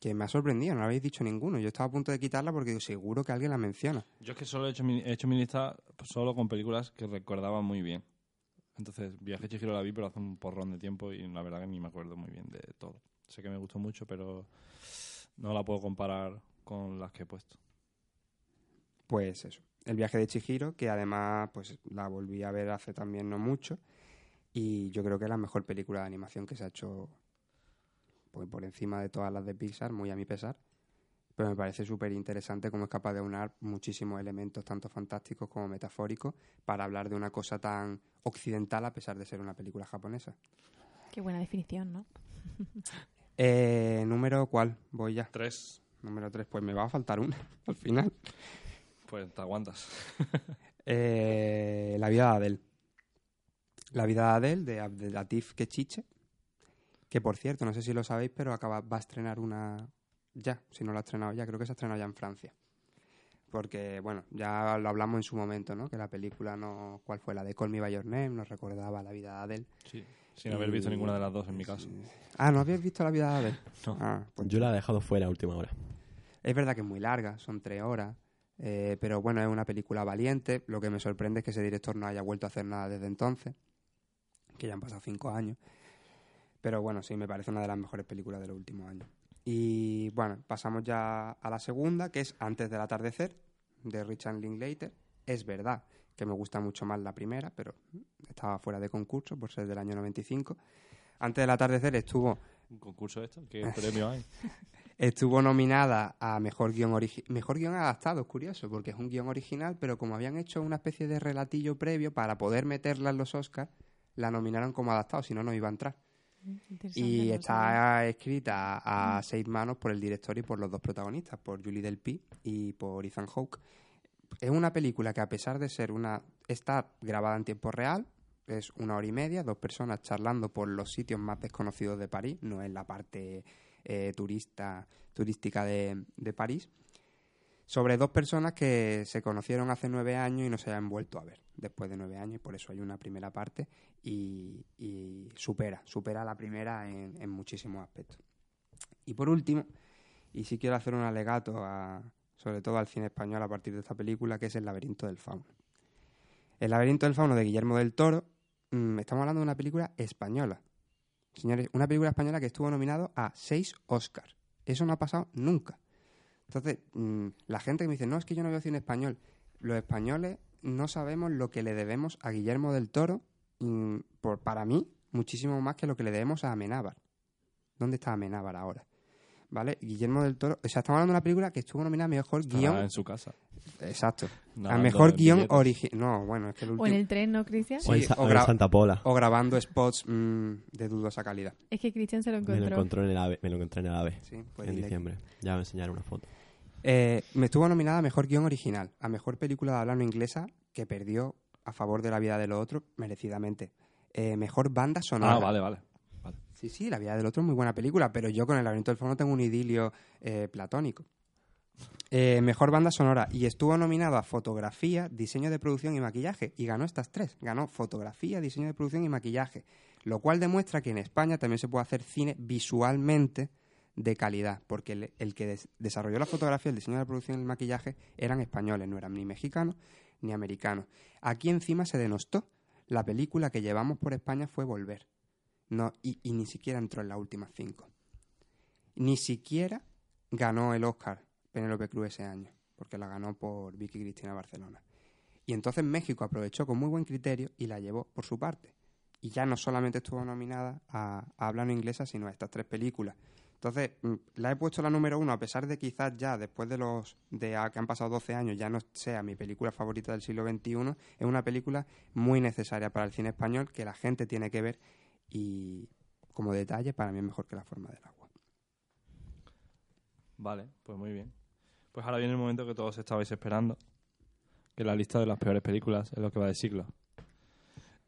[SPEAKER 2] que me ha sorprendido, no lo habéis dicho ninguno. Yo estaba a punto de quitarla porque digo, seguro que alguien la menciona.
[SPEAKER 4] Yo es que solo he hecho, mi, he hecho mi lista solo con películas que recordaba muy bien. Entonces, Viaje a Chihiro la vi, pero hace un porrón de tiempo y la verdad que ni me acuerdo muy bien de todo. Sé que me gustó mucho, pero no la puedo comparar con las que he puesto.
[SPEAKER 2] Pues eso, el viaje de Chihiro, que además pues la volví a ver hace también no mucho. Y yo creo que es la mejor película de animación que se ha hecho pues, por encima de todas las de Pixar, muy a mi pesar. Pero me parece súper interesante cómo es capaz de unir muchísimos elementos, tanto fantásticos como metafóricos, para hablar de una cosa tan occidental a pesar de ser una película japonesa.
[SPEAKER 1] Qué buena definición, ¿no?
[SPEAKER 2] Eh, ¿Número cuál? Voy ya.
[SPEAKER 4] Tres.
[SPEAKER 2] Número tres. Pues me va a faltar una [LAUGHS] al final.
[SPEAKER 4] Pues te aguantas.
[SPEAKER 2] Eh, la vida de Adele. La vida de Adele, de Abdelatif Kechiche. Que por cierto, no sé si lo sabéis, pero acaba, va a estrenar una ya, si no la ha estrenado ya, creo que se ha estrenado ya en Francia. Porque, bueno, ya lo hablamos en su momento, ¿no? Que la película no. ¿Cuál fue? La de Call Me By Your Name, nos recordaba la vida de Adele.
[SPEAKER 4] Sí, sin haber visto ninguna de las dos en mi caso.
[SPEAKER 2] Ah, ¿no habías visto la vida de Adele?
[SPEAKER 3] No.
[SPEAKER 2] Ah,
[SPEAKER 3] Yo la he dejado fuera a última hora.
[SPEAKER 2] Es verdad que es muy larga, son tres horas, eh, pero bueno, es una película valiente. Lo que me sorprende es que ese director no haya vuelto a hacer nada desde entonces, que ya han pasado cinco años. Pero bueno, sí, me parece una de las mejores películas de los últimos años. Y bueno, pasamos ya a la segunda, que es Antes del atardecer, de Richard Linklater. Es verdad que me gusta mucho más la primera, pero estaba fuera de concurso por ser del año 95. Antes del atardecer estuvo
[SPEAKER 4] ¿Un concurso esto? ¿Qué premio hay?
[SPEAKER 2] Estuvo nominada a mejor guión, origi- mejor guión adaptado, es curioso, porque es un guión original, pero como habían hecho una especie de relatillo previo para poder meterla en los Oscars, la nominaron como adaptado, si no, no iba a entrar. Y está escrita a seis manos por el director y por los dos protagonistas, por Julie Delpy y por Ethan Hawke. Es una película que a pesar de ser una... está grabada en tiempo real, es una hora y media, dos personas charlando por los sitios más desconocidos de París, no es la parte eh, turista, turística de, de París, sobre dos personas que se conocieron hace nueve años y no se han vuelto a ver después de nueve años, y por eso hay una primera parte y, y supera, supera a la primera en, en muchísimos aspectos. Y por último, y sí quiero hacer un alegato a- sobre todo al cine español a partir de esta película, que es El laberinto del fauno. El laberinto del fauno de Guillermo del Toro, mm, estamos hablando de una película española. Señores, una película española que estuvo nominado a seis Oscars. Eso no ha pasado nunca. Entonces, mm, la gente que me dice, no, es que yo no veo cine español. Los españoles no sabemos lo que le debemos a Guillermo del Toro, mm, por, para mí, muchísimo más que lo que le debemos a Amenábar. ¿Dónde está Amenábar ahora? ¿Vale? Guillermo del Toro. O sea, estamos hablando de una película que estuvo nominada a mejor guión.
[SPEAKER 4] Estará en su casa.
[SPEAKER 2] Exacto. a
[SPEAKER 4] Nadando
[SPEAKER 2] mejor
[SPEAKER 4] en
[SPEAKER 2] guión
[SPEAKER 4] billetes.
[SPEAKER 2] original. No, bueno, es que el
[SPEAKER 1] O
[SPEAKER 2] último.
[SPEAKER 1] en el tren, ¿no, Cristian?
[SPEAKER 3] O en Sa- o en Santa Pola.
[SPEAKER 2] O grabando spots mm, de dudosa calidad.
[SPEAKER 1] Es que Cristian se lo
[SPEAKER 3] Me lo
[SPEAKER 1] encontró.
[SPEAKER 3] encontré en el AVE, me lo encontré en el AVE
[SPEAKER 2] pues dile
[SPEAKER 3] en
[SPEAKER 2] que-
[SPEAKER 3] diciembre. Ya me enseñaron una foto.
[SPEAKER 2] Eh, me estuvo nominada a mejor guión original, a mejor película de habla no inglesa que perdió a favor de la vida del otro, merecidamente. Eh, mejor banda sonora.
[SPEAKER 4] Ah, vale, vale.
[SPEAKER 2] Sí, sí, La vida del otro es muy buena película, pero yo con El laberinto del fauno tengo un idilio eh, platónico. Eh, mejor banda sonora. Y estuvo nominado a fotografía, diseño de producción y maquillaje. Y ganó estas tres. Ganó fotografía, diseño de producción y maquillaje. Lo cual demuestra que en España también se puede hacer cine visualmente de calidad. Porque el, el que des- desarrolló la fotografía, el diseño de la producción y el maquillaje eran españoles. No eran ni mexicanos ni americanos. Aquí encima se denostó. La película que llevamos por España fue Volver. No, y, y ni siquiera entró en las últimas cinco. Ni siquiera ganó el Oscar Penélope Cruz ese año, porque la ganó por Vicky Cristina Barcelona. Y entonces México aprovechó con muy buen criterio y la llevó por su parte. Y ya no solamente estuvo nominada a, a habla no inglesa, sino a estas tres películas. Entonces, mm, la he puesto la número uno, a pesar de quizás ya, después de los de a- que han pasado 12 años, ya no sea mi película favorita del siglo XXI, es una película muy necesaria para el cine español que la gente tiene que ver y, como detalle, para mí es mejor que La forma del agua.
[SPEAKER 4] Vale, pues muy bien. Pues ahora viene el momento que todos estabais esperando, que es la lista de las peores películas en lo que va de siglo.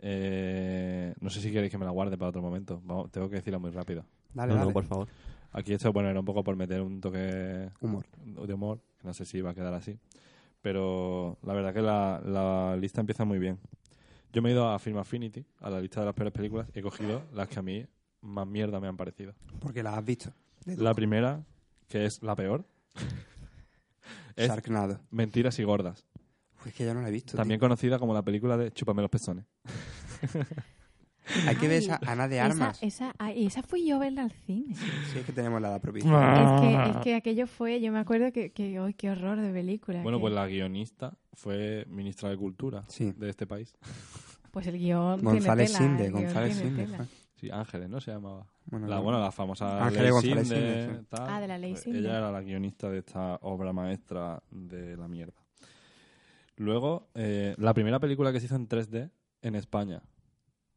[SPEAKER 4] Eh, no sé si queréis que me la guarde para otro momento. Vamos, tengo que decirla muy rápido.
[SPEAKER 2] Dale, No, no, dale.
[SPEAKER 3] por favor.
[SPEAKER 4] Aquí esto, bueno, era un poco por meter un toque
[SPEAKER 2] Humor.
[SPEAKER 4] de humor, que no sé si va a quedar así. Pero la verdad que la, la lista empieza muy bien. Yo me he ido a Film Affinity, a la lista de las peores películas, y he cogido las que a mí más mierda me han parecido.
[SPEAKER 2] Porque la has visto.
[SPEAKER 4] La primera, que es la peor, [LAUGHS] es
[SPEAKER 2] Sharknado.
[SPEAKER 4] Mentiras y gordas.
[SPEAKER 2] Pues que yo no la he visto.
[SPEAKER 4] También
[SPEAKER 2] tío.
[SPEAKER 4] conocida como la película de Chúpame los pezones.
[SPEAKER 2] Hay que ver
[SPEAKER 1] Ay,
[SPEAKER 2] esa Ana de
[SPEAKER 1] esa-
[SPEAKER 2] Armas.
[SPEAKER 1] Esa, ay, esa, fui yo a verla al cine.
[SPEAKER 2] Sí, es que tenemos la edad propicia.
[SPEAKER 4] Ah.
[SPEAKER 1] Es
[SPEAKER 2] Ah.
[SPEAKER 1] que, es que aquello fue, yo me acuerdo que, que ay, qué horror de película.
[SPEAKER 4] Bueno,
[SPEAKER 1] que-
[SPEAKER 4] pues la guionista fue ministra de Cultura de este país.
[SPEAKER 1] pues el guión tiene
[SPEAKER 2] González
[SPEAKER 1] tela,
[SPEAKER 2] Sinde,
[SPEAKER 1] el guión
[SPEAKER 2] González
[SPEAKER 1] tiene
[SPEAKER 2] Sinde
[SPEAKER 1] tela.
[SPEAKER 2] fue.
[SPEAKER 4] Sí, Ángeles, ¿no? Se llamaba.
[SPEAKER 2] Bueno,
[SPEAKER 4] la,
[SPEAKER 2] no.
[SPEAKER 4] bueno, la famosa
[SPEAKER 2] Ángeles
[SPEAKER 4] Ley
[SPEAKER 2] González
[SPEAKER 4] Sinde,
[SPEAKER 2] Sinde, sí.
[SPEAKER 4] tal.
[SPEAKER 1] Ah, de la Ley
[SPEAKER 4] Pues
[SPEAKER 1] Sinde.
[SPEAKER 4] Ella era la guionista de esta obra maestra de la mierda. Luego, eh, la primera película que se hizo en 3D en España,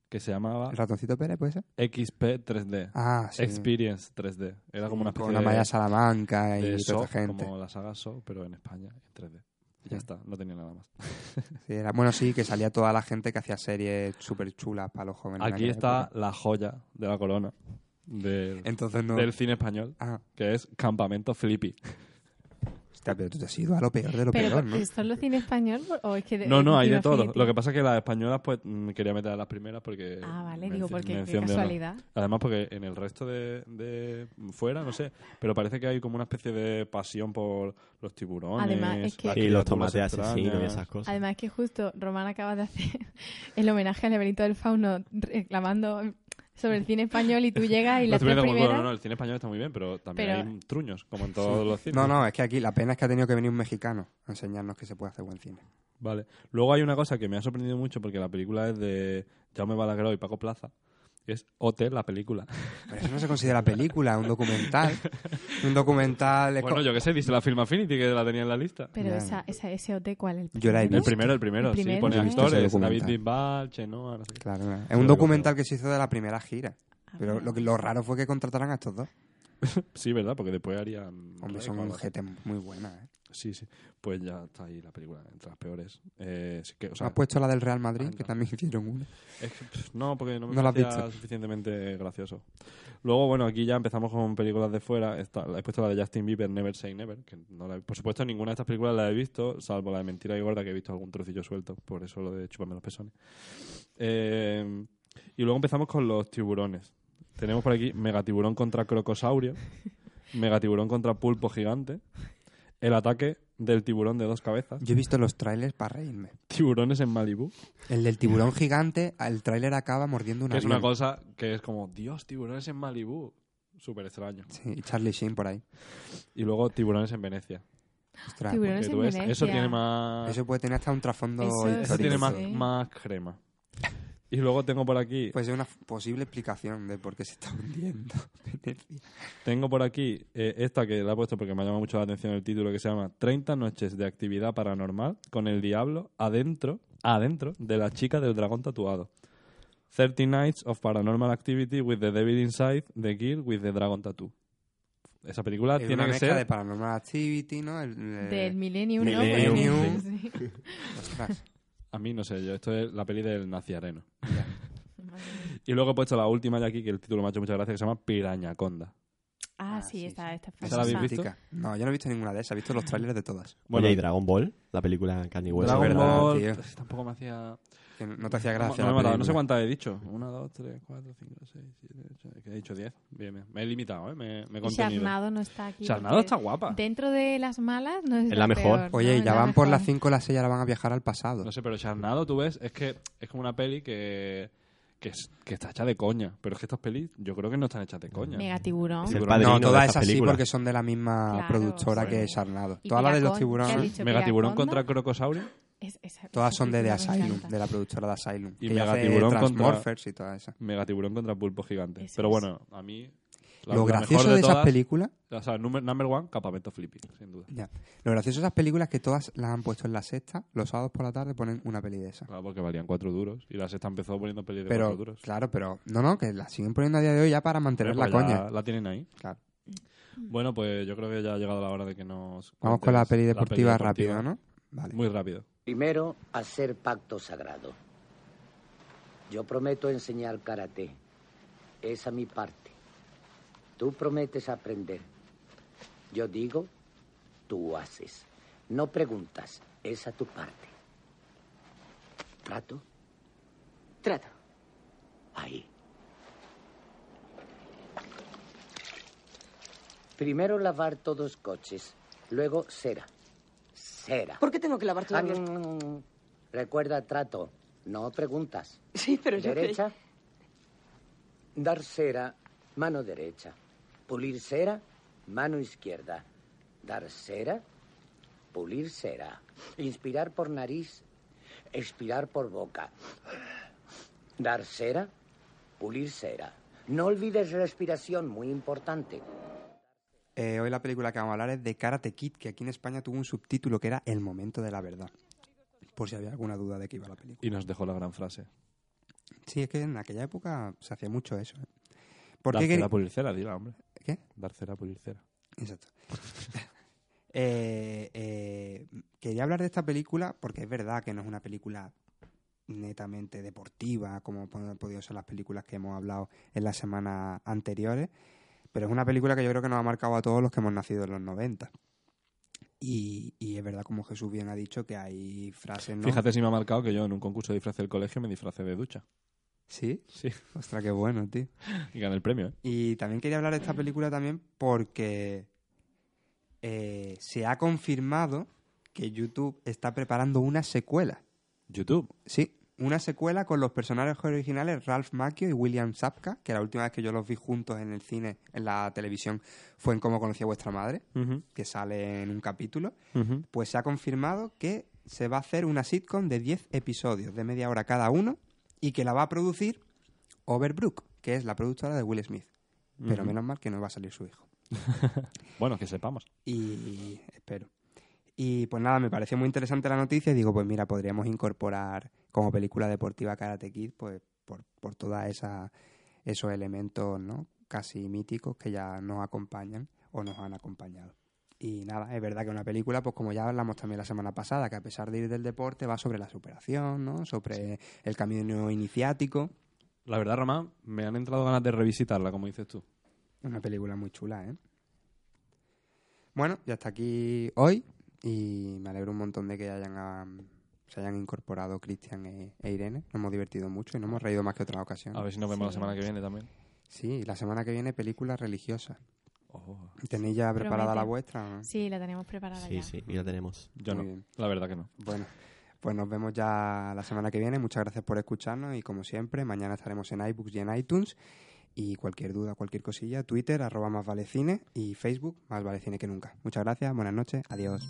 [SPEAKER 4] que se llamaba
[SPEAKER 2] ¿El ratoncito Pérez puede ser?
[SPEAKER 4] XP 3D.
[SPEAKER 2] Ah, sí.
[SPEAKER 4] Experience 3D. Era como una especie
[SPEAKER 2] Con la
[SPEAKER 4] de-
[SPEAKER 2] Maya Salamanca
[SPEAKER 4] de
[SPEAKER 2] y toda
[SPEAKER 4] Saw,
[SPEAKER 2] esa gente.
[SPEAKER 4] como la saga Saw, pero en España, en 3D. Y ya está, no tenía nada más.
[SPEAKER 2] Sí, era- bueno, sí, que salía toda la gente que hacía series súper chulas para los jóvenes. en
[SPEAKER 4] Aquí
[SPEAKER 2] aquella
[SPEAKER 4] está
[SPEAKER 2] época.
[SPEAKER 4] la joya de la corona del,
[SPEAKER 2] Entonces Eh, no- Ah.
[SPEAKER 4] del cine español, que es Campamento Flippy.
[SPEAKER 2] Hostia, pero tú te has ido a lo peor de lo
[SPEAKER 1] Pero,
[SPEAKER 2] peor, ¿no?
[SPEAKER 1] ¿solo cine español o es que de-
[SPEAKER 4] No, no, hay de
[SPEAKER 1] Film
[SPEAKER 4] todo.
[SPEAKER 1] Affinity?
[SPEAKER 4] Lo que pasa es que las españolas, pues, mm, quería meter a las primeras porque...
[SPEAKER 1] Ah, vale, digo,
[SPEAKER 4] menci-
[SPEAKER 1] porque qué
[SPEAKER 4] mención de honor.
[SPEAKER 1] casualidad.
[SPEAKER 4] Además, porque en el resto de, de fuera, no sé, pero parece que hay como una especie de pasión por los tiburones.
[SPEAKER 1] Además, es que-
[SPEAKER 4] las
[SPEAKER 3] Y los
[SPEAKER 4] criaturas
[SPEAKER 3] tomates asesinos y
[SPEAKER 4] extrañas.
[SPEAKER 3] esas cosas.
[SPEAKER 1] Además que justo Román acaba de hacer [LAUGHS] el homenaje al laberinto del fauno reclamando sobre el cine español y tú llegas y
[SPEAKER 4] No
[SPEAKER 1] las
[SPEAKER 4] estoy
[SPEAKER 1] tres
[SPEAKER 4] viendo como-
[SPEAKER 1] primeras...
[SPEAKER 4] no, no, el cine español está muy bien, pero también
[SPEAKER 1] Pero-
[SPEAKER 4] hay truños, como en todos los cines.
[SPEAKER 2] No, no, es que aquí la pena es que ha tenido que venir un mexicano a enseñarnos que se puede hacer buen cine.
[SPEAKER 4] Vale. Luego hay una cosa que me ha sorprendido mucho porque la película es de Jaume Balagueró y Paco Plaza. que Es Hotel, la película.
[SPEAKER 2] Pero eso no se considera película, un documental. Un documental... es
[SPEAKER 4] bueno,
[SPEAKER 2] co-
[SPEAKER 4] yo qué sé, dice la Film Affinity que la tenía en la lista.
[SPEAKER 1] Pero esa, esa, ese OT, ¿cuál? El
[SPEAKER 2] Yo la he
[SPEAKER 4] El
[SPEAKER 2] visto.
[SPEAKER 4] primero, el primero,
[SPEAKER 1] El
[SPEAKER 4] sí.
[SPEAKER 1] primero.
[SPEAKER 4] Pone
[SPEAKER 2] Yo he visto ese
[SPEAKER 4] actores, David
[SPEAKER 2] documental.
[SPEAKER 4] Bisbal, Chenoa, no sé qué.
[SPEAKER 2] Claro, es
[SPEAKER 4] Pero
[SPEAKER 2] un
[SPEAKER 4] lo
[SPEAKER 2] documental que se hizo de la primera gira.
[SPEAKER 4] Ah,
[SPEAKER 2] Pero lo, que- lo raro fue que contrataran a estos dos.
[SPEAKER 4] Sí, ¿verdad? Porque después harían...
[SPEAKER 2] Hombre, son
[SPEAKER 4] récord.
[SPEAKER 2] gente muy buena, ¿eh?
[SPEAKER 4] Sí, sí. Pues ya está ahí la película, entre las peores. Eh, sí que, o sea,
[SPEAKER 2] ¿Has puesto la del Real Madrid, que también [LAUGHS] hicieron una?
[SPEAKER 4] Es que, pff, no, porque no me
[SPEAKER 2] No lo has
[SPEAKER 4] parecía
[SPEAKER 2] visto.
[SPEAKER 4] suficientemente gracioso. Luego, bueno, aquí ya empezamos con películas de fuera. Esta- he puesto la de Justin Bieber, Never Say Never. Que no la he- por supuesto, ninguna de estas películas la he visto, salvo la de Mentira y Gorda, que he visto algún trocillo suelto. Por eso lo de chuparme los pezones. Eh, y luego empezamos con los tiburones. Tenemos por aquí Megatiburón
[SPEAKER 2] [LAUGHS]
[SPEAKER 4] contra Crocosaurio, Megatiburón contra Pulpo Gigante, El ataque del tiburón de dos cabezas,
[SPEAKER 2] Yo he visto los trailers para reírme.
[SPEAKER 4] Tiburones en Malibú.
[SPEAKER 2] El del tiburón gigante, el tráiler acaba mordiendo una
[SPEAKER 4] Que es una cosa que es como, Dios, tiburones en Malibú. Súper extraño.
[SPEAKER 2] y Charlie Sheen por ahí.
[SPEAKER 4] Y luego tiburones en Venecia.
[SPEAKER 2] Ostras, pues,
[SPEAKER 1] Tiburones
[SPEAKER 4] Porque
[SPEAKER 1] en
[SPEAKER 4] tú ves,
[SPEAKER 1] Venecia.
[SPEAKER 4] Eso tiene más...
[SPEAKER 2] Eso puede tener hasta un trasfondo
[SPEAKER 1] Eso
[SPEAKER 2] histórico.
[SPEAKER 4] eso tiene más,
[SPEAKER 1] sí.
[SPEAKER 4] más crema. Y luego tengo por aquí...
[SPEAKER 2] Pues es una posible explicación de por qué se está [LAUGHS] hundiendo Venecia.
[SPEAKER 4] Tengo por aquí eh, esta que la he puesto porque me ha llamado mucho la atención el título que se llama 30 noches de actividad paranormal con el diablo adentro, adentro de la chica del dragón tatuado. 30 nights of paranormal activity with the devil inside the girl with the dragon tattoo. Esa película
[SPEAKER 2] Es
[SPEAKER 4] Ah, tiene
[SPEAKER 2] una
[SPEAKER 4] que
[SPEAKER 2] mezcla
[SPEAKER 4] ser
[SPEAKER 2] de Paranormal Activity, ¿no? El, el-
[SPEAKER 1] Del Millennium, ¿no?
[SPEAKER 2] Millennium.
[SPEAKER 1] [LAUGHS] Sí. Ah,
[SPEAKER 2] Ostras.
[SPEAKER 4] A mí no sé, yo esto es la peli del [LAUGHS] naziareno. y luego he puesto la última ya aquí, que el título me ha hecho mucha gracia, que se llama Pirañaconda.
[SPEAKER 1] Ah, sí, esta, esta
[SPEAKER 4] ¿Esa la habéis visto?
[SPEAKER 2] Chica. No, yo no he visto ninguna de esas. He visto los trailers de todas.
[SPEAKER 4] Bueno.
[SPEAKER 3] Oye, ¿y Dragon Ball? La película Candy West.
[SPEAKER 4] Dragon
[SPEAKER 2] Pues verdad,
[SPEAKER 4] Ball,
[SPEAKER 2] tío.
[SPEAKER 4] pues, tampoco me hacía...
[SPEAKER 2] Que no te hacía
[SPEAKER 4] No,
[SPEAKER 2] gracia.
[SPEAKER 4] no me
[SPEAKER 2] la
[SPEAKER 4] he matado, no sé
[SPEAKER 2] película.
[SPEAKER 4] cuántas he dicho. Una, dos, tres, cuatro, cinco, seis, siete, ocho. Es que he dicho diez. Bien, bien. Me he limitado, ¿eh? Me, me he
[SPEAKER 1] Y
[SPEAKER 4] contenido.
[SPEAKER 1] Sharnado no está aquí.
[SPEAKER 4] Sharnado
[SPEAKER 1] porque
[SPEAKER 4] está guapa.
[SPEAKER 1] Dentro de las malas no es, peor, ¿no?
[SPEAKER 2] Oye, y
[SPEAKER 1] Es
[SPEAKER 2] ya
[SPEAKER 1] la
[SPEAKER 2] van por
[SPEAKER 1] mejor.
[SPEAKER 2] las 5 o las 6, ahora van a viajar al pasado.
[SPEAKER 4] No sé, pero Charnado, tú ves, es que es como una peli que, que, es- que está hecha de coña. Pero es que estas pelis yo creo que no están hechas de coña.
[SPEAKER 1] Megatiburón. Es el
[SPEAKER 2] no, todas
[SPEAKER 3] esas
[SPEAKER 2] esas sí,
[SPEAKER 3] películas.
[SPEAKER 2] porque son de la misma
[SPEAKER 1] Claro,
[SPEAKER 2] productora
[SPEAKER 1] sí.
[SPEAKER 2] que Sarnado.
[SPEAKER 1] Y
[SPEAKER 2] Todas las de los
[SPEAKER 1] Piracón, ¿qué ha
[SPEAKER 2] tiburones,
[SPEAKER 1] dicho?
[SPEAKER 4] Megatiburón
[SPEAKER 1] Piraconda.
[SPEAKER 4] contra Crocosaurio.
[SPEAKER 1] Es- esa-
[SPEAKER 2] todas
[SPEAKER 1] esa
[SPEAKER 2] son de The
[SPEAKER 1] película me
[SPEAKER 2] Asylum,
[SPEAKER 1] encanta.
[SPEAKER 2] de la productora de Asylum.
[SPEAKER 4] Y
[SPEAKER 2] que ya hace
[SPEAKER 4] Megatiburón contra...
[SPEAKER 2] Transmorphers y todas esas.
[SPEAKER 4] Megatiburón contra Pulpo Gigante. pero bueno, a mí La-
[SPEAKER 2] Lo
[SPEAKER 4] la
[SPEAKER 2] gracioso
[SPEAKER 4] mejor
[SPEAKER 2] de esas
[SPEAKER 4] todas,
[SPEAKER 2] películas-
[SPEAKER 4] O sea, number, number one, Campamento Flippy, sin duda.
[SPEAKER 2] Ya. Lo gracioso de esas películas es que todas las han puesto en la sexta, los sábados por la tarde ponen una peli de esa.
[SPEAKER 4] Claro, porque valían cuatro duros. Y la sexta empezó poniendo pelis de
[SPEAKER 2] Pero,
[SPEAKER 4] cuatro duros.
[SPEAKER 2] claro, pero no, no, que la siguen poniendo a día de hoy ya para mantener
[SPEAKER 4] Bueno,
[SPEAKER 2] la
[SPEAKER 4] pues ya
[SPEAKER 2] coña.
[SPEAKER 4] La tienen ahí.
[SPEAKER 2] Claro.
[SPEAKER 4] Bueno, pues yo creo que ya ha llegado la hora de que nos.
[SPEAKER 2] Vamos
[SPEAKER 4] cuentes
[SPEAKER 2] con la peli deportiva
[SPEAKER 4] deportiva.
[SPEAKER 2] rápido, ¿no?
[SPEAKER 4] Muy rápido.
[SPEAKER 9] Primero, hacer pacto sagrado. Yo prometo enseñar karate. Esa mi parte. Tú prometes aprender. Yo digo, tú haces. No preguntas. Esa tu parte. ¿Trato? Trato. Ahí. Primero lavar todos coches. Luego cera. Cera.
[SPEAKER 17] ¿Por qué tengo que lavar todos
[SPEAKER 9] Ah,
[SPEAKER 17] los-
[SPEAKER 9] no, no, no. Recuerda trato, no preguntas.
[SPEAKER 17] [LAUGHS] Sí, pero yo
[SPEAKER 9] Derecha. Dar cera, mano derecha. Pulir cera, mano izquierda. Dar cera, pulir cera. Inspirar por nariz, expirar por boca. Dar cera, pulir cera. No olvides respiración, muy importante.
[SPEAKER 2] Eh, hoy la película que vamos a hablar es de Karate Kid, que aquí en España tuvo un subtítulo que era El momento de la verdad. Por si había alguna duda de qué iba la película.
[SPEAKER 4] Y nos dejó la gran frase.
[SPEAKER 2] Sí, es que en aquella época se hacía mucho eso. ¿eh? ¿Por
[SPEAKER 4] Dar
[SPEAKER 2] qué
[SPEAKER 4] cera
[SPEAKER 2] quer-
[SPEAKER 4] pulir cera, dila, hombre.
[SPEAKER 2] ¿Qué?
[SPEAKER 4] Dar cera pulir cera.
[SPEAKER 2] Exacto. [LAUGHS] Eh, eh, quería hablar de esta película porque es verdad que no es una película netamente deportiva, como po- han podido ser las películas que hemos hablado en las semanas anteriores, pero es una película que yo creo que nos ha marcado a todos los que hemos nacido en los 90. Y, y es verdad, como Jesús bien ha dicho, que hay frases... ¿no?
[SPEAKER 4] Fíjate si me ha marcado que yo en un concurso de disfraz del colegio me disfracé de ducha.
[SPEAKER 2] ¿Sí?
[SPEAKER 4] Sí.
[SPEAKER 2] Ostras, qué bueno, tío.
[SPEAKER 4] [LAUGHS] Y gané el premio, ¿eh?
[SPEAKER 2] Y también quería hablar de esta película también porque eh, se ha confirmado que YouTube está preparando una secuela.
[SPEAKER 4] ¿YouTube?
[SPEAKER 2] Sí, una secuela con los personajes originales Ralph Macchio y William Sapka, que la última vez que yo los vi juntos en el cine, en la televisión, fue en Cómo conocí a vuestra madre,
[SPEAKER 4] Ujú.
[SPEAKER 2] que sale en un capítulo.
[SPEAKER 4] Ujú.
[SPEAKER 2] Pues se ha confirmado que se va a hacer una sitcom de 10 episodios, de media hora cada uno, y que la va a producir Overbrook, que es la productora de Will Smith. Pero
[SPEAKER 4] Ujú.
[SPEAKER 2] menos mal que no va a salir su hijo.
[SPEAKER 4] Bueno, que sepamos.
[SPEAKER 2] Y espero. Y pues nada, me pareció muy interesante la noticia y digo, pues mira, podríamos incorporar como película deportiva Karate Kid, pues por, por toda esa esos elementos, ¿no? Casi míticos que ya nos acompañan o nos han acompañado. Y nada, es verdad que una película, pues como ya hablamos también la semana pasada, que a pesar de ir del deporte va sobre la superación, ¿no? Sobre el camino iniciático.
[SPEAKER 4] La verdad, Román, me han entrado ganas de revisitarla, como dices tú.
[SPEAKER 2] Una película muy chula, ¿eh? Bueno, ya está aquí hoy y me alegro un montón de que hayan am, se hayan incorporado Cristian e, e Irene. Nos hemos divertido mucho y nos hemos reído más que otras ocasiones.
[SPEAKER 4] A ver si nos vemos la semana que viene también.
[SPEAKER 2] Sí, la semana que viene película religiosa.
[SPEAKER 4] Oh.
[SPEAKER 2] ¿Tenéis ya preparada la
[SPEAKER 1] Promete.
[SPEAKER 2] vuestra? o no?
[SPEAKER 1] Sí, la tenemos preparada
[SPEAKER 3] Sí,
[SPEAKER 1] ya.
[SPEAKER 3] sí, y la tenemos.
[SPEAKER 4] Yo
[SPEAKER 2] Muy
[SPEAKER 4] no.
[SPEAKER 2] bien.
[SPEAKER 4] La verdad que no.
[SPEAKER 2] Bueno, pues nos vemos ya la semana que viene. Muchas gracias por escucharnos y como siempre, mañana estaremos en iBooks y en iTunes. Y cualquier duda, cualquier cosilla, Twitter, arroba más valecine y Facebook, más valecine que nunca. Muchas gracias, buenas noches, adiós.